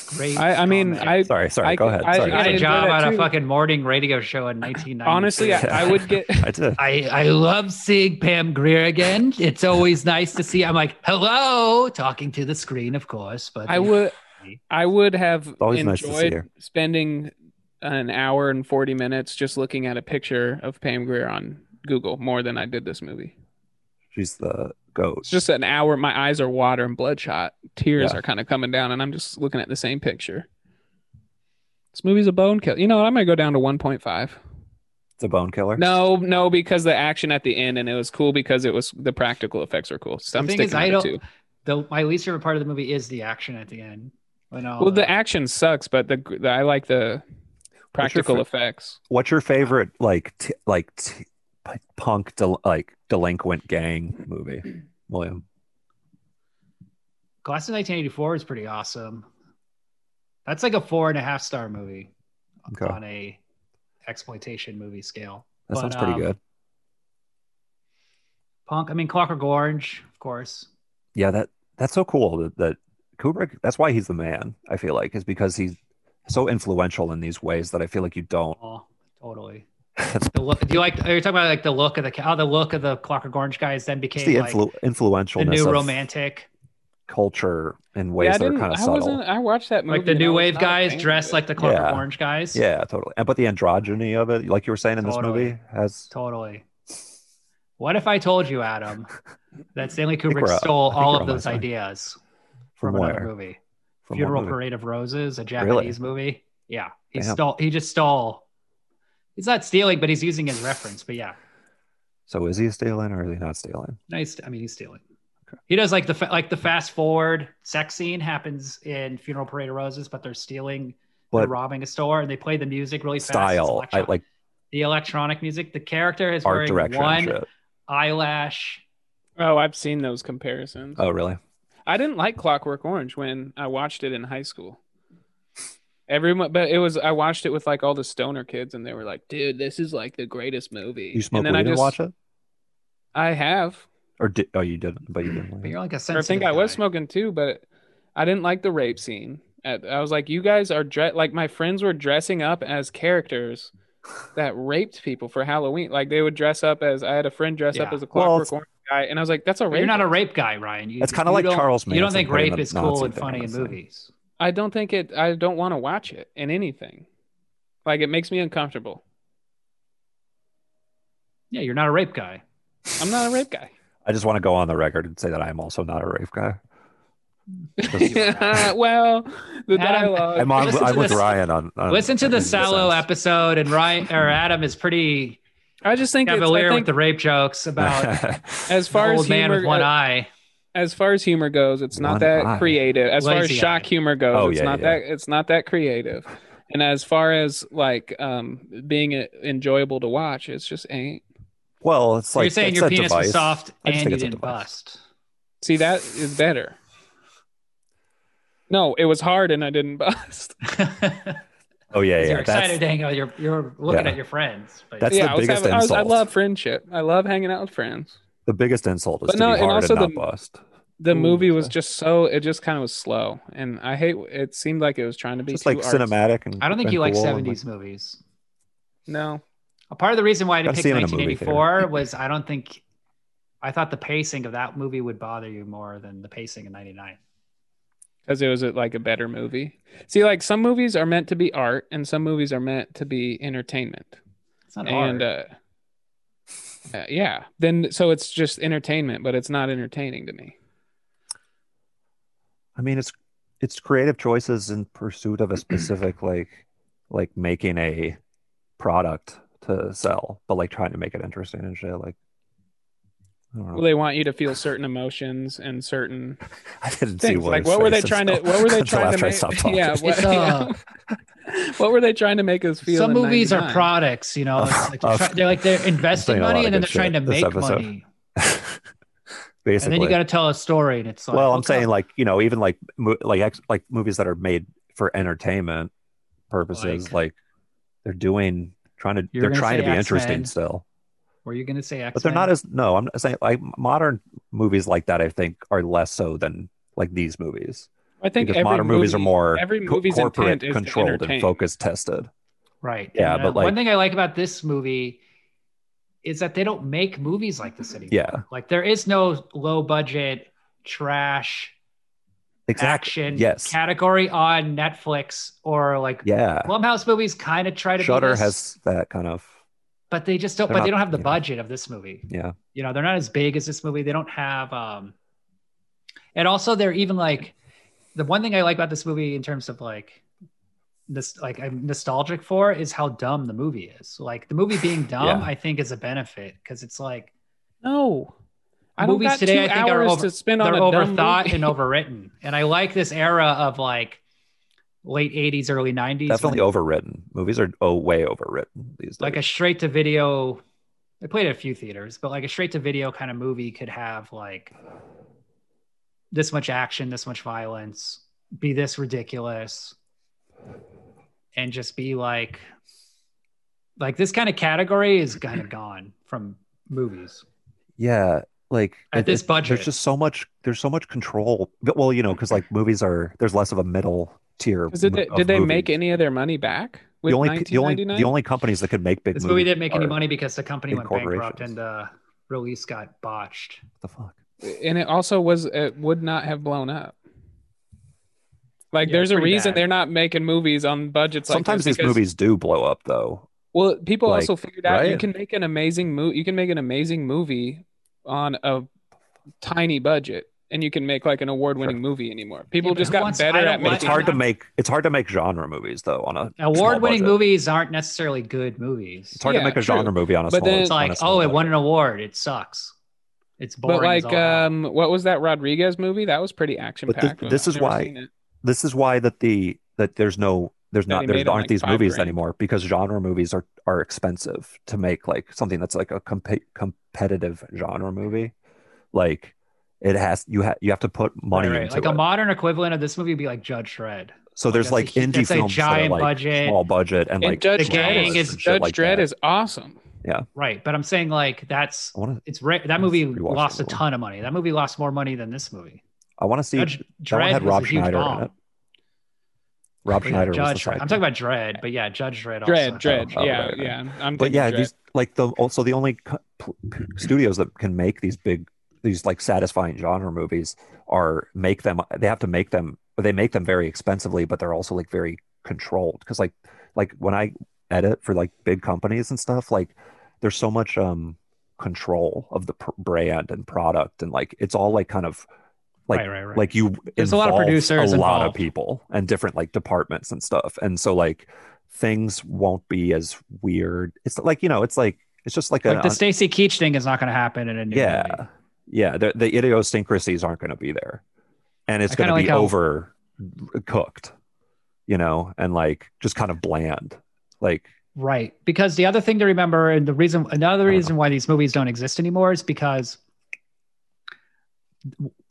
S1: Great.
S3: I, I mean,
S1: comment.
S3: I
S2: Sorry, sorry.
S3: I-
S2: go ahead.
S3: I-
S2: sorry.
S1: got
S3: I-
S1: a
S3: did
S1: job
S3: that
S1: on a
S3: too.
S1: fucking morning radio show in 1990.
S3: honestly, I, I would get.
S2: I did.
S1: I, I love seeing Pam Greer again. It's always nice to see. I'm like, hello, talking to the screen, of course. But
S3: I would. I would have
S2: always nice to see
S3: enjoyed
S2: her.
S3: spending an hour and forty minutes just looking at a picture of Pam Grier on Google more than I did this movie.
S2: She's the goat.
S3: It's just an hour. My eyes are water and bloodshot. Tears
S2: Yeah.
S3: are kind of coming down, and I'm just looking at the same picture. This movie's a bone kill. You know, what? I might go down to one point five.
S2: It's a bone killer.
S3: No, no, because the action at the end and it was cool because it was the practical effects were cool. So
S1: The
S3: I'm
S1: thing
S3: sticking
S1: is, I
S3: with it
S1: don't-
S3: too.
S1: the, my least favorite part of the movie is the action at the end. When uh, all
S3: Well, the action sucks, but the, the I like the practical
S2: fa-
S3: effects.
S2: What's your favorite like t- like t- p- punk del- like delinquent gang movie, William?
S1: Class of 1984 is pretty awesome. That's like a four and a half star movie
S2: Okay.
S1: on a exploitation movie scale.
S2: That
S1: But,
S2: sounds pretty
S1: um,
S2: good.
S1: Punk. I mean, Clockwork Orange, of course.
S2: Yeah, that that's so cool that, that Kubrick. That's why he's the man. I feel like is because he's so influential in these ways that I feel like you don't.
S1: Oh, totally. The look, do you like? Are you talking about like the look of the how the look of the Clockwork Orange guys then
S2: It's
S1: became
S2: the
S1: like
S2: influ- influentialness
S1: the new
S2: of
S1: romantic,
S2: culture in ways
S3: Yeah, I
S2: that are
S3: didn't.
S2: kind of
S3: I
S2: subtle.
S3: wasn't. I watched that movie.
S1: like the
S3: and I
S1: new
S3: was
S1: wave
S3: not a
S1: guys
S3: fan of
S1: dressed
S3: it.
S1: like the Clockwork
S2: Yeah.
S1: Orange guys.
S2: Yeah, totally. And but the androgyny of it, like you were saying in
S1: Totally.
S2: this movie, has
S1: totally. What if I told you, Adam, that Stanley
S2: think we're
S1: Kubrick
S2: up.
S1: stole
S2: I think
S1: all
S2: we're
S1: of
S2: on my
S1: those
S2: side.
S1: ideas
S2: from,
S1: from, another
S2: where?
S1: movie?
S2: From what
S1: Funeral
S2: movie?
S1: Parade of Roses, a
S2: Really?
S1: Japanese movie. Yeah, he
S2: Damn.
S1: stole. He just stole. He's not stealing, but he's using his reference. But yeah,
S2: So is he stealing or is he not stealing?
S1: nice. I mean, he's stealing. He does like the fa- like the fast forward sex scene happens in Funeral Parade of Roses, but they're stealing, they're
S2: But
S1: robbing a store, and they play the music really fast. It's
S2: style, I
S1: electro-
S2: like
S1: the electronic music. The character is
S2: art
S1: wearing
S2: direction. and
S1: one
S2: shit.
S1: eyelash.
S3: Oh, I've seen those comparisons.
S2: Oh, really?
S3: I didn't like Clockwork Orange when I watched it in high school. Everyone, but it was I watched it with like all the stoner kids, and they were like, "Dude, this is like the greatest movie."
S2: You smoke
S3: and
S2: weed
S3: I
S2: and watch it,
S3: I have.
S2: or did? Oh, you didn't, but you didn't. like
S1: But
S2: it.
S1: you're like a
S3: Or I
S1: sensitive.
S3: think I was
S1: guy.
S3: smoking too, but I didn't like the rape scene. I I was like, you guys are dre- like my friends were dressing up as characters that raped people for Halloween. Like they would dress up as I had a friend dress up
S1: Yeah.
S3: as a
S2: Well,
S3: clockwork
S2: it's-
S3: orange guy, and I was like, that's a
S1: But
S3: rape.
S1: You're not a rape guy, Ryan. You,
S2: It's kinda
S1: you
S2: like
S1: don't-
S2: Charles
S1: You don't
S2: Manson
S1: think
S2: putting
S1: rape
S2: the
S1: is cool
S2: Nazi
S1: and
S2: thing
S1: funny
S2: on
S1: in
S2: his thing.
S1: movies.
S3: I don't think it. I don't want to watch it in anything. Like it makes me uncomfortable.
S1: Yeah, you're not a rape guy.
S3: I'm not a rape guy.
S2: I just want to go on the record and say that I'm also not a rave guy.
S1: are.
S3: well, the
S1: Adam,
S3: dialogue.
S2: I'm on,
S1: Listen
S2: I'm
S1: to
S2: with
S1: this-
S2: Ryan on. on
S1: Listen to
S2: in
S1: the
S2: this
S1: Sallow
S2: sense.
S1: episode, and Ryan or Adam is pretty
S3: I just think it's, I
S1: cavalier
S3: think
S1: with the rape jokes about
S3: as
S1: the
S3: far as
S1: old man
S3: humor
S1: with one
S3: uh,
S1: eye.
S3: as far as humor goes, it's not
S2: One
S3: that
S2: eye.
S3: creative. As far as
S1: Lazy
S3: shock
S1: eye.
S3: humor goes,
S2: Oh,
S3: it's
S2: yeah,
S3: not
S2: yeah.
S3: that it's not that creative. And as far as like um being uh, enjoyable to watch, it's just eh. ain't.
S2: well, it's
S1: So
S2: like
S1: you're saying
S2: it's
S1: your
S2: a
S1: penis
S2: device.
S1: was soft
S2: I
S1: and
S2: just think
S1: you
S2: it's a
S1: didn't
S2: device.
S1: bust.
S3: See, that is better. No, it was hard and I didn't bust.
S2: Oh yeah, yeah.
S1: you're
S2: that's-
S1: excited to hang out. You're you're looking
S2: Yeah.
S1: at your friends. But
S2: That's- the
S3: I was
S2: biggest
S3: having- I, was- I
S2: insult.
S3: love friendship. I love hanging out with friends.
S2: the biggest insult is
S3: But
S2: to
S3: no,
S2: be
S3: and
S2: hard
S3: also
S2: and not
S3: the-
S2: bust.
S3: The
S2: Ooh,
S3: movie was
S2: okay.
S3: just so it just kind of was slow, and I hate. It seemed like it was trying to be
S2: Just
S3: too
S2: like
S3: artsy.
S2: cinematic and
S1: I don't think
S2: and
S1: you like
S2: cool and,
S1: 70s movies.
S3: No,
S1: A part of the reason why I
S2: Gotta
S1: picked
S2: see him in a movie
S1: 1984 was I don't think I thought the pacing of that movie would bother you more than the pacing in '99.
S3: because it was a, like a better movie. See, like some movies are meant to be art, and some movies are meant to be entertainment.
S1: It's not hard.
S3: and uh, uh, yeah, then so it's just entertainment, but it's not entertaining to me.
S2: I mean, it's it's creative choices in pursuit of a specific like like making a product to sell, but like trying to make it interesting and shit. Like, I don't know.
S3: Well, they want you to feel certain emotions and certain
S2: I didn't see
S3: things.
S2: what
S3: Like,
S2: his
S3: what were they
S2: face
S3: trying to?
S2: until-
S3: What were they
S2: until
S3: trying
S2: after
S3: to
S2: I
S3: make?
S2: stopped talking.
S3: Yeah, what,
S1: It's, uh,
S3: what were they trying to make us feel?
S1: Some
S3: in
S1: movies are
S3: 99?
S1: products, you know. It's like they're,
S2: Of-
S1: try- they're like they're investing
S2: saying a lot
S1: money
S2: of
S1: and then they're
S2: good
S1: trying to
S2: shit this
S1: make
S2: episode.
S1: money, and
S2: Basically,
S1: then you got to tell a story, and it's like,
S2: well, I'm
S1: look
S2: saying
S1: up.
S2: like you know even like mo- like ex- like movies that are made for entertainment purposes,
S1: Like-
S2: like, they're doing trying to
S1: You're
S2: they're
S1: gonna
S2: trying to
S1: say
S2: be interesting
S1: X-Men.
S2: still.
S1: were you going to say X?
S2: but they're not as no i'm saying like modern movies like that i think are less so than like these movies
S3: I think
S2: because
S3: every
S2: modern movies are
S3: movie-
S2: more
S3: every
S2: co-
S3: movie's
S2: corporate
S3: intent is to
S2: controlled and
S3: entertain.
S2: focus tested.
S1: Right.
S2: Yeah,
S1: And, uh,
S2: but, like-
S1: one thing I like about this movie is that they don't make movies like this anymore.
S2: Yeah,
S1: Like there is no low budget trash
S2: exactly.
S1: action
S2: Yes.
S1: category on Netflix or like
S2: Yeah,
S1: Blumhouse movies kind of try to be
S2: Shutter
S1: this,
S2: has that kind of
S1: but they just don't
S2: they're
S1: but they
S2: not-
S1: don't have the
S2: yeah.
S1: budget of this movie.
S2: yeah.
S1: you know they're not as big as this movie they don't have um and also they're even like the one thing i like about this movie in terms of like this like i'm nostalgic for is how dumb the movie is like the movie being dumb
S2: Yeah.
S1: i think is a benefit because it's like
S3: No, I don't
S1: Movies
S3: got
S1: today,
S3: two
S1: I think, are
S3: hours
S1: over-
S3: to spend on
S1: they're
S3: a dumb
S1: overthought
S3: movie.
S1: and overwritten and i like this era of like late 80s early 90s
S2: Definitely
S1: when,
S2: overwritten. Movies are oh way overwritten these days.
S1: like a straight to video i played at a few theaters but like a straight to video kind of movie could have like this much action this much violence be this ridiculous and just be like like this kind of category is kind of gone from movies
S2: yeah like
S1: At
S2: it-
S1: this
S2: it-
S1: budget.
S2: there's just so much there's so much control but well you know because like movies are there's less of a middle tier
S3: Is it-
S2: mo- of
S3: did they
S2: movie.
S3: make any of their money back with
S2: the only pe- the only
S3: 1999?
S2: the only companies that could make big
S1: this
S2: movies
S1: movie didn't make any
S2: are-
S1: money because the company
S2: big
S1: went bankrupt
S2: corporations.
S1: and the release got botched
S2: what the fuck
S3: and it also was it would not have blown up. Like
S1: Yeah,
S3: there's a
S1: pretty
S3: reason
S1: bad.
S3: they're not making movies on budgets. like
S2: sometimes
S3: this
S2: these
S3: because-
S2: movies do blow up though
S3: Well, people
S2: like,
S3: also figured out you
S2: right?
S3: can make an amazing movie. You can make an amazing movie on a tiny budget, and you can make like an award-winning
S2: Sure.
S3: movie anymore. People
S1: Yeah, but
S3: just
S1: who
S3: got
S1: wants- I
S3: better
S1: don't
S3: at
S1: want-
S2: but
S3: making.
S2: it's hard to
S1: yeah.
S2: make it's hard to make genre movies though on a small
S1: award-winning
S2: budget.
S1: movies aren't necessarily good movies
S2: it's hard
S3: Yeah,
S2: to make a
S3: true.
S2: genre movie on a
S3: But
S2: small
S3: then-
S1: it's
S2: on a
S1: like
S2: small
S1: oh it
S2: budget.
S1: won an award it sucks it's boring
S3: But
S1: as
S3: like,
S1: all hell.
S3: um, what was that Rodriguez movie? That was pretty action-packed.
S2: this
S3: I've
S2: is
S3: never
S2: why-
S3: seen it.
S2: this is why that the that there's no there's
S3: That
S2: not
S3: they
S2: there
S3: made
S2: aren't
S3: them, like,
S2: these
S3: five
S2: movies
S3: grand.
S2: anymore because genre movies are are expensive to make like something that's like a comp- competitive genre movie like it has you have you have to put money
S1: Right, right.
S2: into
S1: like
S2: it
S1: a modern equivalent of this movie would be like Judge Dredd.
S2: so there's
S1: that's
S2: like
S1: a hu-
S2: indie
S1: that's a
S2: films
S1: giant
S2: that are like
S1: budget.
S2: small budget and,
S3: And
S2: like
S3: Judge
S1: The Gang
S3: Dredd
S1: is-
S3: is Judge Dredd is awesome.
S1: Right, but I'm saying like that's
S2: I want to
S1: it's rare. That
S2: Let's
S1: movie
S2: rewatch
S1: lost a
S2: that one.
S1: ton of money. That movie lost more money than this movie.
S2: I want to see
S1: Judge
S2: that one
S1: Dredd
S2: had
S1: was
S2: Rob
S1: a huge
S2: Schneider
S1: bomb.
S2: in it Rob
S1: Yeah,
S2: Schneider was the
S1: Judge Dredd.
S2: sidekick.
S1: I'm talking about Dredd, but yeah, Judge Dredd. also.
S3: Dread, dread,
S2: Oh,
S3: yeah,
S2: right, right.
S3: yeah. I'm
S2: but
S3: thinking
S2: yeah,
S3: Dredd.
S2: these like the also the only co- pl- studios that can make these big, these like satisfying genre movies are make them. They have to make them. They make them very expensively, but they're also like very controlled. Because like like when I edit for like big companies and stuff, like there's so much um control of the pr- brand and product, and like it's all like kind of like
S1: right, right, right.
S2: like you
S1: There's a lot of
S2: involve
S1: producers
S2: a lot of
S1: involved.
S2: people and different like departments and stuff and so like things won't be as weird it's like you know it's like it's just like,
S1: like
S2: a
S1: the Stacy Keach thing is not going to happen in a new
S2: yeah
S1: movie.
S2: yeah the, the idiosyncrasies aren't going to be there and it's
S1: I
S2: going
S1: kinda
S2: to
S1: like
S2: be
S1: how-
S2: over cooked you know and like just kind of bland like
S1: Right. Because the other thing to remember, and the reason, another
S2: Uh-huh.
S1: reason why these movies don't exist anymore is because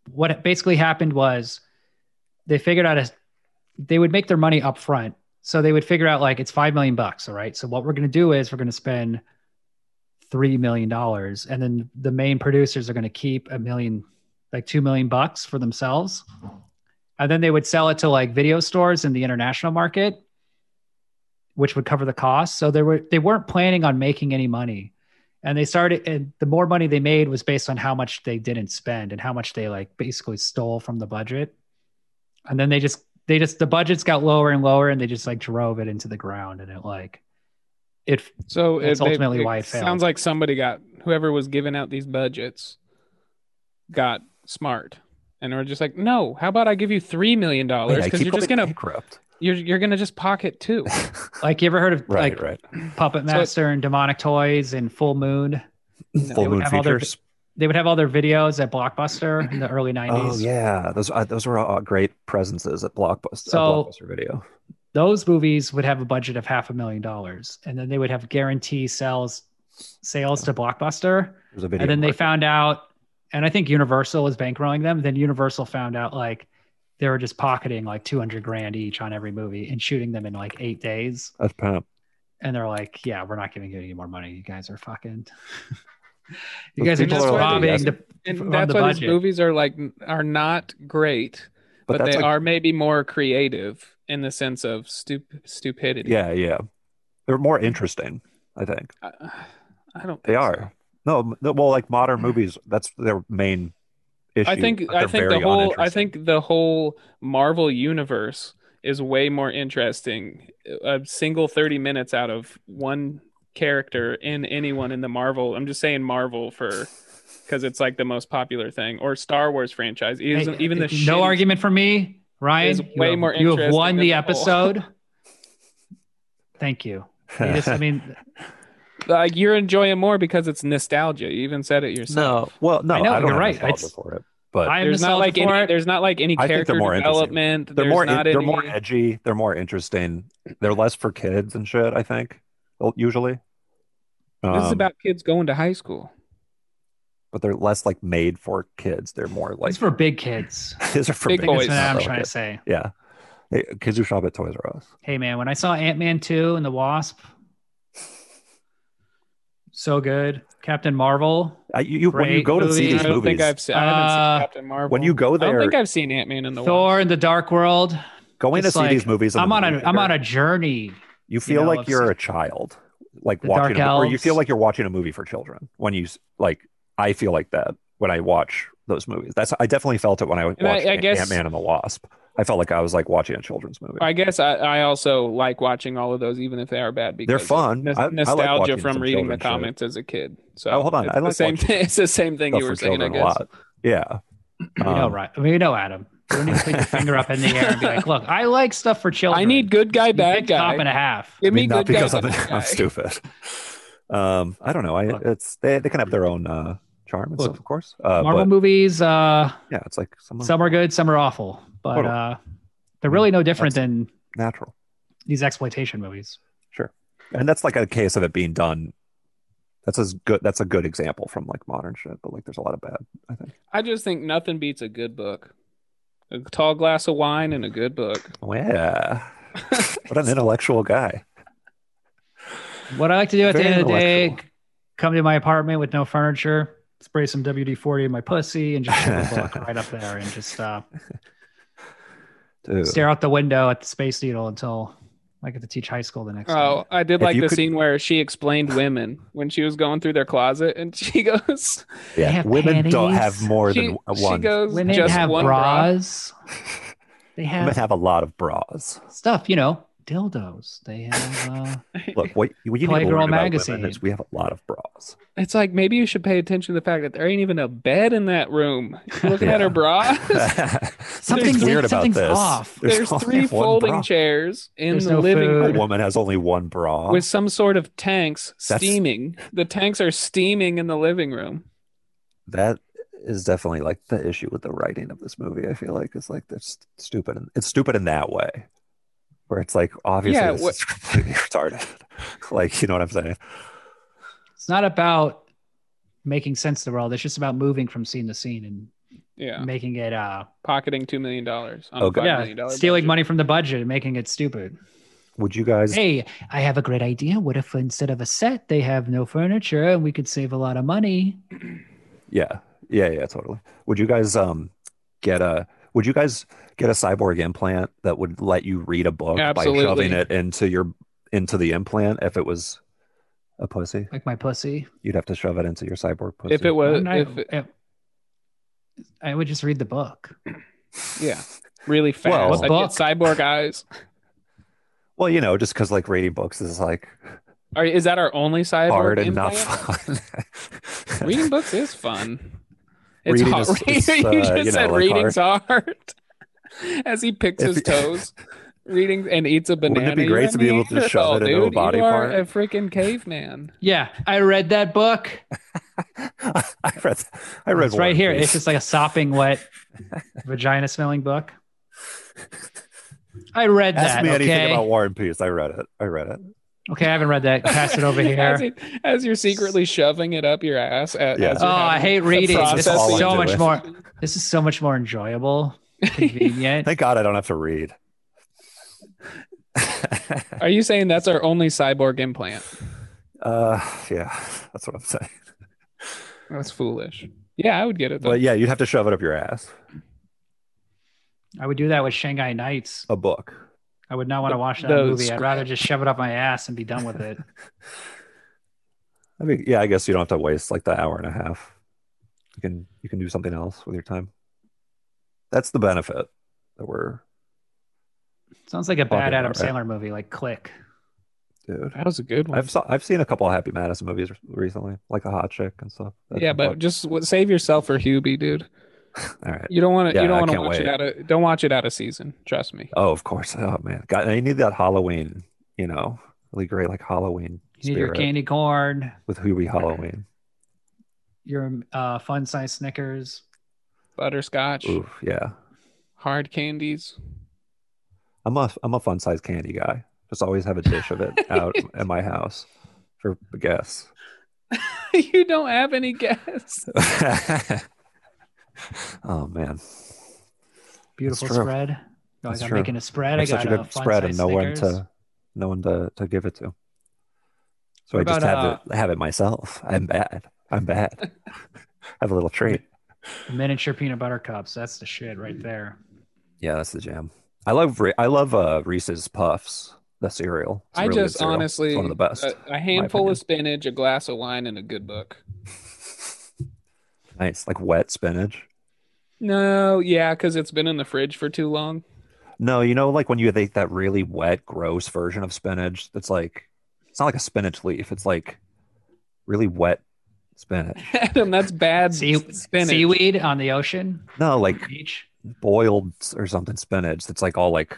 S1: what basically happened was they figured out a, they would make their money up front. So they would figure out like it's five million bucks. All right. So what we're going to do is we're going to spend three million dollars, and then the main producers are going to keep a million, like two million bucks for themselves, and then they would sell it to like video stores in the international market, which would cover the cost. So they were they weren't planning on making any money, and they started. And the more money they made was based on how much they didn't spend and how much they like basically stole from the budget, and then they just they just the budgets got lower and lower, and they just like drove it into the ground, and it like it
S3: So
S1: That's
S3: it- they-
S1: ultimately why it failed.
S3: sounds like somebody got whoever was giving out these budgets got smart and we're just like, no, how about I give you three million dollars
S2: I
S3: because
S2: keep
S3: you're just
S2: going
S3: gonna
S2: bankrupt
S3: you're you're gonna just pocket two.
S1: like you ever heard of
S2: right
S1: like
S2: right
S1: Puppet
S3: So it-
S1: Master and Demonic Toys and Full Moon.
S2: full
S1: they would
S2: moon
S1: have all their-
S2: features
S1: They would have all their videos at Blockbuster in the early 90s.
S2: oh yeah those uh, those were all great presences at blockbuster
S1: So-
S2: at blockbuster video
S1: Those movies would have a budget of half a million dollars and then they would have guarantee sales sales to Blockbuster.
S2: there's a video
S1: And then they
S2: market.
S1: found out and I think Universal was bankrolling them, then Universal found out like they were just pocketing like 200 grand each on every movie and shooting them in like 8 days.
S2: that's kind of
S1: and they're like, "Yeah, we're not giving you any more money. You guys are fucking. you
S2: Those
S1: guys are
S3: people
S1: just
S3: are like,
S1: robbing
S2: yes.
S1: the
S3: And
S1: From
S3: that's
S1: the
S3: why these
S1: budget.
S3: movies are like are not great but,
S2: that's
S3: they
S2: like-
S3: are maybe more creative in the sense of stup- stupidity.
S2: Yeah, yeah. They're more interesting, I think.
S3: I, I don't.
S2: They
S3: think so.
S2: are. No, m- no, well, like modern movies, that's their main issue.
S3: Mm-hmm. I think
S2: but
S3: I
S2: they're
S3: think the
S2: very
S3: whole I
S2: uninteresting.
S3: think the whole Marvel universe is way more interesting. uh, A single thirty minutes out of one character in anyone in the Marvel. I'm just saying Marvel for because it's like the most popular thing or Star Wars franchise. Even
S1: Hey,
S3: even the
S1: no
S3: shit-
S1: argument for me,
S3: is
S1: Ryan. You
S3: way
S1: have,
S3: more
S1: you have won the
S3: interesting than the whole-
S1: episode. Thank you. You just- I mean,
S3: like you're enjoying more because it's nostalgia. You even said it yourself.
S2: no, well, no,
S1: I know,
S2: don't
S1: you're
S2: have
S1: right.
S2: nostalgia
S1: It's-
S2: for it, but
S1: I am
S3: There's not like
S1: nostalgic for
S3: any,
S1: it.
S3: there's not like any
S2: I think
S3: character
S2: they're more interesting. they're
S3: development. there's
S2: more in-
S3: not
S2: they're
S3: any,
S2: more edgy. They're more interesting. They're less for kids and shit. I think u- usually.
S3: This is
S2: Um,
S3: about kids going to high school.
S2: but they're less like made for kids. They're more like
S1: it's for big kids.
S2: these are for
S3: big
S2: big
S3: boys.
S1: That's
S3: Oh,
S2: kids,
S1: what
S2: not
S1: I'm
S2: little
S1: trying to
S2: kids.
S1: say.
S2: Yeah, Hey, kids who shop at Toys R Us.
S1: Hey man, when I saw Ant Man two and the Wasp, so good. Captain Marvel.
S2: I, you, you- when you
S1: Great
S2: go to see
S1: movie.
S2: these
S3: I don't
S2: movies,
S3: think I've seen. I haven't
S1: Uh,
S3: seen Captain Marvel.
S2: when you go
S3: I don't
S2: there,
S3: think I've seen Ant Man and the
S1: Thor
S3: Wasp.
S1: and the Dark World.
S2: going to
S1: It's
S2: see
S1: like,
S2: these movies, in
S1: I'm
S2: the
S1: on a
S2: movie
S1: I'm
S2: theater,
S1: on a journey.
S2: You feel
S1: know,
S2: like
S1: of
S2: you're
S1: s-
S2: a child, like
S1: The
S2: watching,
S1: Dark
S2: a, or you feel
S1: Elves.
S2: like you're watching a movie for children. When you s- like, I feel like that when I watch those movies. That's I definitely felt it when I watched
S3: And I- I guess-
S2: Ant Man and the Wasp. I felt like I was like watching a children's movie.
S3: I guess I, I also like watching all of those, even if they are bad. Because
S2: They're
S3: of
S2: fun.
S3: nos-
S2: I- I like
S3: nostalgia
S2: watching
S3: from
S2: some
S3: reading the
S2: children's shit.
S3: comments as a kid. So
S2: Oh, hold on.
S3: It's
S2: I
S3: the
S2: like
S3: same
S2: watching
S3: thing. It's the same thing
S2: Stuff
S3: you were
S2: for
S3: saying. I
S2: children a
S3: guess.
S2: lot. Yeah.
S1: We know,
S2: Um,
S1: right? We know, Adam. You don't need to put your finger up in the air and be like, "Look, I like stuff for children.
S3: I need good guy,
S1: You
S3: bad
S1: picked Top
S3: guy.
S1: and a half.
S3: Give
S2: I
S3: me
S2: mean,
S3: good
S2: not
S3: guy.
S2: because I'm,
S3: bad
S2: I'm
S3: guy.
S2: stupid. Um, I don't know. I
S1: Look.
S2: it's they, they can have their own uh, charm and
S1: Look.
S2: stuff, of course. Uh,
S1: Marvel
S2: but
S1: movies. Uh,
S2: yeah, it's like some
S1: some are good, some are awful, but
S2: Totally.
S1: uh, they're really no different than
S2: natural.
S1: these exploitation movies.
S2: and that's like a case of it being done that's as good that's a good example from like modern shit but like there's a lot of bad i think
S3: I just think nothing beats a good book. A tall glass of wine and a good book.
S2: oh yeah what an intellectual guy
S1: What I like to do at the
S2: Very
S1: end of the day,
S2: intellectual.
S1: come to my apartment with no furniture, spray some WD forty in my pussy, and just put the book right up there, and just uh,
S2: Dude.
S1: stare out the window at the Space Needle until I get to teach high school the next.
S3: Oh,
S1: day.
S3: I did
S2: If
S3: like
S2: you
S3: the
S2: could-
S3: scene where she explained women when she was going through their closet, and she goes,
S1: They
S2: yeah
S1: have
S2: women don't have
S1: panties.
S2: more
S3: she,
S2: than uh,
S3: she
S2: one
S3: goes,
S1: women
S3: just
S1: have
S3: one bra.
S1: bras. They
S2: women
S1: have
S2: have a lot of bras
S1: stuff, you know, dildos. They have. Uh,
S2: look what what you need to
S1: Playgirl
S2: learn about
S1: magazine.
S2: women is we have a lot of bras
S3: It's like maybe you should pay attention to the fact that there ain't even a bed in that room. You looking at
S2: Yeah.
S3: her bra?
S2: something's
S1: Something's-
S2: weird about
S1: something's
S2: this
S1: off.
S3: There's
S2: only
S3: three
S2: one
S3: folding
S2: bra.
S3: chairs in
S1: There's
S3: the
S1: no
S3: living
S1: food.
S2: a
S3: room
S2: woman has only one bra
S3: with some sort of tanks
S2: That's-
S3: steaming. The tanks are steaming in the living room.
S2: that is definitely like the issue with the writing of this movie. I feel like it's like that's stupid. and It's stupid in that way, where it's like obviously
S3: Yeah,
S2: this
S3: what-
S2: is completely retarded. like you know what I'm saying?
S1: it's not about making sense of the world. It's just about moving from scene to scene and
S3: Yeah,
S1: making it uh
S3: pocketing two million dollars on
S2: Oh,
S3: a
S2: God.
S3: five
S1: yeah,
S3: million dollar
S1: stealing
S3: budget.
S1: money from the budget and making it stupid.
S2: Would you guys?
S1: Hey, I have a great idea. What if instead of a set, they have no furniture and we could save a lot of money?
S2: Yeah, yeah, yeah, totally. Would you guys um get a? Would you guys get a cyborg implant that would let you read a book
S3: Absolutely.
S2: by shoving it into your into the implant? If it was a pussy,
S1: Like my pussy.
S2: you'd have to shove it into your cyborg pussy.
S3: If it was,
S1: Wouldn't I,
S3: if it-
S1: I- I would just read the book.
S3: yeah, really fast,
S2: Well-
S3: I'd
S1: Book.
S3: get cyborg eyes.
S2: well, you know, just because like reading books is like
S3: Are, is that our only cyborg
S2: hard and not
S3: implant?
S2: fun.
S3: Reading books is fun. It's
S2: Reading
S3: hard.
S2: is- it's,
S3: you
S2: uh,
S3: just
S2: you know,
S3: said
S2: like
S3: reading's hard. As he picks
S2: If
S3: his
S2: you-
S3: toes, reading and eats a banana.
S2: Wouldn't it be great
S3: You're
S2: to be able to shove
S3: Neanderthal,
S2: it into a
S3: Oh, dude.
S2: body
S3: you are
S2: part?
S3: A freaking caveman.
S1: Yeah, I read that book.
S2: I read. I read.
S1: it's right
S2: One
S1: here.
S2: Piece.
S1: It's just like a sopping wet vagina smelling book. I read
S2: ask
S1: that.
S2: me
S1: okay?
S2: anything about War and Peace. I read it. I read it.
S1: Okay, I haven't read that. Pass it over
S3: as,
S1: here.
S3: he- as you're secretly shoving it up your ass. a-
S2: Yeah.
S3: as
S1: Oh,
S3: you're
S1: I
S3: having
S1: hate reading. This
S3: processing
S1: is so
S2: into
S1: much
S2: it.
S1: more. This is so much more enjoyable, convenient.
S2: Thank God I don't have to read.
S3: Are you saying that's our only cyborg implant?
S2: uh, yeah, that's what I'm saying.
S3: That's foolish. Yeah, I would get it though.
S2: But yeah, you'd have to shove it up your ass.
S1: I would do that with Shanghai Nights.
S2: A book.
S1: I would not want to watch that
S3: the
S1: movie. I'd
S3: script.
S1: rather just shove it up my ass and be done with it.
S2: I mean, yeah, I guess you don't have to waste like the hour and a half. You can you can do something else with your time. That's the benefit that we're
S1: Sounds like a
S2: Talking
S1: bad Adam
S2: about, right?
S1: Sandler movie, like Click.
S2: dude.
S3: That was a good one.
S2: I've saw, I've seen a couple of Happy Madison movies recently, like a hot chick and stuff. That's
S3: yeah,
S2: a
S3: but
S2: book.
S3: just w- save yourself for Hubie, dude.
S2: all right.
S3: You don't want to.
S2: Yeah,
S3: you don't
S2: I
S3: want to
S2: can't
S3: watch it
S2: wait.
S3: out of. Don't watch it out of season. Trust me.
S2: Oh, of course. Oh man, God, I need that Halloween. You know, really great like Halloween
S1: You need your
S2: spirit
S1: candy corn,
S2: with Hubie Halloween.
S1: your uh, fun size Snickers.
S3: Butterscotch,
S2: Oof, yeah.
S3: hard candies.
S2: I'm a I'm a fun size candy guy. Just always have a dish of it out at my house for guests.
S3: you don't have any guess.
S2: oh man,
S1: Beautiful
S2: true.
S1: spread. Oh, I
S2: That's
S1: got
S2: true.
S1: making a spread.
S2: Make
S1: I got
S2: such a
S1: a
S2: good
S1: fun
S2: spread and
S1: size
S2: no
S1: Snickers.
S2: one to no one to, to give it to. So
S1: What
S2: I just
S1: about, uh,
S2: have it have it myself. I'm bad. I'm bad. have a little treat.
S1: miniature peanut butter cups. That's the shit
S2: Mm.
S1: right there.
S2: Yeah, that's the jam. I love Re- I love uh, Reese's Puffs, the cereal. It's a
S3: I
S2: really good
S3: just
S2: cereal. It's
S3: honestly uh,
S2: one of the best.
S3: A, a handful
S2: opinion.
S3: of spinach, a glass of wine, and a good book.
S2: nice, like wet spinach.
S3: No, yeah, because it's been in the fridge for too long.
S2: No, you know, like when you eat that really wet, gross version of spinach. That's like it's not like a spinach leaf. It's like really wet spinach.
S3: Adam, that's bad
S1: Sea-
S3: spinach.
S1: Seaweed on the ocean,
S2: No, like
S1: beach.
S2: boiled or something spinach. That's like all like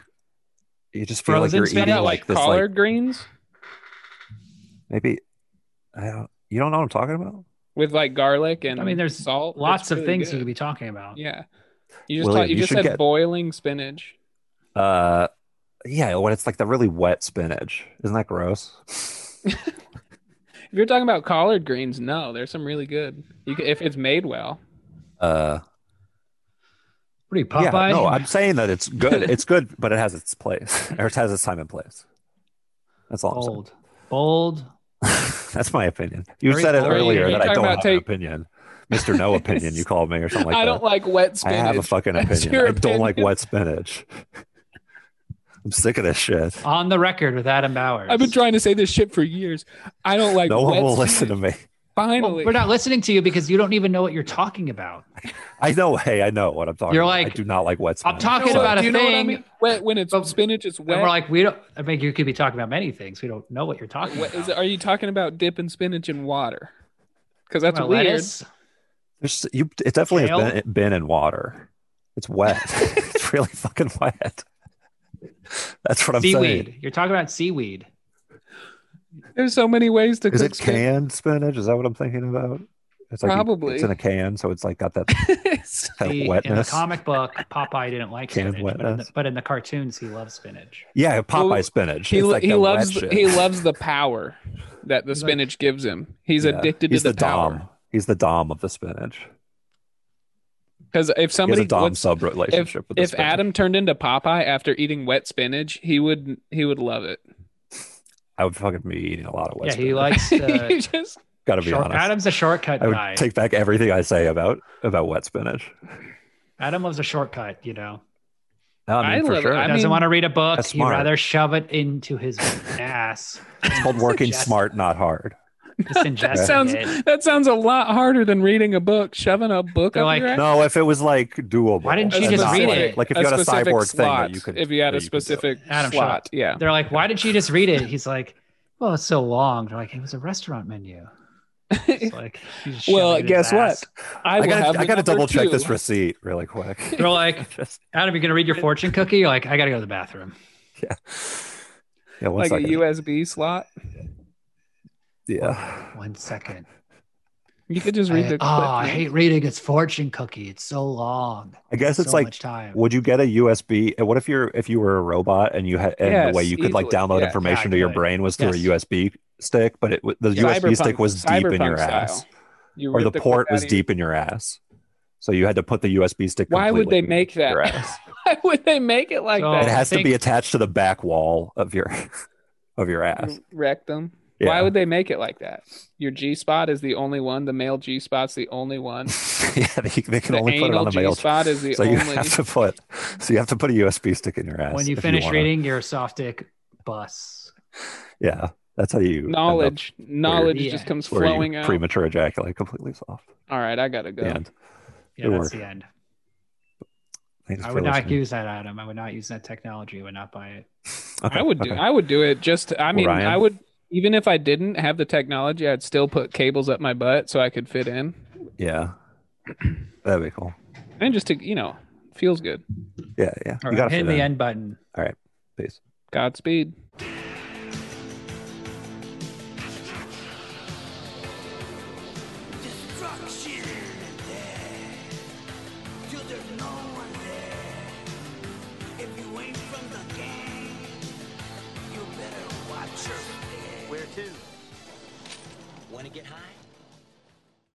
S2: you just feel like
S1: Frozen
S2: you're
S1: spinach?
S2: eating
S3: Yeah, like
S2: like this
S3: collard
S2: like
S3: greens
S2: maybe I don't. You don't know what I'm talking about?
S3: with like garlic and
S1: I mean, there's
S3: salt. It's
S1: Lots of
S3: really
S1: things you
S3: good.
S1: could be talking about.
S3: Yeah, you just
S2: William,
S3: taught, you,
S2: you
S3: just
S2: should
S3: said
S2: get-
S3: boiling spinach.
S2: Uh, yeah, when it's like the really wet spinach. Isn't that gross?
S3: If you're talking about collard greens, no, there's some really good. You can, if it's made well.
S2: Uh,
S1: What are you,
S2: yeah,
S1: Popeye?
S2: no, I'm saying that it's good. It's good, but it has its place or it has its time and place. That's all. I'm saying.
S1: bold, bold.
S2: That's my opinion. You
S1: Very
S2: said it
S1: bold.
S2: earlier
S1: You're
S2: that I
S3: talking
S2: don't
S3: about
S2: have an
S3: take-
S2: opinion, Mister No Opinion. You called me or something like
S3: I
S2: that.
S3: don't like wet
S2: I
S3: spinach.
S2: have a fucking
S3: That's
S2: opinion. I
S3: your
S2: don't like
S3: opinion.
S2: wet spinach. I'm sick of this shit.
S1: On the record with Adam Bowers.
S3: I've been trying to say this shit for years. I don't like.
S2: no one
S3: wet
S2: will
S3: spinach.
S2: listen to me.
S1: Well,
S3: Finally,
S1: we're not listening to you because you don't even know what you're talking about.
S2: I know. Hey, I know what I'm talking.
S1: You're
S2: about. I
S1: like,
S2: do not like wet
S1: I'm
S2: spinach.
S1: talking
S2: So-
S1: about a
S3: Do you know what I
S1: thing.
S3: mean? Wet when it's
S1: But-
S3: spinach, it's
S1: And we're
S3: wet.
S1: like, we don't. I mean, you could be talking about many things. We don't know what you're talking
S3: What
S1: about.
S3: is, are you talking about dipping spinach in water? Because that's
S1: About
S3: weird.
S1: lettuce?
S2: There's, you, it definitely has
S1: Kale?
S2: been, been in water. It's wet. it's really fucking wet. That's what I'm
S1: seaweed.
S2: saying.
S1: You're talking about seaweed.
S3: There's so many ways to
S2: Is
S3: cook
S2: it canned spinach? Is that what I'm thinking about? It's like you-
S3: Probably.
S2: it's in a can, so it's like got that
S3: spinach.
S2: kind
S1: The-
S2: of
S1: in the
S2: wetness.
S1: comic book, Popeye didn't like
S2: Canned
S1: spinach, but in, the,
S2: wetness.
S1: but in the cartoons, he loves spinach.
S2: yeah, Popeye
S3: Well,
S2: spinach.
S3: he
S2: It's like
S3: he
S2: that wet
S3: loves
S2: shit.
S3: he loves the power that the
S1: He's like-
S3: spinach gives him. He's
S2: Yeah.
S3: addicted
S2: He's
S3: to the,
S2: dom. He's the dom of the spinach.
S3: Because if
S2: He has
S3: somebody
S2: a dom
S3: what's-
S2: sub
S3: if,
S2: relationship with the
S3: if
S2: spinach.
S3: Adam turned into Popeye after eating wet spinach, he would he would love it.
S2: I would fucking be eating a lot of wet
S1: yeah,
S2: spinach.
S1: he likes
S3: You
S1: the.
S3: just
S2: Gotta be
S1: short,
S2: honest.
S1: Adam's a shortcut
S2: I would
S1: guy.
S2: take back everything I say about about wet spinach.
S1: Adam loves a shortcut. You know,
S2: No,
S3: I
S2: I mean for
S3: love it.
S2: sure.
S3: I
S1: doesn't
S3: mean,
S1: want to read a book.
S2: that's
S1: He'd
S2: smart.
S1: rather shove it into his ass.
S2: It's called working
S1: Just-
S2: smart, not hard.
S1: Just ingesting
S3: sounds
S1: it.
S3: that sounds a lot harder than reading a book, shoving a book
S1: They're
S3: up
S1: like,
S3: your ass.
S2: No, if it was like doable.
S1: Why didn't
S3: A
S1: you
S2: and
S1: just
S2: not
S1: read
S2: like,
S1: it?
S2: Like if
S3: a
S2: you had a
S3: specific
S2: cyborg
S3: slot,
S2: thing that you could,
S3: if you had
S2: that could
S3: a
S2: do.
S3: specific
S1: Adam, shut
S3: slot,
S1: up.
S3: yeah.
S1: They're like, why didn't you just read it? He's like, well, it's so long. They're like, it was a restaurant menu. It's like, he's just
S3: Well,
S1: shoving it in
S3: guess
S1: his ass.
S3: I,
S2: I,
S3: will have
S2: gotta,
S3: the
S2: I gotta
S3: number
S2: double check
S3: two.
S2: this receipt really quick.
S1: They're like,
S2: Just-
S1: Adam, you're gonna read your fortune cookie. You're like, I gotta go to the bathroom.
S2: yeah. Yeah, one
S3: like
S2: second.
S3: a USB slot.
S2: yeah.
S1: One second.
S3: You could just read
S1: I-
S3: the.
S1: oh, I hate reading. It's fortune cookie. It's so long.
S2: I guess it's
S1: so
S2: like
S1: much time.
S2: would you get a USB and what if you're if you were a robot and you had and the way
S3: Yes,
S2: you could like
S3: easily.
S2: download
S3: Yeah,
S2: information to your
S1: exactly.
S2: brain was through
S1: Yes.
S2: a USB stick, but it w- the USB stick was deep in your ass. Or the, port was deep in your ass. So you had to put the USB stick
S3: Why would
S2: completely
S3: they make
S2: in your
S3: that?
S2: ass.
S3: Why would they make it like
S1: So-
S2: it
S1: I
S3: that?
S2: has to be
S1: think-
S2: attached to the back wall of your of your ass.
S3: Wreck them. Why would they make it like that? Your G spot is the only one. The male G spot's the only one.
S2: yeah, they, they can
S3: Mm. the
S2: only put it on the
S3: anal
S2: mail.
S3: G spot is the
S2: so you
S3: only.
S2: have to put, so you have to put a USB stick in your ass
S1: when
S2: if
S1: you finish
S2: wanna-
S1: reading your soft dick bus.
S2: Yeah, that's how you end up
S3: knowledge, knowledge
S1: Yeah.
S3: just comes
S2: where you
S3: flowing out.
S2: Premature ejaculate, completely soft.
S3: All right, I gotta go.
S2: The end.
S1: Yeah,
S2: It
S1: that's
S2: worked.
S1: the end.
S2: Thanks
S1: I
S2: for
S1: would not
S2: listening.
S1: use that, Adam. I would not use that technology. I would not buy it.
S2: Okay,
S3: I would do.
S2: okay.
S3: I would do it. Just, I mean,
S2: Ryan?
S3: I would even if I didn't have the technology, I'd still put cables up my butt so I could fit in,
S2: Yeah, that'd be cool.
S3: and just to you know, feels good.
S2: Yeah, yeah.
S1: All
S2: you
S1: right,
S2: gotta
S1: hit
S2: fit
S1: the
S2: in.
S1: end button.
S2: Peace.
S3: Godspeed.
S4: destruction and death till there's no one there. If you ain't from the gang, you better watch your step.
S5: Where to? Want to get high?